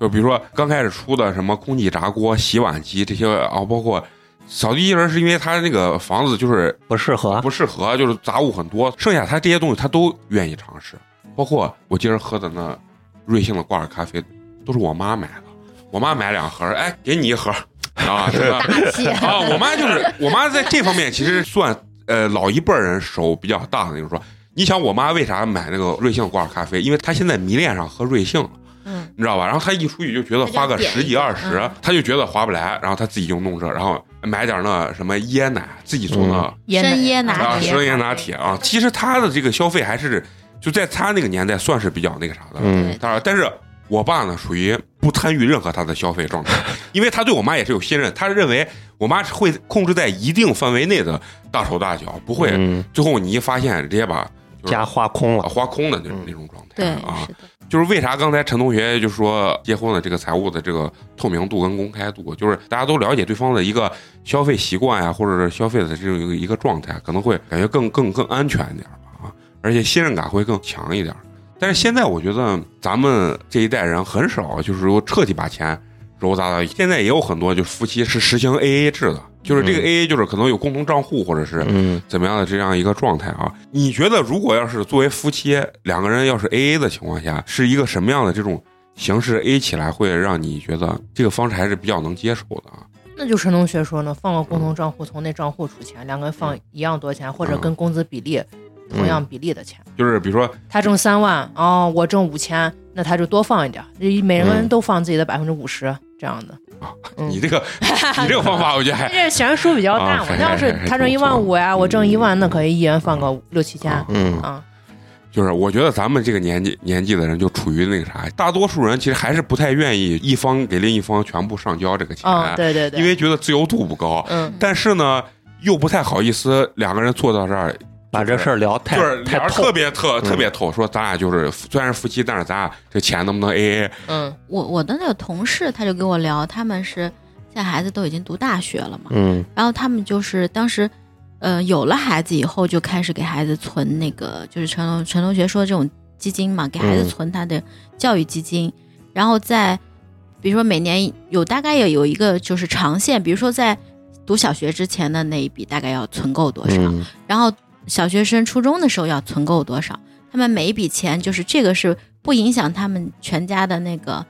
[SPEAKER 1] 就比如说刚开始出的什么空气炸锅、洗碗机这些啊，包括扫地机器人，是因为她那个房子就是
[SPEAKER 5] 不适合，
[SPEAKER 1] 不适合，就是杂物很多。剩下他这些东西他都愿意尝试，包括我今儿喝的那瑞幸的挂耳咖啡，都是我妈买的。我妈买两盒，哎，给你一盒 啊，这 个
[SPEAKER 4] 大气。
[SPEAKER 1] 啊，我妈就是我妈在这方面其实算呃老一辈儿人手比较大的那种说。你想我妈为啥买那个瑞幸的挂耳咖啡？因为她现在迷恋上喝瑞幸了，
[SPEAKER 4] 嗯，
[SPEAKER 1] 你知道吧？然后她一出去就觉得花个
[SPEAKER 4] 她就点
[SPEAKER 1] 十
[SPEAKER 4] 一
[SPEAKER 1] 几
[SPEAKER 4] 个
[SPEAKER 1] 二十，
[SPEAKER 4] 嗯
[SPEAKER 1] 她就觉得划不来，然后她自己就弄这，然后买点那什么椰奶，自己从那
[SPEAKER 5] 嗯
[SPEAKER 2] 椰奶
[SPEAKER 4] 深椰拿
[SPEAKER 1] 啊，
[SPEAKER 4] 铁
[SPEAKER 1] 生椰拿铁啊，其实他的这个消费还是就在他那个年代算是比较那个啥的。
[SPEAKER 5] 嗯，
[SPEAKER 1] 当然，但是我爸呢属于不参与任何他的消费状态，因为他对我妈也是有信任，他认为我妈是会控制在一定范围内的大手大脚，不会、
[SPEAKER 5] 嗯，
[SPEAKER 1] 最后你一发现直接把就是
[SPEAKER 5] 家花空
[SPEAKER 1] 啊
[SPEAKER 5] 了，
[SPEAKER 1] 花空的那种
[SPEAKER 5] 嗯
[SPEAKER 1] 那种状态。
[SPEAKER 4] 对，
[SPEAKER 1] 啊，
[SPEAKER 4] 是的，
[SPEAKER 1] 就是为啥刚才陈同学就说结婚的这个财务的这个透明度跟公开度，就是大家都了解对方的一个消费习惯呀、或者是消费的这种一个一个状态，可能会感觉更更更安全一点吧啊，而且信任感会更强一点。但是现在我觉得咱们这一代人很少就是说彻底把钱揉杂到一起，现在也有很多就是夫妻是实行 AA 制的，就是这个
[SPEAKER 5] 嗯
[SPEAKER 1] AA 就是可能有共同账户或者是
[SPEAKER 5] 嗯，
[SPEAKER 1] 怎么样的这样一个状态啊？你觉得如果要是作为夫妻两个人要是 A A 的情况下，是一个什么样的这种形式 A 起来，会让你觉得这个方式还是比较能接受的啊。
[SPEAKER 2] 那就陈同学说呢，放个共同
[SPEAKER 1] 嗯
[SPEAKER 2] 账户，从那账户出钱，两个人放一样多钱，或者跟工资比例同
[SPEAKER 1] 嗯
[SPEAKER 2] 样比例的钱。
[SPEAKER 1] 就是比如说，
[SPEAKER 2] 他挣三万哦，我挣五千，那他就多放一点，这每个人都放自己的百分之五十这样的。嗯
[SPEAKER 1] 嗯哦 你这个你这个方法，我觉得还
[SPEAKER 2] 这悬殊比较大
[SPEAKER 1] 啊
[SPEAKER 2] 嘛，
[SPEAKER 1] 还
[SPEAKER 2] 那要是
[SPEAKER 1] 还还嗯
[SPEAKER 2] 他挣一万五呀，我挣一万，那可以一人放个六七千
[SPEAKER 1] 啊
[SPEAKER 5] 嗯，
[SPEAKER 2] 啊。
[SPEAKER 1] 就是我觉得咱们这个年纪年纪的人就处于那个啥，大多数人其实还是不太愿意一方给另一方全部上交这个钱，
[SPEAKER 2] 嗯，对对对，
[SPEAKER 1] 啊因为觉得自由度不高，
[SPEAKER 2] 嗯，
[SPEAKER 1] 但是呢又不太好意思两个人坐到这儿，
[SPEAKER 5] 把这事儿聊太
[SPEAKER 1] 就是
[SPEAKER 5] 太
[SPEAKER 1] 俩人
[SPEAKER 5] 透
[SPEAKER 1] 特，别特
[SPEAKER 5] 嗯
[SPEAKER 1] 特别透，说咱俩就是虽然是夫妻，但是咱俩这钱能不能 AA？
[SPEAKER 2] 嗯
[SPEAKER 4] 我我的那个同事他就跟我聊，他们是现在孩子都已经读大学了嘛，
[SPEAKER 5] 嗯
[SPEAKER 4] 然后他们就是当时，呃，有了孩子以后就开始给孩子存那个，就是陈龙陈同学说这种基金嘛，给孩子
[SPEAKER 5] 嗯
[SPEAKER 4] 存他的教育基金，然后在比如说每年有大概也有一个就是长线，比如说在读小学之前的那一笔大概要存够多少，
[SPEAKER 5] 嗯
[SPEAKER 4] 然后小学生、初中的时候要存够多少？他们每一笔钱就是这个是不影响他们全家的那个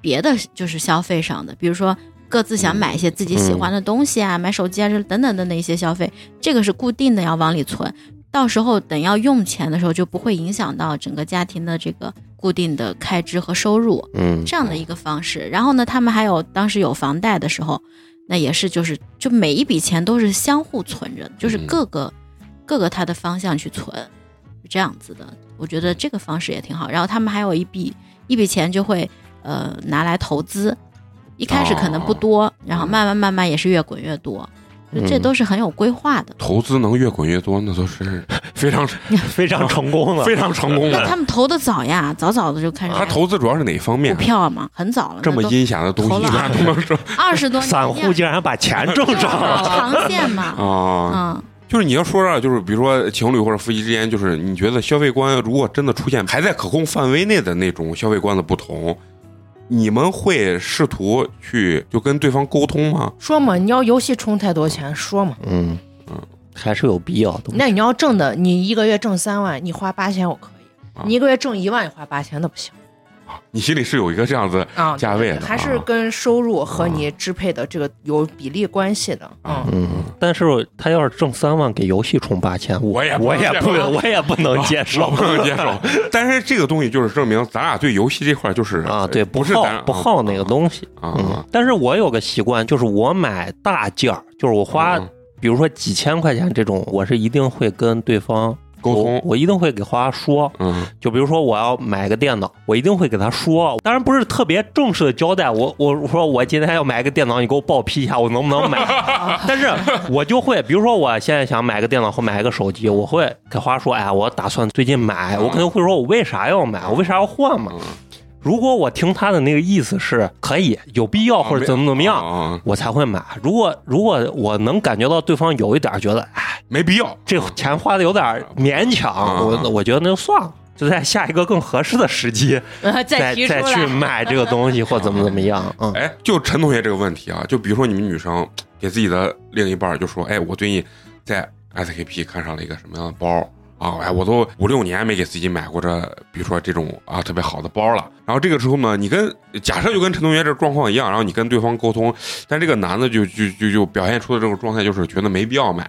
[SPEAKER 4] 别的就是消费上的，比如说各自想买一些自己喜欢的东西啊，买手机啊这等等的那些消费，这个是固定的要往里存。到时候等要用钱的时候，就不会影响到整个家庭的这个固定的开支和收入。
[SPEAKER 5] 嗯
[SPEAKER 4] 这样的一个方式。然后呢，他们还有当时有房贷的时候，那也是就是就每一笔钱都是相互存着的，就是
[SPEAKER 1] 嗯
[SPEAKER 4] 各个、各个它的方向去存，是这样子的。我觉得这个方式也挺好。然后他们还有一笔一笔钱就会呃拿来投资，一开始可能不多，
[SPEAKER 1] 哦
[SPEAKER 4] 然后慢慢慢慢也是越滚越多。就这
[SPEAKER 5] 嗯
[SPEAKER 4] 都是很有规划的，
[SPEAKER 1] 投资能越滚越多，那都 是非常
[SPEAKER 5] 非常成功了，
[SPEAKER 1] 非常成功
[SPEAKER 4] 那
[SPEAKER 1] 的。
[SPEAKER 4] 他们投的早呀，早早的就开始
[SPEAKER 1] 他嗯啊投资主要是哪方
[SPEAKER 4] 股
[SPEAKER 1] 面？啊
[SPEAKER 4] 票嘛，很早了，
[SPEAKER 1] 这么
[SPEAKER 4] 那都
[SPEAKER 1] 阴险的东
[SPEAKER 4] 投
[SPEAKER 1] 西，
[SPEAKER 4] 了
[SPEAKER 1] 居然都能说
[SPEAKER 4] 二十多年
[SPEAKER 5] 散户竟然把钱挣
[SPEAKER 4] 正
[SPEAKER 5] 上了，
[SPEAKER 4] 长线嘛，
[SPEAKER 1] 啊！
[SPEAKER 4] 嗯，
[SPEAKER 1] 就是你要说啊，就是比如说情侣或者夫妻之间，就是你觉得消费观如果真的出现还在可控范围内的那种消费观的不同，你们会试图去就跟对方沟通吗？
[SPEAKER 2] 说嘛，你要游戏充太多钱，说嘛。
[SPEAKER 5] 嗯
[SPEAKER 1] 嗯，
[SPEAKER 5] 还是有必要的。
[SPEAKER 2] 那你要挣的，你一个月挣三万，你花八千我可
[SPEAKER 1] 啊
[SPEAKER 2] 以；你一个月挣一万，你花八千那不行
[SPEAKER 1] 你心里是有一个这样子
[SPEAKER 2] 啊。
[SPEAKER 1] 价位的，
[SPEAKER 2] 还是
[SPEAKER 1] 啊
[SPEAKER 2] 跟收入和你支配的这个有比例关系的。
[SPEAKER 1] 啊
[SPEAKER 2] 嗯，
[SPEAKER 5] 嗯，但是他要是挣三万给游戏充八千，
[SPEAKER 1] 我也不
[SPEAKER 5] 我也
[SPEAKER 1] 能接
[SPEAKER 5] 不
[SPEAKER 1] 受
[SPEAKER 5] 我也不能接
[SPEAKER 1] 我
[SPEAKER 5] 受
[SPEAKER 1] 不能接受。但是这个东西就是证明咱俩对游戏这块儿就是
[SPEAKER 5] 啊！对，
[SPEAKER 1] 不
[SPEAKER 5] 不
[SPEAKER 1] 是咱
[SPEAKER 5] 好不好那个东西。嗯
[SPEAKER 1] 啊，，
[SPEAKER 5] 但是我有个习惯，就是我买大件儿，就是我花
[SPEAKER 1] 嗯，
[SPEAKER 5] 比如说几千块钱这种，我是一定会跟对方
[SPEAKER 1] 沟
[SPEAKER 5] 我
[SPEAKER 1] 通，
[SPEAKER 5] 我一定会给花说。
[SPEAKER 1] 嗯
[SPEAKER 5] 就比如说我要买个电脑，我一定会给他说，当然不是特别正式的交代，我我我说我今天要买个电脑，你给我报批一下，我能不能买？ 但是我就会，比如说我现在想买个电脑或买个手机，我会给花说，哎，我打算最近买，我肯定会说我为啥要买，我为啥要换嘛
[SPEAKER 1] 嗯。
[SPEAKER 5] 如果我听他的那个意思是可以有必要或者怎么怎么样，
[SPEAKER 1] 啊，
[SPEAKER 5] 我才会买。如果如果我能感觉到对方有一点觉得，哎，
[SPEAKER 1] 没必要。啊
[SPEAKER 5] 这钱花的有点勉强，
[SPEAKER 1] 嗯
[SPEAKER 5] 我我觉得那就算了，啊就在下一个更合适的时机
[SPEAKER 2] 嗯
[SPEAKER 5] 再
[SPEAKER 2] 提出
[SPEAKER 5] 再去
[SPEAKER 2] 来。
[SPEAKER 5] 买这个东西或怎么怎么 样，嗯
[SPEAKER 1] 哎，就陈同学这个问题啊，就比如说你们女生给自己的另一半儿就说，哎，我最近在 SKP 看上了一个什么样的包儿啊？哎，我都五六年没给自己买过这，比如说这种啊特别好的包了。然后这个时候呢，你跟假设就跟陈同学这状况一样，然后你跟对方沟通，但这个男的就就就就表现出的这种状态就是觉得没必要买。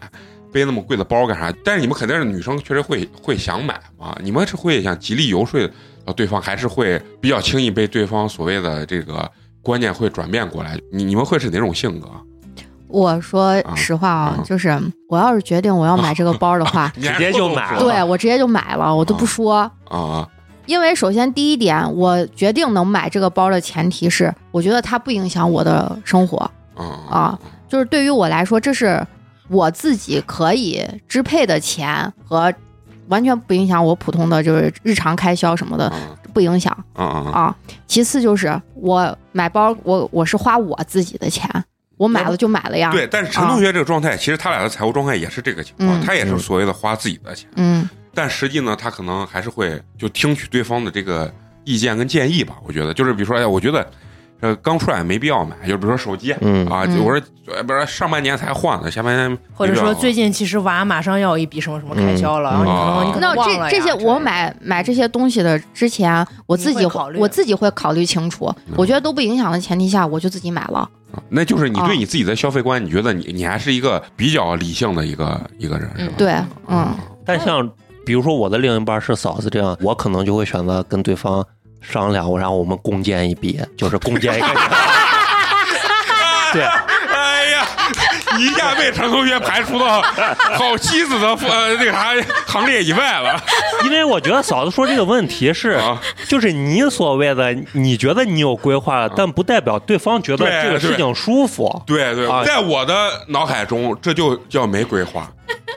[SPEAKER 1] 背那么贵的包干啥？但是你们肯定是女生，确实会会想买嘛。你们是会想极力游说呃对方，还是会比较轻易被对方所谓的这个观念会转变过来？你你们会是哪种性格？
[SPEAKER 3] 我说
[SPEAKER 1] 啊
[SPEAKER 3] 实话啊
[SPEAKER 1] 啊，，
[SPEAKER 3] 就是我要是决定我要买这个包的话
[SPEAKER 1] 直
[SPEAKER 5] 接就买了
[SPEAKER 3] 对我直接就买了，我都不说。
[SPEAKER 1] 啊
[SPEAKER 3] 因为首先第一点，我决定能买这个包的前提是，我觉得它不影响我的生活，
[SPEAKER 1] 啊
[SPEAKER 3] 啊！就是对于我来说，这是我自己可以支配的钱和完全不影响我普通的就是日常开销什么的，
[SPEAKER 1] 啊
[SPEAKER 3] 不影响。
[SPEAKER 1] 啊啊！
[SPEAKER 3] 啊。其次就是我买包，我我是花我自己的钱，我买了就买了呀。
[SPEAKER 1] 对，但是陈同学这个状态，其实他俩的财务状态也是这个情况，
[SPEAKER 3] 嗯
[SPEAKER 1] 他也是所谓的花自己的钱，
[SPEAKER 3] 嗯，
[SPEAKER 1] 但实际呢，他可能还是会就听取对方的这个意见跟建议吧。我觉得，就是比如说，哎，我觉得。呃，刚出来没必要买，就比如说手机
[SPEAKER 5] 嗯
[SPEAKER 1] 啊，
[SPEAKER 2] 嗯
[SPEAKER 1] 就我说，呃不是上半年才换的，下半年没必要
[SPEAKER 2] 或者说最近其实娃马上要一笔什么什么开销了，
[SPEAKER 5] 嗯
[SPEAKER 2] 然后你可能
[SPEAKER 1] 啊嗯
[SPEAKER 2] 你可能
[SPEAKER 3] 那
[SPEAKER 2] 忘了呀
[SPEAKER 3] 这这些我买买这些东西的之前，我自己
[SPEAKER 2] 你会考虑
[SPEAKER 3] 我自己会考虑清楚。我觉得都不影响的前提下，我就自己买了。
[SPEAKER 1] 那就是你
[SPEAKER 3] 啊
[SPEAKER 1] 对你自己的消费观，你觉得你你还是一个比较理性的一个一个人，是吧？
[SPEAKER 3] 对，嗯，
[SPEAKER 5] 但像比如说我的另一半是嫂子这样，我可能就会选择跟对方商量，然后我们共建一笔，就是共建一个。对，
[SPEAKER 1] 哎呀，一下被陈同学排除到 好妻子的呃那个啥行列以外了
[SPEAKER 5] 因为我觉得嫂子说这个问题是，
[SPEAKER 1] 啊！
[SPEAKER 5] 就是你所谓的你觉得你有规划了，但不代表对方觉得
[SPEAKER 1] 对
[SPEAKER 5] 这个事情舒服。
[SPEAKER 1] 对对，
[SPEAKER 5] 啊
[SPEAKER 1] 在我的脑海中，这就叫没规划。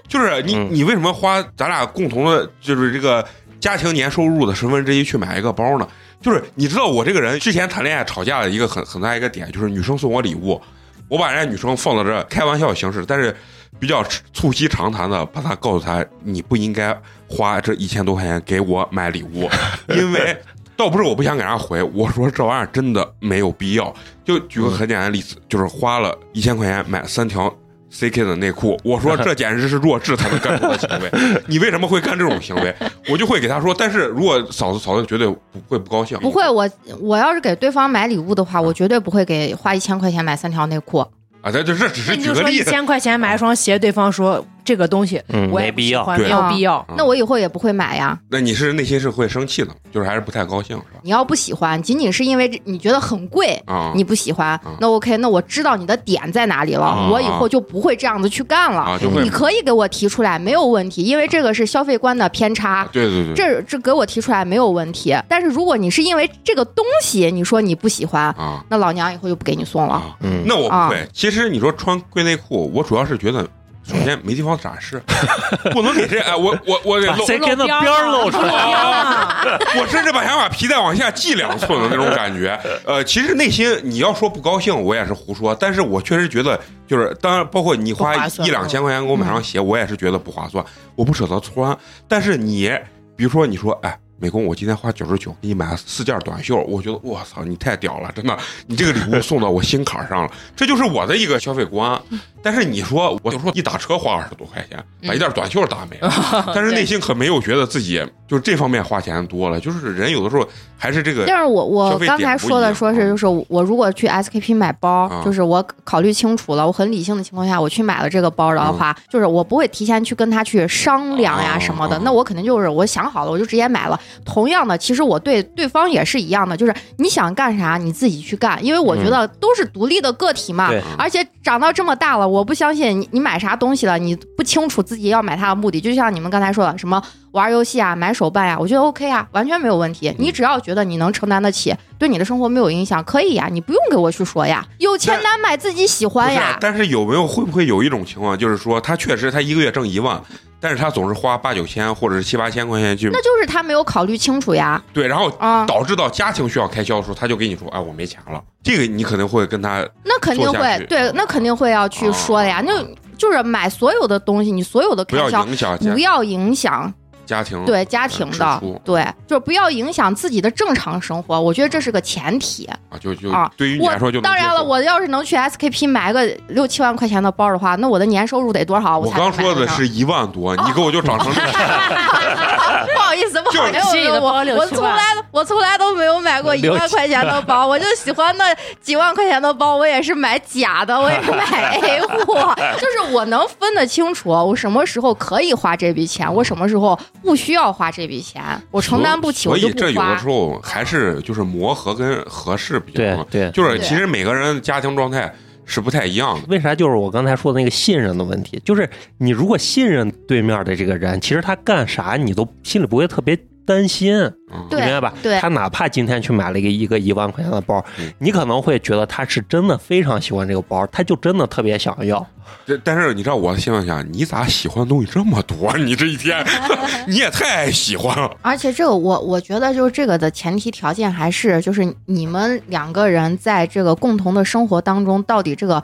[SPEAKER 1] 就是你，
[SPEAKER 5] 嗯
[SPEAKER 1] 你为什么花咱俩共同的，就是这个家庭年收入的十分之一去买一个包呢？就是你知道我这个人之前谈恋爱吵架的一个很很大一个点，就是女生送我礼物，我把人家女生放到这儿开玩笑形式，但是比较促膝长谈的，把她告诉她你不应该花这一千多块钱给我买礼物，因为倒不是我不想给人家回，我说这玩意儿真的没有必要。就举个很简单的例子，就是花了一千块钱买三条 CK 的内裤，我说这简直是弱智才能干出的行为。你为什么会干这种行为？我就会给他说，但是如果嫂子嫂子绝对不会不高兴，
[SPEAKER 3] 不会。我我要是给对方买礼物的话，我绝对不会给花一千块钱买三条内裤。
[SPEAKER 1] 啊，咱就这只
[SPEAKER 2] 那
[SPEAKER 1] 是
[SPEAKER 2] 你
[SPEAKER 1] 举
[SPEAKER 2] 就
[SPEAKER 1] 个
[SPEAKER 2] 说一
[SPEAKER 1] 例子。
[SPEAKER 2] 千块钱买一双鞋，对方说这个东西
[SPEAKER 5] 嗯，
[SPEAKER 2] 我也
[SPEAKER 5] 没
[SPEAKER 2] 不
[SPEAKER 5] 必
[SPEAKER 2] 喜
[SPEAKER 5] 要
[SPEAKER 2] 欢。
[SPEAKER 1] 对
[SPEAKER 2] 没有必要。
[SPEAKER 1] 嗯
[SPEAKER 3] 那我以后也不会买呀。
[SPEAKER 1] 那你是内心是会生气的吗，就是还是不太高兴是吧？
[SPEAKER 3] 你要不喜欢，仅仅是因为这你觉得很贵，
[SPEAKER 1] 啊，
[SPEAKER 3] 你不喜欢
[SPEAKER 1] 啊，
[SPEAKER 3] 那 OK，那我知道你的点在哪里了
[SPEAKER 1] 啊，
[SPEAKER 3] 我以后就不会这样子去干
[SPEAKER 1] 啊
[SPEAKER 3] 了。
[SPEAKER 1] 就会
[SPEAKER 3] 你可以给我提出来，没有问题，因为这个是消费观的偏差。
[SPEAKER 1] 啊对对对，
[SPEAKER 3] 这这给我提出来没有问题，但是如果你是因为这个东西你说你不喜欢，
[SPEAKER 1] 啊
[SPEAKER 3] 那老娘以后就不给你送了。
[SPEAKER 1] 啊，
[SPEAKER 5] 嗯
[SPEAKER 1] 那我不会。其实你说穿贵内裤，我主要是觉得，首先没地方展示， 不能给这哎，我我我得
[SPEAKER 5] 把
[SPEAKER 1] 露，
[SPEAKER 5] CK 的边儿露出来，
[SPEAKER 1] 啊我甚至把想把皮带往下系两寸的那种感觉。呃，其实内心你要说不高兴，我也是胡说，但是我确实觉得，就是当然包括你花
[SPEAKER 2] 不划算
[SPEAKER 1] 一两千块钱给我买双鞋，我也是觉得不划算，我不舍得穿。但是你比如说你说，哎。美工，我今天花九十九给你买了四件短袖，我觉得我操，你太屌了，真的，你这个礼物送到我心坎儿上了，这就是我的一个消费观。啊但是你说，我就说一打车花二十多块钱，把一件短袖打没了，但是内心可没有觉得自己就是这方面花钱多了，就是人有的时候还是这个
[SPEAKER 3] 但是我
[SPEAKER 1] 消
[SPEAKER 3] 我
[SPEAKER 1] 费点
[SPEAKER 3] 刚才说
[SPEAKER 1] 不一样
[SPEAKER 3] 的说是就是我如果去 SKP 买包
[SPEAKER 1] 啊，
[SPEAKER 3] 就是我考虑清楚了，我很理性的情况下，我去买了这个包的话，就是我不会提前去跟他去商量呀
[SPEAKER 1] 啊
[SPEAKER 3] 什么的
[SPEAKER 1] 啊，
[SPEAKER 3] 那我肯定就是我想好了我就直接买了。同样的，其实我对对方也是一样的，就是你想干啥你自己去干，因为我
[SPEAKER 1] 嗯
[SPEAKER 3] 觉得都是独立的个体嘛
[SPEAKER 5] 对，
[SPEAKER 3] 而且长到这么大了，我不相信你你买啥东西了，你不清楚自己要买它的目的，就像你们刚才说的什么。玩游戏啊，买手办呀、我觉得 OK 啊，完全没有问题。你只要觉得你能承担得起，对你的生活没有影响，可以呀、你不用给我去说呀。有钱难买自己喜
[SPEAKER 1] 不
[SPEAKER 3] 欢
[SPEAKER 1] 是啊
[SPEAKER 3] 呀，。
[SPEAKER 1] 但是有没有会不会有一种情况，就是说他确实他一个月挣一万，但是他总是花八九千或者是七八千块钱去
[SPEAKER 3] 那就是他没有考虑清楚呀。
[SPEAKER 1] 对，然后
[SPEAKER 3] 啊
[SPEAKER 1] 导致到家庭需要开销的时候，他就给你说，哎，我没钱了，这个你可能会跟他
[SPEAKER 3] 那肯定
[SPEAKER 1] 做下去
[SPEAKER 3] 会对，那肯定会要去说的呀。
[SPEAKER 1] 哦
[SPEAKER 3] 那就是买所有的东西，你所有的
[SPEAKER 1] 不
[SPEAKER 3] 开
[SPEAKER 1] 要
[SPEAKER 3] 销。
[SPEAKER 1] 影响家
[SPEAKER 3] 不要影响
[SPEAKER 1] 家庭
[SPEAKER 3] 对家庭的
[SPEAKER 1] 嗯支出，
[SPEAKER 3] 对，就是不要影响自己的正常生活。我觉得这是个前提。
[SPEAKER 1] 啊，就就
[SPEAKER 3] 啊
[SPEAKER 1] 对于你
[SPEAKER 3] 我
[SPEAKER 1] 来说就能
[SPEAKER 3] 当然
[SPEAKER 1] 接
[SPEAKER 3] 了，
[SPEAKER 1] 受
[SPEAKER 3] 我要是能去 SKP 买个六七万块钱的包的话，那我的年收入得多少？
[SPEAKER 1] 我
[SPEAKER 3] 才能
[SPEAKER 1] 刚
[SPEAKER 3] 买
[SPEAKER 1] 说
[SPEAKER 3] 得啊
[SPEAKER 1] 的
[SPEAKER 3] 上
[SPEAKER 1] 是一万多，你给我就涨成这样
[SPEAKER 3] 不好意思，不好意
[SPEAKER 2] 就是
[SPEAKER 3] 思，我
[SPEAKER 2] 心里的包
[SPEAKER 3] 我
[SPEAKER 2] 六七
[SPEAKER 3] 从
[SPEAKER 2] 万
[SPEAKER 3] 来我从来都没有买过一
[SPEAKER 5] 六
[SPEAKER 3] 万
[SPEAKER 5] 七
[SPEAKER 3] 块钱的包，我就喜欢那几万块钱的包，我也是买假的，我也是 买 A 货，就是我能分得清楚，我什么时候可以花这笔钱，我什么时候不需要花这笔钱，我 承担不起，
[SPEAKER 1] 所
[SPEAKER 3] 我
[SPEAKER 1] 以
[SPEAKER 3] 就
[SPEAKER 1] 所以
[SPEAKER 3] 不
[SPEAKER 1] 这有的
[SPEAKER 3] 花
[SPEAKER 1] 时。候还是就是磨合跟合适比较重
[SPEAKER 5] 对
[SPEAKER 1] 要。
[SPEAKER 5] 对。
[SPEAKER 1] 就是
[SPEAKER 3] 对
[SPEAKER 1] 其实每个人的家庭状态是不太一样的。
[SPEAKER 5] 为啥就是我刚才说的那个信任的问题？就是你如果信任对面的这个人，其实他干啥你都心里不会特别担心，
[SPEAKER 1] 嗯、
[SPEAKER 5] 你
[SPEAKER 3] 对
[SPEAKER 5] 明白吧？
[SPEAKER 3] 对
[SPEAKER 5] 他哪怕今天去买了一个一个一万块钱的包
[SPEAKER 1] 嗯，
[SPEAKER 5] 你可能会觉得他是真的非常喜欢这个包，他就真的特别想要。
[SPEAKER 1] 这但是你知道我的心里想，你咋喜欢的东西这么多？你这一天 你也太喜欢了。
[SPEAKER 3] 而且这个我我觉得就是这个的前提条件还是就是你们两个人在这个共同的生活当中，到底这个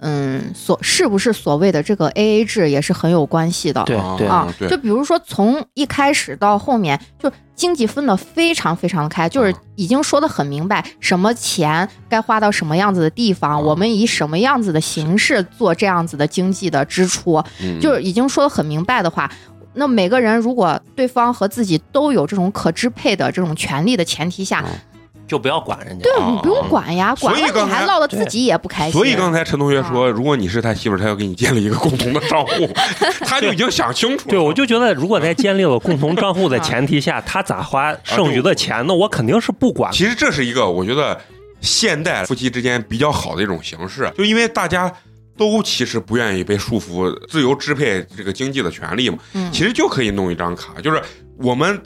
[SPEAKER 3] 嗯，所是不是所谓的这个 A A 制也是很有关系的。
[SPEAKER 5] 对
[SPEAKER 1] 啊
[SPEAKER 5] 对
[SPEAKER 3] 啊，
[SPEAKER 1] 对
[SPEAKER 3] 就比如说从一开始到后面，就经济分得非常非常的开，就是
[SPEAKER 1] 啊
[SPEAKER 3] 已经说得很明白，什么钱该花到什么样子的地
[SPEAKER 1] 啊
[SPEAKER 3] 方，我们以什么样子的形式做这样子的经济的支出，
[SPEAKER 1] 嗯
[SPEAKER 3] 就是已经说得很明白的话。那每个人如果对方和自己都有这种可支配的这种权利的前提下，
[SPEAKER 5] 就不要管人家。
[SPEAKER 3] 对
[SPEAKER 1] 啊
[SPEAKER 3] 你不用管呀，
[SPEAKER 1] 哦所
[SPEAKER 3] 管
[SPEAKER 1] 以
[SPEAKER 3] 了
[SPEAKER 1] 刚
[SPEAKER 3] 你
[SPEAKER 1] 才
[SPEAKER 3] 还落得自己也不开心。
[SPEAKER 1] 所以刚才陈同学说，如果你是他媳妇儿，他要给你建立一个共同的账户，他就已经想清楚了。
[SPEAKER 5] 对，我就觉得，如果在建立了共同账户的前提 下，他咋花剩余的钱呢？我肯定是不管。
[SPEAKER 1] 其实这是一个我觉得现代夫妻之间比较好的一种形式，就因为大家都其实不愿意被束缚、自由支配这个经济的权利嘛，
[SPEAKER 3] 嗯
[SPEAKER 1] 其实就可以弄一张卡，就是我们。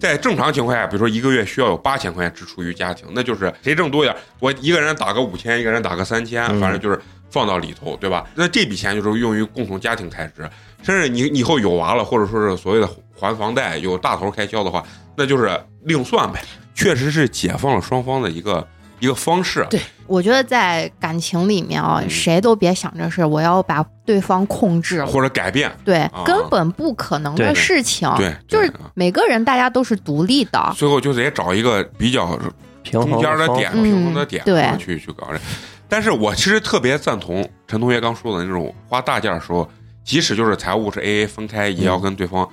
[SPEAKER 1] 在正常情况下，比如说一个月需要有八千块钱支出于家庭，那就是谁挣多一点，我一个人打个五千，一个人打个三千，
[SPEAKER 5] 嗯
[SPEAKER 1] 反正就是放到里头，对吧？那这笔钱就是用于共同家庭开支，甚至你你以后有娃了，或者说是所谓的还房贷有大头开销的话，那就是另算呗。 确实是解放了双方的一个一个方式。啊
[SPEAKER 2] 对
[SPEAKER 3] 我觉得在感情里面啊，
[SPEAKER 1] 嗯
[SPEAKER 3] 谁都别想着是我要把对方控制了，
[SPEAKER 1] 或者改变，
[SPEAKER 3] 对
[SPEAKER 1] 啊，
[SPEAKER 3] 根本不可能
[SPEAKER 5] 对
[SPEAKER 3] 的事情。
[SPEAKER 1] 对，
[SPEAKER 3] 就是
[SPEAKER 1] 对啊
[SPEAKER 3] 每个人大家都是独立的。
[SPEAKER 1] 最后就得找一个比较
[SPEAKER 5] 平衡
[SPEAKER 1] 中间的点，
[SPEAKER 3] 嗯
[SPEAKER 1] 平衡的点，
[SPEAKER 3] 对
[SPEAKER 1] 啊去去搞这。但是我其实特别赞同陈同学刚说的那种花大价的时候，即使就是财务是 A A 分开，也要跟对方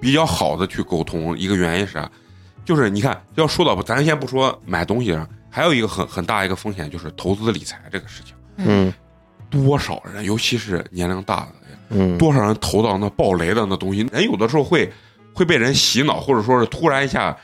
[SPEAKER 1] 比较好的去沟通。一个原因是啥？就是你看，要说到咱先不说买东西上，还有一个很很大一个风险就是投资理财这个事情，
[SPEAKER 5] 嗯
[SPEAKER 1] 多少人，尤其是年龄大的人。
[SPEAKER 5] 嗯，
[SPEAKER 1] 多少人投到那爆雷的那东西，人哎有的时候会会被人洗脑，或者说是突然一下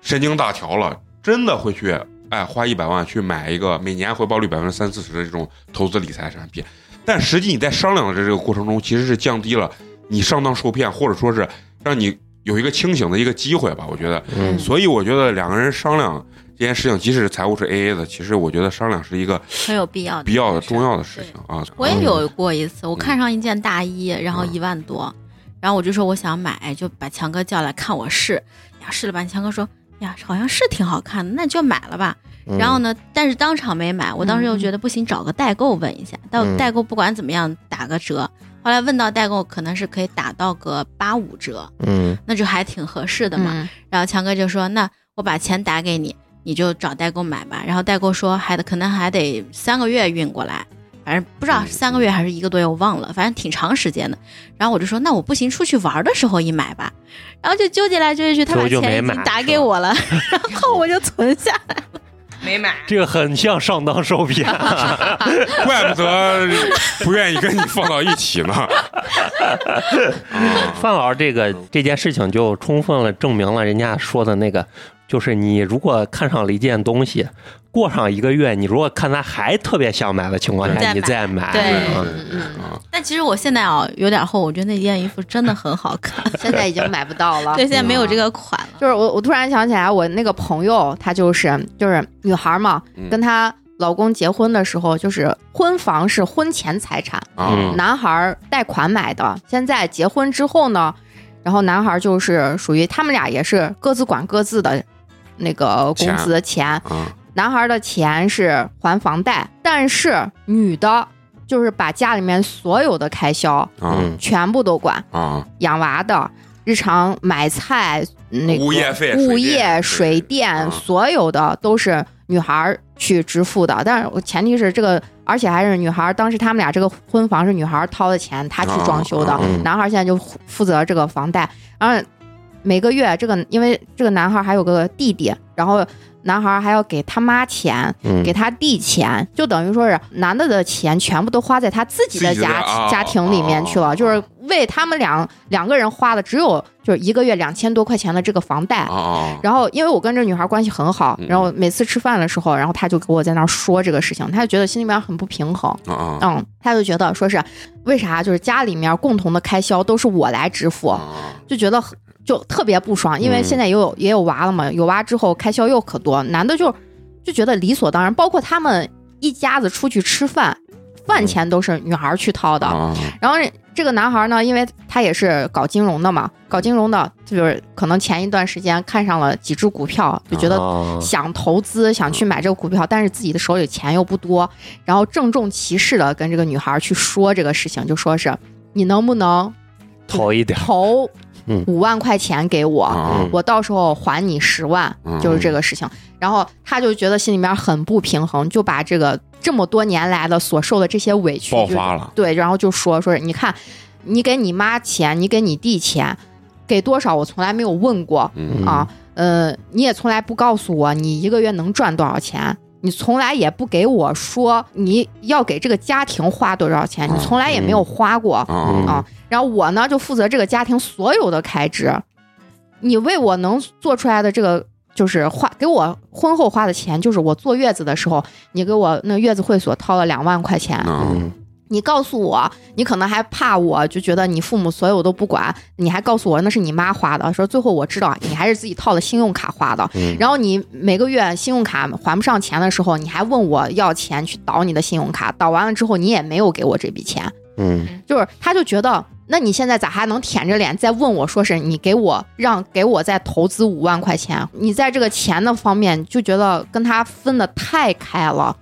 [SPEAKER 1] 神经大条了，真的会去哎花一百万去买一个每年回报率百分之三四十的这种投资理财产品，但实际你在商量的这个过程中，其实是降低了你上当受骗，或者说是让你有一个清醒的一个机会吧，我觉得。
[SPEAKER 5] 嗯
[SPEAKER 1] 所以我觉得两个人商量这件事情，即使财务是 A A 的，其实我觉得商量是一个
[SPEAKER 4] 很有必要的，
[SPEAKER 1] 比较重要的事情啊。
[SPEAKER 4] 我也有过一次，我看上一件大衣，然后
[SPEAKER 1] 嗯
[SPEAKER 4] 一万多，然后我就说我想买，就把强哥叫来看我试，呀试了半天，强哥说呀好像是挺好看的，那就买了吧。然后呢，但是当场没买，我当时又觉得不行，找个代购问一下，到
[SPEAKER 5] 嗯
[SPEAKER 4] 代购不管怎么样打个折。后来问到代购，可能是可以打到个八五折，
[SPEAKER 5] 嗯
[SPEAKER 4] 那就还挺合适的
[SPEAKER 3] 的
[SPEAKER 4] 嘛。
[SPEAKER 3] 嘛，
[SPEAKER 4] 然后强哥就说：“那我把钱打给你，你就找代购买吧。”然后代购说：“还得可能还得三个月运过来，反正不知道
[SPEAKER 1] 嗯
[SPEAKER 4] 是三个月还是一个多月，我忘了，反正挺长时间的。”然后我就说：“那我不行，出去玩的时候一买吧。”然后就纠结来纠结去，他
[SPEAKER 5] 最
[SPEAKER 4] 把
[SPEAKER 5] 后就没
[SPEAKER 4] 钱已
[SPEAKER 5] 买
[SPEAKER 4] 经打
[SPEAKER 5] 是
[SPEAKER 4] 给
[SPEAKER 5] 吧
[SPEAKER 4] 我了， 然后我就存下来。
[SPEAKER 2] 没买。
[SPEAKER 5] 这个很像上当受骗。
[SPEAKER 1] 怪不得不愿意跟你放到一起呢。啊，
[SPEAKER 5] 范老师，这个这件事情就充分了证明了人家说的那个，就是你如果看上了一件东西，过上一个月，你如果看他还特别想买的情况
[SPEAKER 4] 再
[SPEAKER 5] 下，
[SPEAKER 4] 买
[SPEAKER 5] 你再买，
[SPEAKER 4] 对
[SPEAKER 5] 嗯
[SPEAKER 1] 啊，
[SPEAKER 4] 但其实我现在啊有点后悔，我觉得那件衣服真的很好 看，
[SPEAKER 3] 嗯现在已经买不到了
[SPEAKER 5] 啊
[SPEAKER 4] 对，。现在没有这个款了。
[SPEAKER 3] 就是我，我突然想起来，我那个朋友，她就是就是女孩嘛
[SPEAKER 1] 嗯，
[SPEAKER 3] 跟她老公结婚的时候，就是婚房是婚前财产，
[SPEAKER 1] 啊
[SPEAKER 5] 嗯
[SPEAKER 3] 男孩贷款买的。现在结婚之后呢，然后男孩就是属于他们俩也是各自管各自的那个公司的钱，
[SPEAKER 1] 啊，
[SPEAKER 3] 男孩的钱是还房贷，但是女的就是把家里面所有的开销
[SPEAKER 1] 啊
[SPEAKER 3] 全部都管，
[SPEAKER 1] 啊，
[SPEAKER 3] 养娃的、日常买菜、那个
[SPEAKER 1] 物业费水电
[SPEAKER 3] 物业、水电，
[SPEAKER 1] 嗯
[SPEAKER 3] 所有的都是女孩去支付的。但是我前提是这个，而且还是女孩。当时他们俩这个婚房是女孩掏的钱，她去装修的，
[SPEAKER 1] 啊
[SPEAKER 5] 嗯
[SPEAKER 3] 男孩现在就负责这个房贷，然后每个月这个因为这个男孩还有个弟弟，然后男孩还要给他妈钱，
[SPEAKER 5] 嗯
[SPEAKER 3] 给他弟钱，就等于说是男的的钱全部都花在他自己的
[SPEAKER 1] 自己的
[SPEAKER 3] 家、
[SPEAKER 1] 啊
[SPEAKER 3] 家庭里面去了，
[SPEAKER 1] 啊啊啊
[SPEAKER 3] 就是为他们两两个人花的只有就是一个月两千多块钱的这个房贷。
[SPEAKER 1] 啊啊，
[SPEAKER 3] 然后，因为我跟这女孩关系很好
[SPEAKER 1] 嗯，
[SPEAKER 3] 然后每次吃饭的时候，然后她就给我在那儿说这个事情，她就觉得心里面很不平衡。
[SPEAKER 1] 啊啊
[SPEAKER 3] 嗯，她就觉得说是为啥就是家里面共同的开销都是我来支付，
[SPEAKER 1] 啊，
[SPEAKER 3] 就觉得很就特别不爽，因为
[SPEAKER 5] 嗯
[SPEAKER 3] 现在也有、也有娃了嘛，有娃之后开销又可多，男的就就觉得理所当然，包括他们一家子出去吃饭，
[SPEAKER 5] 嗯
[SPEAKER 3] 饭钱都是女孩儿去掏的。
[SPEAKER 1] 啊，
[SPEAKER 3] 然后这个男孩呢，因为他也是搞金融的嘛，搞金融的，就是可能前一段时间看上了几只股票，就觉得
[SPEAKER 5] 啊
[SPEAKER 3] 想投资，想去买这个股票，但是自己的手里钱又不多，然后郑重其事的跟这个女孩去说这个事情，就说是你能不能
[SPEAKER 5] 讨一点儿，
[SPEAKER 3] 投
[SPEAKER 5] 嗯
[SPEAKER 3] 五万块钱给我？
[SPEAKER 1] 啊
[SPEAKER 3] 我到时候还你十万，
[SPEAKER 1] 嗯
[SPEAKER 3] 就是这个事情。然后他就觉得心里面很不平衡，就把这个这么多年来的所受的这些委屈
[SPEAKER 1] 爆
[SPEAKER 3] 就
[SPEAKER 1] 发了，
[SPEAKER 3] 对，然后就说说，你看，你给你妈钱，你给你弟钱，给多少我从来没有问过
[SPEAKER 1] 嗯
[SPEAKER 3] 啊，呃，你也从来不告诉我你一个月能赚多少钱。你从来也不给我说你要给这个家庭花多少钱，你从来也没
[SPEAKER 1] 嗯
[SPEAKER 3] 有花过。
[SPEAKER 5] 嗯
[SPEAKER 1] 啊
[SPEAKER 3] 啊然后我呢就负责这个家庭所有的开支。你为我能做出来的这个，就是花给我婚后花的钱，就是我坐月子的时候，你给我那月子会所掏了两万块钱。
[SPEAKER 1] 嗯
[SPEAKER 5] 嗯
[SPEAKER 3] 你告诉我，你可能还怕我，就觉得你父母所有都不管，你还告诉我那是你妈花的，说最后我知道你还是自己套的信用卡花的。
[SPEAKER 5] 嗯
[SPEAKER 3] 然后你每个月信用卡还不上钱的时候，你还问我要钱去倒你的信用卡，倒完了之后你也没有给我这笔钱。
[SPEAKER 5] 嗯
[SPEAKER 3] 就是他就觉得，那你现在咋还能舔着脸再问我说是你给我让给我再投资五万块钱？你在这个钱的方面就觉得跟他分的太开了，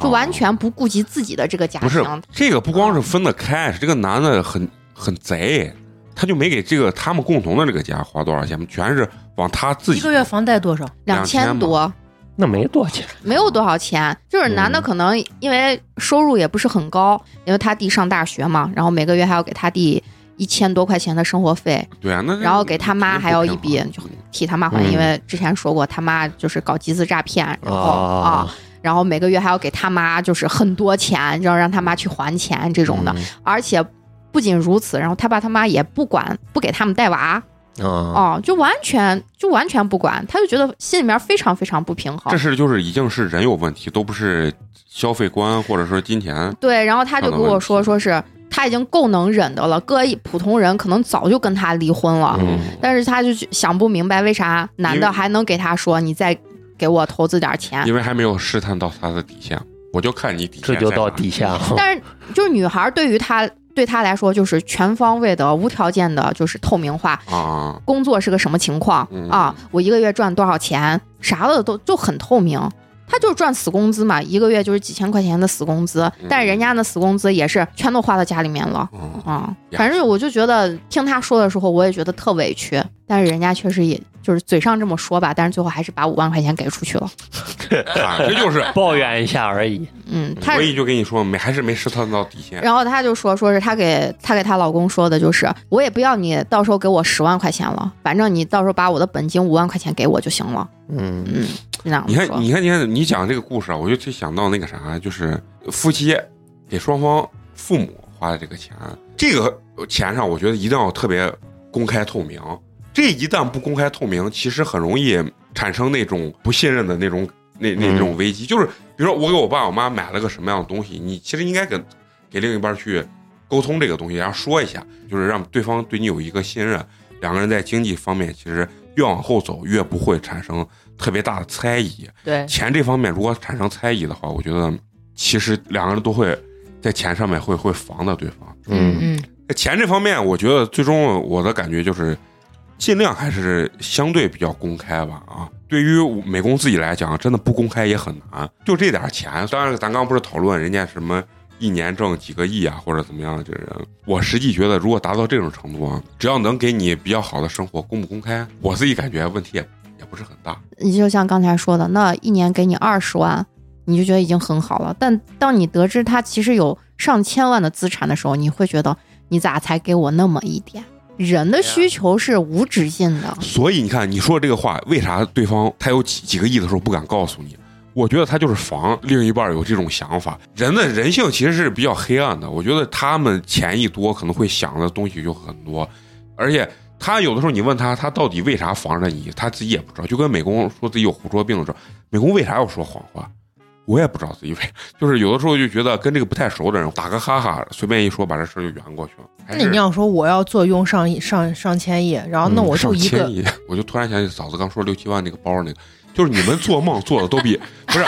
[SPEAKER 3] 就完全不顾及自己的这个家
[SPEAKER 1] 哦不是
[SPEAKER 3] 庭。
[SPEAKER 1] 这个不光是分得开，是这个男的很很贼，他就没给这个他们共同的这个家花多少钱，全是往他自己
[SPEAKER 2] 一个月房贷多少？
[SPEAKER 3] 两
[SPEAKER 1] 2000
[SPEAKER 3] 千多，
[SPEAKER 5] 那没多少钱，
[SPEAKER 3] 没有多少钱，就是男的可能因为收入也不是很高，因为他弟上大学嘛，然后每个月还要给他弟一千多块钱的生活费，
[SPEAKER 1] 对啊，那
[SPEAKER 3] 然后给他妈还要一笔
[SPEAKER 1] 肯定不平衡
[SPEAKER 3] 替他妈还，
[SPEAKER 5] 嗯
[SPEAKER 3] 因为之前说过他妈就是搞集资诈骗，然后啊
[SPEAKER 5] 啊，
[SPEAKER 3] 然后每个月还要给他妈就是很多钱，然后让他妈去还钱这种的。
[SPEAKER 5] 嗯
[SPEAKER 3] 而且不仅如此，然后他爸他妈也不管，不给他们带娃
[SPEAKER 5] 嗯啊，
[SPEAKER 3] 哦，就完全就完全不管，他就觉得心里面非常非常不平衡
[SPEAKER 1] 这。事就是已经是人有问题，都不是消费观或者说金钱。
[SPEAKER 3] 对，然后他就跟我说，说是他已经够能忍的了，搁一普通人可能早就跟他离婚了，
[SPEAKER 5] 嗯
[SPEAKER 3] 但是他就想不明白为啥男
[SPEAKER 1] 因
[SPEAKER 3] 的
[SPEAKER 1] 为
[SPEAKER 3] 还能给他说你再给我投资点钱，
[SPEAKER 1] 因为还没有试探到他的底线，我就看你底线在
[SPEAKER 5] 嗯这
[SPEAKER 1] 哪。
[SPEAKER 5] 就到底下
[SPEAKER 1] 嗯
[SPEAKER 5] 了，
[SPEAKER 3] 但是就是女孩对于他对他来说就是全方位的、无条件的，就是透明化。
[SPEAKER 1] 啊，
[SPEAKER 3] 工作是个什么情况、
[SPEAKER 1] 嗯
[SPEAKER 3] 啊？我一个月赚多少钱，啥的都就很透明。他就是赚死工资嘛，一个月就是几千块钱的死工资，
[SPEAKER 1] 嗯
[SPEAKER 3] 但是人家那死工资也是全都花到家里面了
[SPEAKER 1] 嗯，
[SPEAKER 3] 啊、
[SPEAKER 1] 呀
[SPEAKER 3] 反正我就觉得听他说的时候，我也觉得特委屈，但是人家确实也就是嘴上这么说吧，但是最后还是把五万块钱给出去了。
[SPEAKER 1] 啊这就是
[SPEAKER 5] 抱怨一下而已。
[SPEAKER 3] 嗯，他
[SPEAKER 1] 所以就跟你说，没还是没试探到底线。
[SPEAKER 3] 然后她就说，说是她给她给她老公说的，就是我也不要你到时候给我十万块钱了，反正你到时候把我的本金五万块钱给我就行了。
[SPEAKER 5] 嗯
[SPEAKER 3] 嗯，就那样
[SPEAKER 1] 你看，
[SPEAKER 3] 说。
[SPEAKER 1] 你看，你看，你讲这个故事啊，我就就想到那个啥，就是夫妻给双方父母花的这个钱，这个钱上，我觉得一定要特别公开透明。这一旦不公开透明，其实很容易产生那种不信任的那种那那
[SPEAKER 5] 嗯
[SPEAKER 1] 种危机。就是比如说，我给我爸我妈买了个什么样的东西，你其实应该跟给另一半去沟通这个东西，然后说一下，就是让对方对你有一个信任。两个人在经济方面，其实越往后走越不会产生特别大的猜疑。
[SPEAKER 2] 对，
[SPEAKER 1] 钱这方面如果产生猜疑的话，我觉得其实两个人都会在钱上面会会防到对方。
[SPEAKER 5] 嗯
[SPEAKER 2] 嗯，
[SPEAKER 1] 在钱这方面，我觉得最终我的感觉就是，尽量还是相对比较公开吧。啊，对于美工自己来讲，真的不公开也很难。就这点钱，当然咱刚不是讨论人家什么一年挣几个亿啊，或者怎么样的这人，我实际觉得如果达到这种程度啊，只要能给你比较好的生活，公不公开，我自己感觉问题也也不是很大。
[SPEAKER 3] 你就像刚才说的，那一年给你二十万，你就觉得已经很好了。但当你得知他其实有上千万的资产的时候，你会觉得你咋才给我那么一点？人的需求是无止境的。
[SPEAKER 1] 所以你看，你说这个话，为啥对方他有几几个亿的时候不敢告诉你？我觉得他就是防另一半有这种想法。人的人性其实是比较黑暗的，我觉得他们钱一多，可能会想的东西就很多，而且他有的时候你问他，他到底为啥防着你，他自己也不知道。就跟美工说自己有胡说病的时候，美工为啥要说谎话？我也不知道自己为，就是有的时候就觉得跟这个不太熟的人打个哈哈，随便一说，把这事儿就圆过去了。还
[SPEAKER 2] 那
[SPEAKER 1] 是嗯
[SPEAKER 2] 你要说我要坐拥上亿上上千亿，然后那我就
[SPEAKER 1] 上
[SPEAKER 2] 一
[SPEAKER 1] 千
[SPEAKER 2] 个
[SPEAKER 1] 亿，我就突然想起嫂子刚说六七万那个包那个，就是你们做梦做的都比不是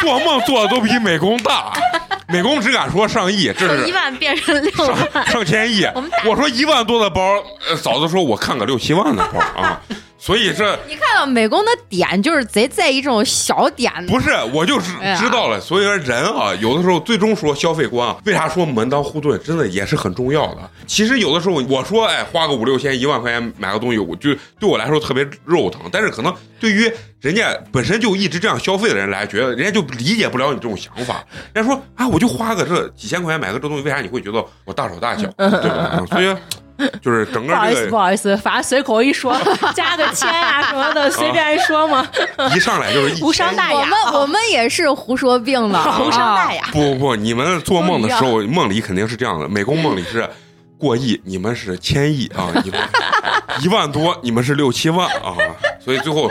[SPEAKER 1] 做梦做的都比美工大，美工只敢说上亿，这
[SPEAKER 4] 从一
[SPEAKER 1] 是
[SPEAKER 4] 万变成六万，
[SPEAKER 1] 上上千亿
[SPEAKER 4] 我们。
[SPEAKER 1] 我说一万多的包，呃嫂子说我看个六七万的包啊，所以这
[SPEAKER 3] 你 看到美工的点就是贼在意这种小点的，
[SPEAKER 1] 不是，我就知
[SPEAKER 3] 哎呀
[SPEAKER 1] 知道了。所以说人啊，有的时候最终说消费观啊，为啥说门当户对，真的也是很重要的。其实有的时候我说，哎，花个五六千、一万块钱买个东西，我就对我来说特别肉疼。但是可能对于人家本身就一直这样消费的人来，觉得人家就理解不了你这种想法。人家说啊，我就花个这几千块钱买个这东西，为啥你会觉得我大手大脚，对吧？所以。就是整
[SPEAKER 2] 不
[SPEAKER 1] 个
[SPEAKER 2] 好意思，
[SPEAKER 1] 这
[SPEAKER 2] 不
[SPEAKER 1] 个
[SPEAKER 2] 好意思，反正随口一说，加个千呀、啊什么
[SPEAKER 1] 啊
[SPEAKER 2] 的，随便一说嘛。
[SPEAKER 1] 一上来就是一
[SPEAKER 2] 无伤
[SPEAKER 1] 千
[SPEAKER 2] 大雅
[SPEAKER 3] 我们我们也是胡说病的，
[SPEAKER 2] 无伤
[SPEAKER 4] 啊
[SPEAKER 2] 大雅。
[SPEAKER 1] 不不不，你们做梦的时候，梦里肯定是这样的。美工梦里是过亿，你们是千亿啊，你们一万多，你们是六七万啊。所以最后，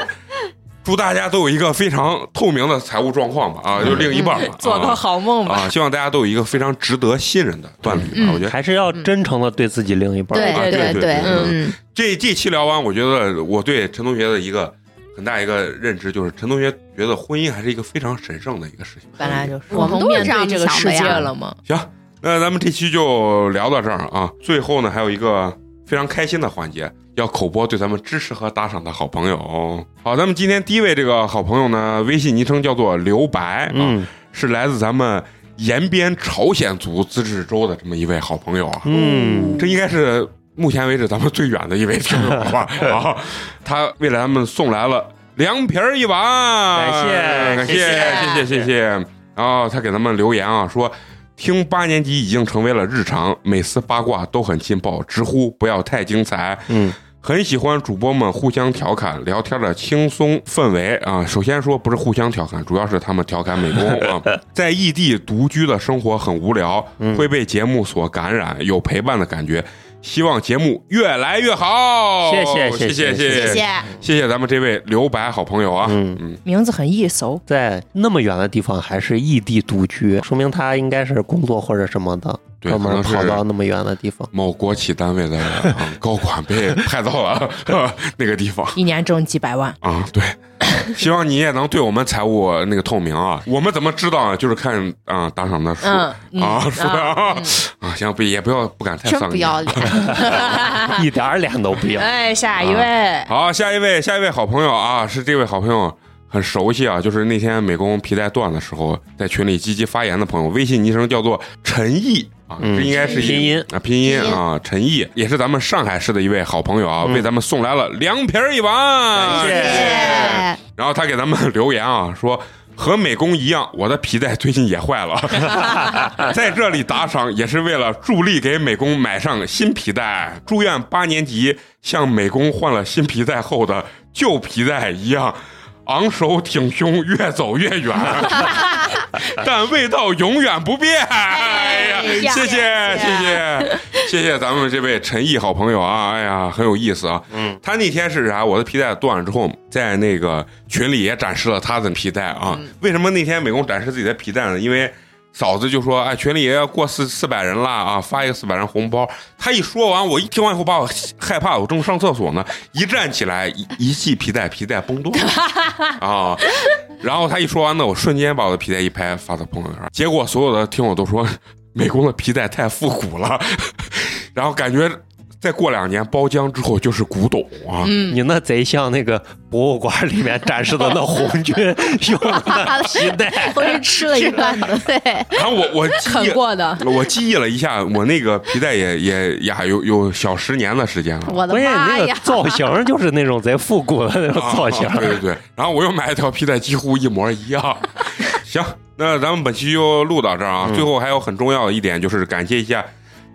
[SPEAKER 1] 祝大家都有一个非常透明的财务状况吧啊，就另一半吧，
[SPEAKER 2] 嗯做个
[SPEAKER 1] 啊
[SPEAKER 2] 好梦吧。
[SPEAKER 1] 啊，希望大家都有一个非常值得信任的伴侣啊。我觉得
[SPEAKER 5] 还是要真诚的对自己另一半。
[SPEAKER 3] 对
[SPEAKER 1] 啊对
[SPEAKER 3] 对
[SPEAKER 1] 对对
[SPEAKER 3] 嗯，
[SPEAKER 1] 这这期聊完，我觉得我对陈同学的一个很大一个认知就是，陈同学觉得婚姻还是一个非常神圣的一个事情。
[SPEAKER 2] 本来就是
[SPEAKER 3] 我们都是
[SPEAKER 2] 面
[SPEAKER 3] 这样
[SPEAKER 2] 对这个
[SPEAKER 3] 想
[SPEAKER 2] 世
[SPEAKER 3] 的呀
[SPEAKER 2] 界了嘛。
[SPEAKER 1] 行，那咱们这期就聊到这儿啊。最后呢，还有一个非常开心的环节，要口播对咱们支持和打赏的好朋友。好，咱们今天第一位这个好朋友呢，微信昵称叫做刘白啊，
[SPEAKER 5] 嗯
[SPEAKER 1] 是来自咱们延边朝鲜族自治州的这么一位好朋友啊。
[SPEAKER 5] 嗯，
[SPEAKER 1] 这应该是目前为止咱们最远的一位听友了 吧？啊，他为了咱们送来了凉皮儿一碗，
[SPEAKER 5] 感
[SPEAKER 1] 感
[SPEAKER 5] 谢
[SPEAKER 1] 谢谢谢谢谢。然后他给咱们留言啊，说听八年级已经成为了日常，每次八卦都很劲爆，直呼不要太精彩。
[SPEAKER 5] 嗯，
[SPEAKER 1] 很喜欢主播们互相调侃聊天的轻松氛围啊。首先说不是互相调侃，主要是他们调侃美工啊， 在异地独居的生活很无聊，
[SPEAKER 5] 嗯
[SPEAKER 1] 会被节目所感染，有陪伴的感觉。希望节目越来越好，
[SPEAKER 5] 谢谢
[SPEAKER 1] 谢
[SPEAKER 5] 谢
[SPEAKER 1] 谢
[SPEAKER 5] 谢谢
[SPEAKER 1] 谢谢谢咱们这位刘白好朋友啊，
[SPEAKER 5] 嗯
[SPEAKER 1] 嗯，
[SPEAKER 2] 名字很易熟，
[SPEAKER 5] 在那么远的地方还是异地独居，说明他应该是工作或者什么的，
[SPEAKER 1] 对
[SPEAKER 5] 专门
[SPEAKER 1] 可能
[SPEAKER 5] 跑
[SPEAKER 1] 是
[SPEAKER 5] 到那么远的 地方。
[SPEAKER 1] 某国企单位的啊高管被派到了 啊那个地方。
[SPEAKER 2] 一年挣几百万。
[SPEAKER 1] 啊，对，希望你也能对我们财务那个透明啊。我们怎么知道啊？就是看啊、打赏的数、
[SPEAKER 2] 嗯嗯
[SPEAKER 1] 啊，数量啊
[SPEAKER 2] 嗯
[SPEAKER 1] 啊，行，不也不要不敢太
[SPEAKER 3] 真
[SPEAKER 1] 丧
[SPEAKER 3] 不
[SPEAKER 1] 气。
[SPEAKER 3] 要脸。
[SPEAKER 5] 一点儿脸都 不要。
[SPEAKER 2] 哎，下
[SPEAKER 1] 一
[SPEAKER 2] 位，
[SPEAKER 1] 好，下一位，下一位好朋友啊，是这位好朋友很熟悉啊，就是那天美工皮带断的时候，在群里积极发言的朋友，微信昵称叫做陈毅啊，
[SPEAKER 5] 嗯
[SPEAKER 1] 这应该是一
[SPEAKER 5] 拼音
[SPEAKER 1] 啊，拼音啊，陈毅也是咱们上海市的一位好朋友啊，
[SPEAKER 5] 嗯
[SPEAKER 1] 为咱们送来了凉皮儿一碗，
[SPEAKER 5] 感谢
[SPEAKER 3] 哎
[SPEAKER 1] 然后他给咱们留言啊，说和美工一样，我的皮带最近也坏了，在这里打赏也是为了助力给美工买上新皮带。祝愿八年级像美工换了新皮带后的旧皮带一样。昂首挺胸，越走越远，但味道永远不变。哎呀，
[SPEAKER 3] 哎呀
[SPEAKER 1] 谢谢谢谢谢谢咱们这位陈毅好朋友啊！哎呀，很有意思啊。
[SPEAKER 5] 嗯，
[SPEAKER 1] 他那天是啥？我的皮带断了之后，在那个群里也展示了他的皮带啊。为什么那天美工展示自己的皮带呢？因为嫂子就说：“哎，群里也要过四四百人啦啊，发一个四百人红包。”他一说完，我一听完以后，把我害怕，我正上厕所呢，一站起来，一一系皮带，皮带崩断 了啊。然后他一说完呢，我瞬间把我的皮带一拍发到朋友圈，结果所有的听友都说美工的皮带太复古了， 然后感觉再过两年包浆之后就是古董啊。
[SPEAKER 2] 嗯
[SPEAKER 5] 你那贼像那个博物馆里面展示的那红 军用的那皮带。
[SPEAKER 2] 我是吃了一
[SPEAKER 4] 啊
[SPEAKER 2] 半的，
[SPEAKER 3] 对，
[SPEAKER 1] 然后我我 记忆
[SPEAKER 2] 啃过的。
[SPEAKER 1] 我记忆了一下，我那个皮带也也呀有有小十年的时间了。
[SPEAKER 3] 我的
[SPEAKER 5] 关键你
[SPEAKER 3] 妈
[SPEAKER 5] 那个
[SPEAKER 3] 呀！
[SPEAKER 5] 造型就是那种贼复古的那种
[SPEAKER 1] 啊
[SPEAKER 5] 造型
[SPEAKER 1] 啊，对对对。然后我又买一条皮带，几乎一模一样。 行，那咱们本期就录到这儿啊。
[SPEAKER 5] 嗯
[SPEAKER 1] 最后还有很重要的一点就是感谢一下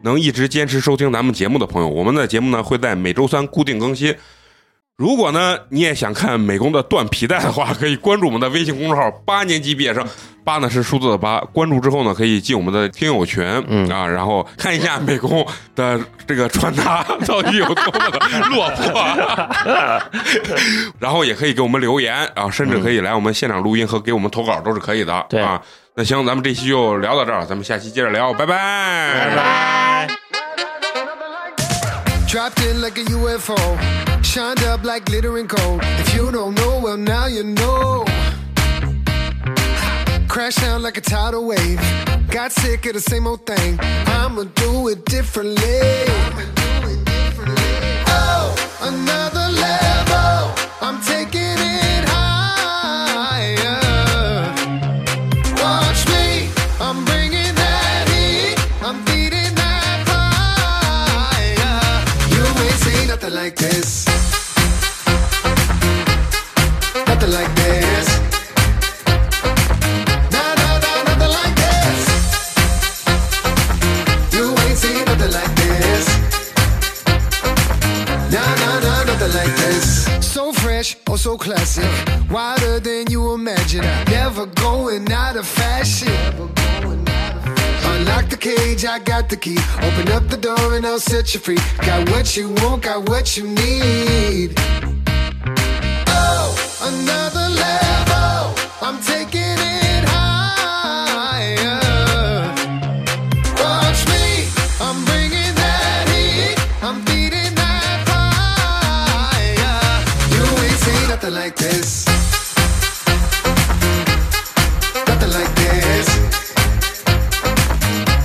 [SPEAKER 1] 能一直坚持收听咱们节目的朋友。我们的节目呢会在每周三固定更新。如果呢你也想看美工的断皮带的话，可以关注我们的微信公众号“八年级毕业生”，八呢是数字的八。关注之后呢，可以进我们的听友群、
[SPEAKER 5] 嗯
[SPEAKER 1] 啊，然后看一下美工的这个穿搭 到底有多么的落魄、啊 然后也可以给我们留言啊，甚至可以来我们现场录音和给我们投稿都是可以的。
[SPEAKER 5] 对
[SPEAKER 1] 啊，那行，咱们这期就聊到这儿，咱们下期接着聊，拜拜
[SPEAKER 5] 拜拜。
[SPEAKER 6] Dropped in like a UFO, shined up like glittering gold. If you don't know, well now you know. crash down like a tidal wave. Got sick of the same old thing. I'ma do it differently. Oh, another level. I'm taking it higher. Watch me, I'm bringing that heat. I'm feeding that fire. You ain't seen nothing like this. Nothing like this. Nah, nah, nah, nothing like this. You ain't seen nothing like this. Nah, nah, nah, nothing like this. So fresh, oh so classic. Wider than you imagine. Never going out of fashion. Unlock the cage, I got the key. Open up the door and I'll set you free. Got what you want, got what you need. Oh, another level. I'm taking it higher. Watch me, I'm bringing that heat. I'm feeding that fire. You ain't seen nothing like this. Nothing like this.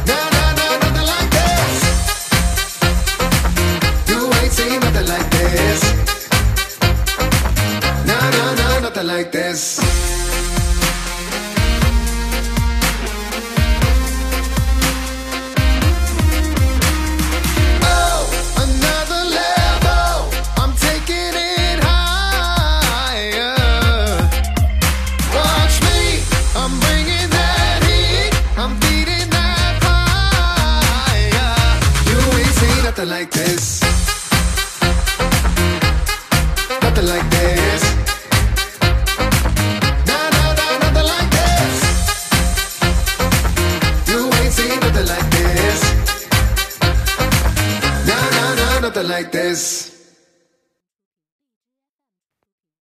[SPEAKER 6] No, no, no, nothing like this. You ain't seen nothing like this. No, no, no, nothing like this. Oh, another level. I'm taking it higher. Watch me, I'm bringing that heat. I'm feeding that fire. You ain't seen nothing like this. Nothing like this. Nah, nah, nah, nothing like this. You ain't seen nothing like this. Nah, nah, nah, nothing like this.